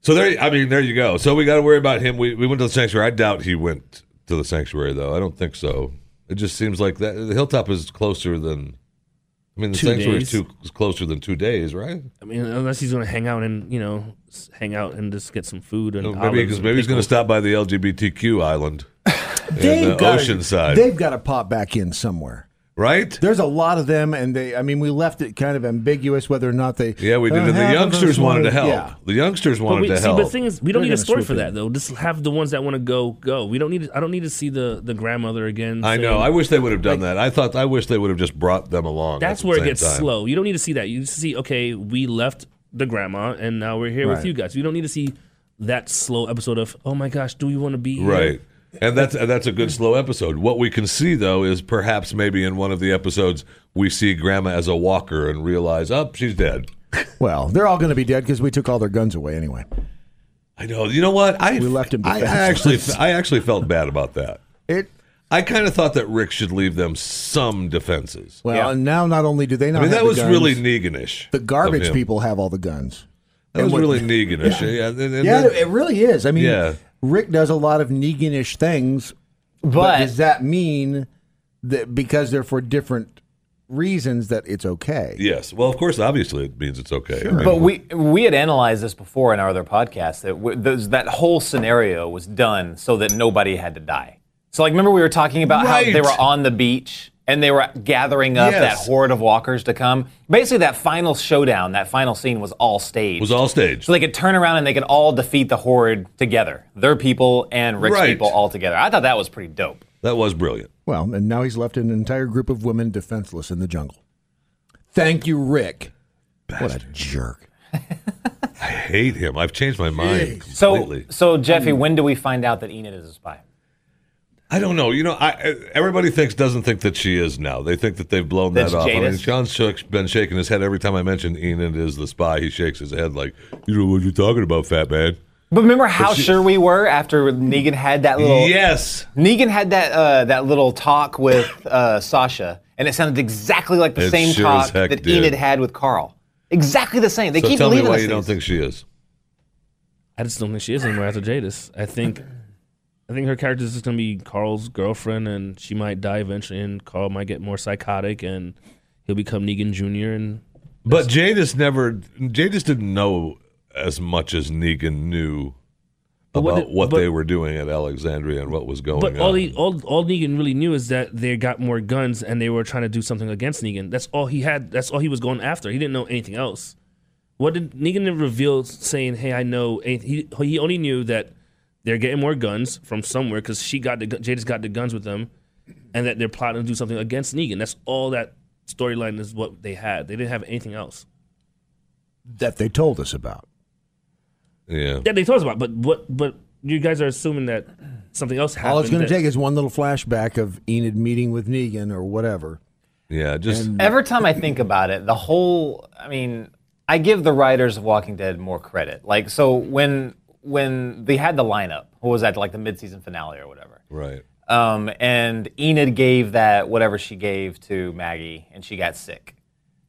so there, I mean, there you go. So we got to worry about him. We, we went to the sanctuary. I doubt he went to the sanctuary, though. I don't think so. It just seems like that the hilltop is closer than. I mean, the Two sanctuary is days. too is closer than two days, right? I mean, unless he's going to hang out and you know s- hang out and just get some food and Maybe because maybe he's going to stop by the LGBTQ island, in the They've gotta- ocean side. They've got to pop back in somewhere. Right? There's a lot of them, and they. I mean, we left it kind of ambiguous whether or not they. Yeah, we did. Uh, And the half of us youngsters wanted to help. Yeah. The youngsters But wanted we, to see, help. but the thing is, we don't They're need a gonna story swoop for that in. though. Just have the ones that want to go go. We don't need. I don't need to see the the grandmother again. I know. saying- I wish they would have done that. I thought. I wish they would have just brought them along. That's at the where it same gets time. slow. You don't need to see that. You just see, okay, we left the grandma and now we're here Right. with you guys. You don't need to see that slow episode of, oh my gosh, do we want to be here? Right. And that's and that's a good slow episode. What we can see though is perhaps maybe in one of the episodes we see Grandma as a walker and realize, oh, she's dead. Well, they're all going to be dead because we took all their guns away anyway. I know. You know what? I We left him I, I actually defenseless. I actually felt bad about that. It. I kind of thought that Rick should leave them some defenses. Well, and now not only do they I not. mean have that the was guns, really Neganish. The of garbage him. people have all the guns. That And was what- really Neganish. Yeah, and- and yeah, then- it really is. I mean, Yeah. Rick does a lot of Neganish things, but, But- does that mean that because they're for different reasons that it's okay? Yes. Well, of course, obviously, it means it's okay. I mean, But we we had analyzed this before in our other podcast that w- those, that whole scenario was done so that nobody had to die. So like, remember we were talking about how they Right. were on the beach and they were gathering up Yes. that horde of walkers to come. Basically, that final showdown, that final scene was all staged. was all staged. so they could turn around and they could all defeat the horde together, their people and Rick's Right. people all together. I thought that was pretty dope. That was brilliant. Well, and now he's left an entire group of women defenseless in the jungle. Thank you, Rick. What a jerk. I hate him. I've changed my mind So, completely. so Jeffy, when do we find out that Enid is a spy? I don't know. You know, I I- everybody thinks doesn't think that she is now. They think that they've blown That's that off. I mean, Jadis. Sean's shook- been shaking his head every time I mention Enid is the spy. He shakes his head like, "You know what you're talking about, fat man." But remember how she- sure we were after Negan had that little Yes. Negan had that uh, that little talk with uh, Sasha, and it sounded exactly like the It same sure as talk heck that did. Enid had with Carl. Exactly the same. They so keep tell me believing why this. you don't think she is. I just don't think she is anymore after Jadis. I think I think her character is just gonna be Carl's girlfriend and she might die eventually and Carl might get more psychotic and he'll become Negan Jr. and But Jadis never. Jadis didn't know as much as Negan knew But about what what, did- but- they were doing at Alexandria and what was going But on. all he all, all Negan really knew is that they got more guns and they were trying to do something against Negan. That's all he had. That's all he was going after. He didn't know anything else. What did Negan didn't reveal saying, "Hey, I know." anything." He he only knew that they're getting more guns from somewhere because she got the gu- Jada's got the guns with them, and that they're plotting to do something against Negan. That's all that storyline is what they had. They didn't have anything else. That they told us about. yeah. Yeah, they told us about, but what? But you guys are assuming that something else happened. All it's going to that- take is one little flashback of Enid meeting with Negan or whatever. Yeah, just Every time I think about it, the whole I mean, I give the writers of Walking Dead more credit. Like so when when they had the lineup, what was that like the mid-season finale or whatever? right. Um, and Enid gave that whatever she gave to Maggie, and she got sick.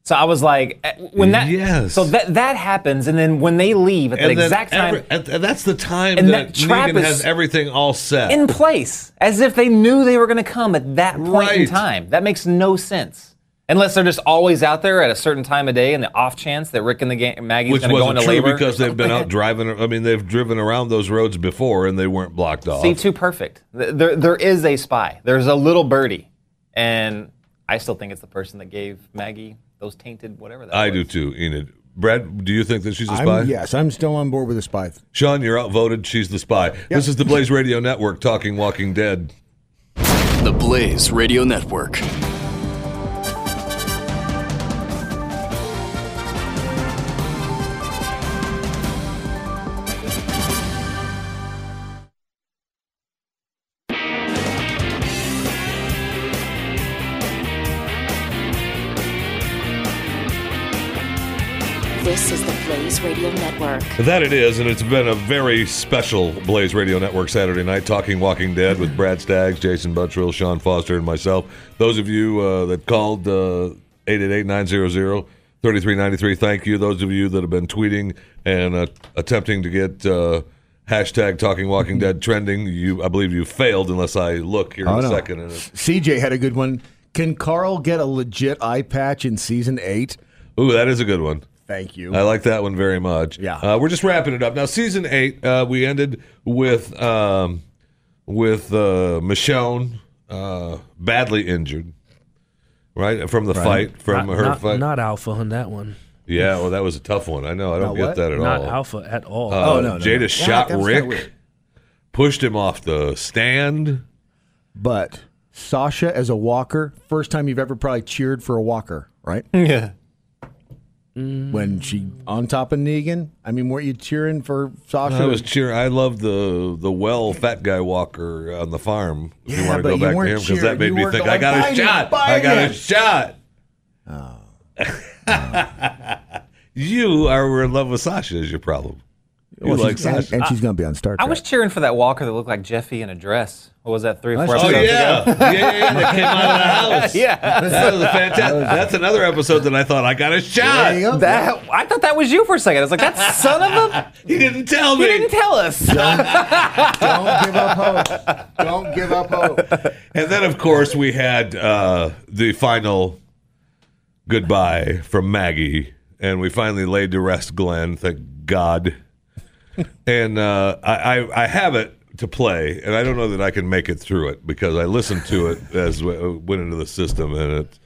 So I was like, eh, when that Yes. so that that happens, and then when they leave at the And then exact time, every- and, and that's the time And that that, trap Negan is has everything all set. in place as if they knew they were going to come at that point in time. That makes no sense. Unless they're just always out there at a certain time of day, and the off chance that Rick and the gang, Maggie's which going to go wasn't into true labor because they've been out driving. I mean, they've driven around those roads before and they weren't blocked off. See, too perfect. Th- There, there is a spy. There's a little birdie, and I still think it's the person that gave Maggie those tainted whatever. That I do too, Enid. Brad, do you think that she's a spy? I'm, yes, I'm still on board with the spy. Sean, you're outvoted. She's the spy. This is the Blaze Radio Network talking Walking Dead. The Blaze Radio Network. This is the Blaze Radio Network. That it is, and it's been a very special Blaze Radio Network Saturday night talking Walking Dead with Brad Staggs, Jason Buttrill, Sean Foster, and myself. Those of you uh, that called uh, 888 900 3393, thank you. Those of you that have been tweeting and uh, attempting to get uh, hashtag talking Walking Dead trending, you I believe you failed unless I look here Oh, in a no. second. And it- CJ had a good one. Can Carl get a legit eye patch in season eight? Ooh, that is a good one. Thank you. I like that one very much. Yeah, uh, we're just wrapping it up now. Season eight, uh, we ended with um, with uh, Michonne uh, badly injured, right from the fight from Not- her not, fight. Not alpha on that one. yeah, well, that was a tough one. I know. I don't Not get what? that at Not all. alpha at all. Uh, Oh, no, no, Jada no. shot Yeah, that was kinda Rick, weird. pushed him off the stand. But Sasha as a walker, first time you've ever probably cheered for a walker, right? Yeah. Mm. When she on top of Negan, I mean, weren't you cheering for Sasha? I was cheering. I love the the well fat guy Walker on the farm. If you Yeah, want to but go you back to weren't him because that cheering. made You me were think I going, got a "Find him, shot. I find got him." a shot. Oh. you are in love with Sasha is your problem. You Well, like she's- and, Sasha. and she's going to be on Star I Trek. was cheering for that Walker that looked like Jeffy in a dress. What was that? Three, or four Oh episodes yeah, ago? yeah, yeah, yeah, that came out of the house. Yeah. that was a fantastic. That's another episode that I thought I got a shot. That, I thought that was you for a second. I was like, that son of a. He didn't tell me. He didn't tell us. Don't give up hope. And then, of course, we had uh, the final goodbye from Maggie, and we finally laid to rest Glenn. Thank God. and uh, I, I, I have it to play, and I don't know that I can make it through it because I listened to it as we uh, went into the system, and it.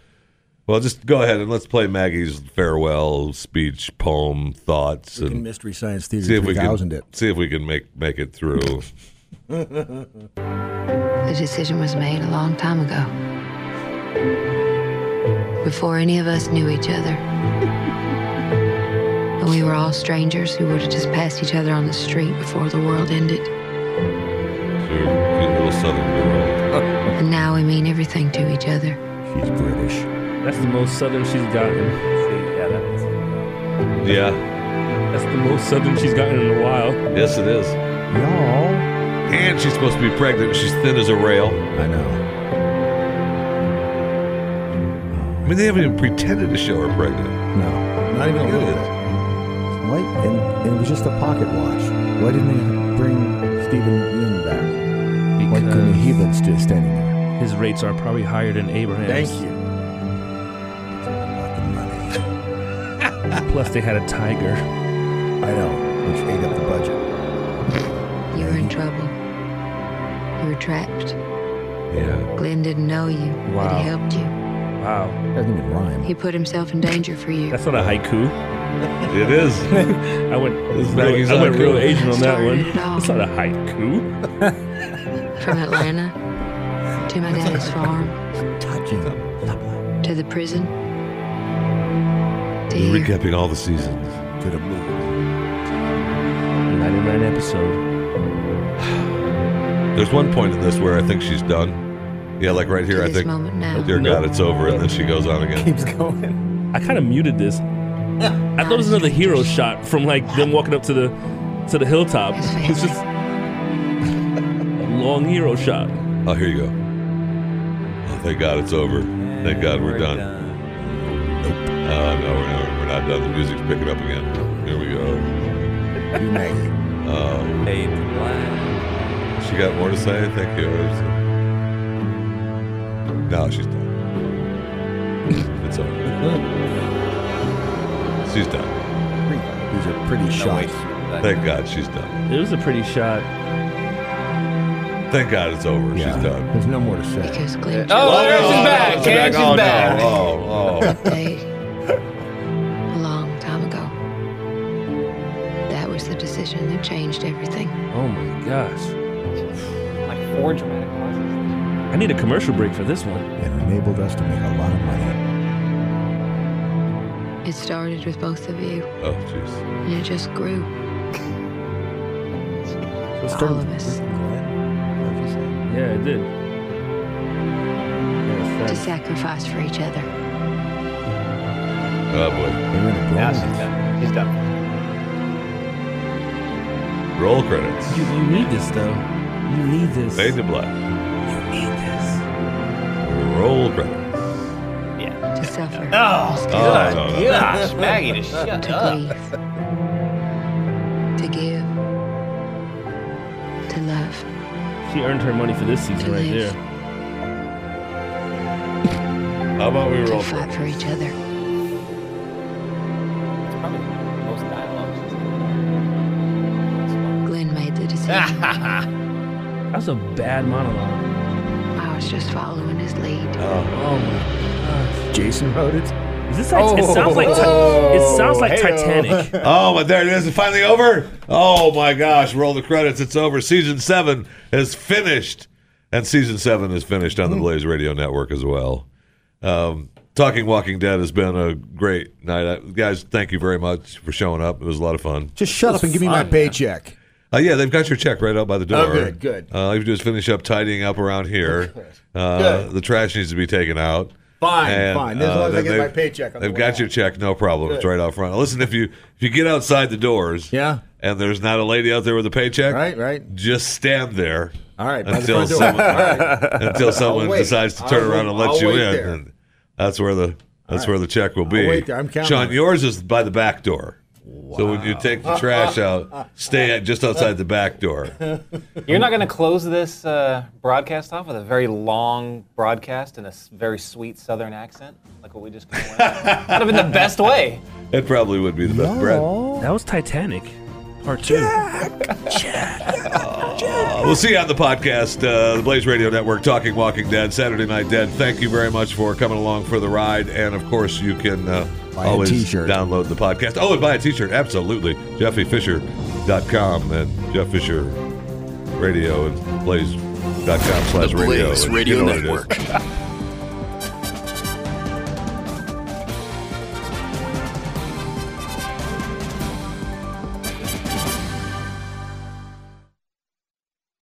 Well, just go ahead and let's play Maggie's farewell speech, poem, thoughts, in and Mystery Science Theater see if we 3000 can it. see if we can make make it through. The decision was made a long time ago. Before any of us knew each other. and we were all strangers who would have just passed each other on the street before the world ended. little southern girl. And now we mean everything to each other. She's British. That's the most southern she's gotten. Yeah. That's the most southern she's gotten in a while. Yes, it is. Y'all. And she's supposed to be pregnant. She's thin as a rail. I know. I mean, they haven't even pretended to show her pregnant. No, not even a little bit. Why? And, and it was just a pocket watch. Why didn't they bring Stephen Young back? Why couldn't he been st- standing there? His rates are probably higher than Abraham's. Thank you. Plus, they had a tiger. I know, which ate up the budget. You were in trouble. You were trapped. Yeah. Glenn didn't know you, but Wow. he helped you. Wow. Doesn't even rhyme. He put himself in danger for you. That's not a haiku. It is. I went. This Maggie's I went haiku. real Asian on that one. Started it all. That's not a haiku. From Atlanta to my dad's farm Touching. to the prison to He's here. recapping all the seasons. To the moon. 99 episode. There's one point in this where I think she's done. Yeah, like right here, I think. moment now. Dear No. God, it's over, and then she goes on again. Keeps going. I kind of muted this. I thought it was another hero shot from like them walking up to the to the hilltop. It's just a long hero shot. Oh, here you go. Oh, thank God it's over. Thank God we're, done. Nope. Oh God, now the music's picking up again. Here we go. You make it. Um, She got more to say? Thank you. No, she's done. it's over. she's done. These are pretty shots. Thank God she's done. It was a pretty shot. Thank God it's over. She's done. There's no more to say. Because Glenn- Oh, there she's back. she's Karen, she's Oh, no. back. Oh, oh. They, a long time ago, that was the decision that changed everything. Oh my gosh. Like four dramatic pauses. I need a commercial break for this one. It enabled us to make a lot of money. It started with both of you, Oh, jeez. and it just grew. start All of us. Yeah, it did. To sacrifice for each other. Oh, boy. Now she's done. She's done. Roll credits. You, you need this though. You need this. Fade to black. You need this. Roll credits. To suffer. Oh, God. no, no. gosh, Maggie, just shut to up. Breathe, to give. To love. She earned her money for this season right there. How about we roll To fight for each other. Glenn made the decision. That was a bad monologue. I was just following his lead. Oh my Jason wrote it. Oh. Is this like, it sounds like Ti- it sounds like Titanic. Oh, but there it is. It's finally over. Oh my gosh! Roll the credits. It's over. Season seven is finished, and season seven is finished on the Mm-hmm. Blaze Radio Network as well. Um, Talking Walking Dead has been a great night, I, guys. Thank you very much for showing up. It was a lot of fun. Just shut up and give me my paycheck. Uh, yeah, they've got your check right out by the door. Oh, good, good. Uh, all you have to do is finish up tidying up around here. Uh, The trash needs to be taken out. uh, Fine, fine. As Uh, long as I they- get my they've- paycheck on the they've way got out. your check, no problem. It's Good. right out front. Listen, if you if you get outside the doors, yeah, and there's not a lady out there with a paycheck, right, right, just stand there. All right, by the until front door. someone, All right. until I'll someone wait. decides to turn I'll around and let wait- you I'll wait in. there. And that's where the that's where the check will be. I'll wait there. I'm counting Sean, on it. yours is by the back door. So when you take the trash out, stay at just outside the back door. You're not going to close this uh, broadcast off with a very long broadcast in a s- very sweet Southern accent, like what we just. kinda went out? That'd have been the best way. It probably would be the best bread. That was Titanic, part two. Uh, we'll see you on the podcast, uh, the Blaze Radio Network, Talking Walking Dead, Saturday Night Dead. Thank you very much for coming along for the ride. And of course, you can uh, a always t-shirt. download the podcast. Oh, and buy a t shirt. Absolutely. JeffyFisher.com and Jeff Fisher Radio and Blaze.com slash radio. Blaze Radio You know what it is. Network.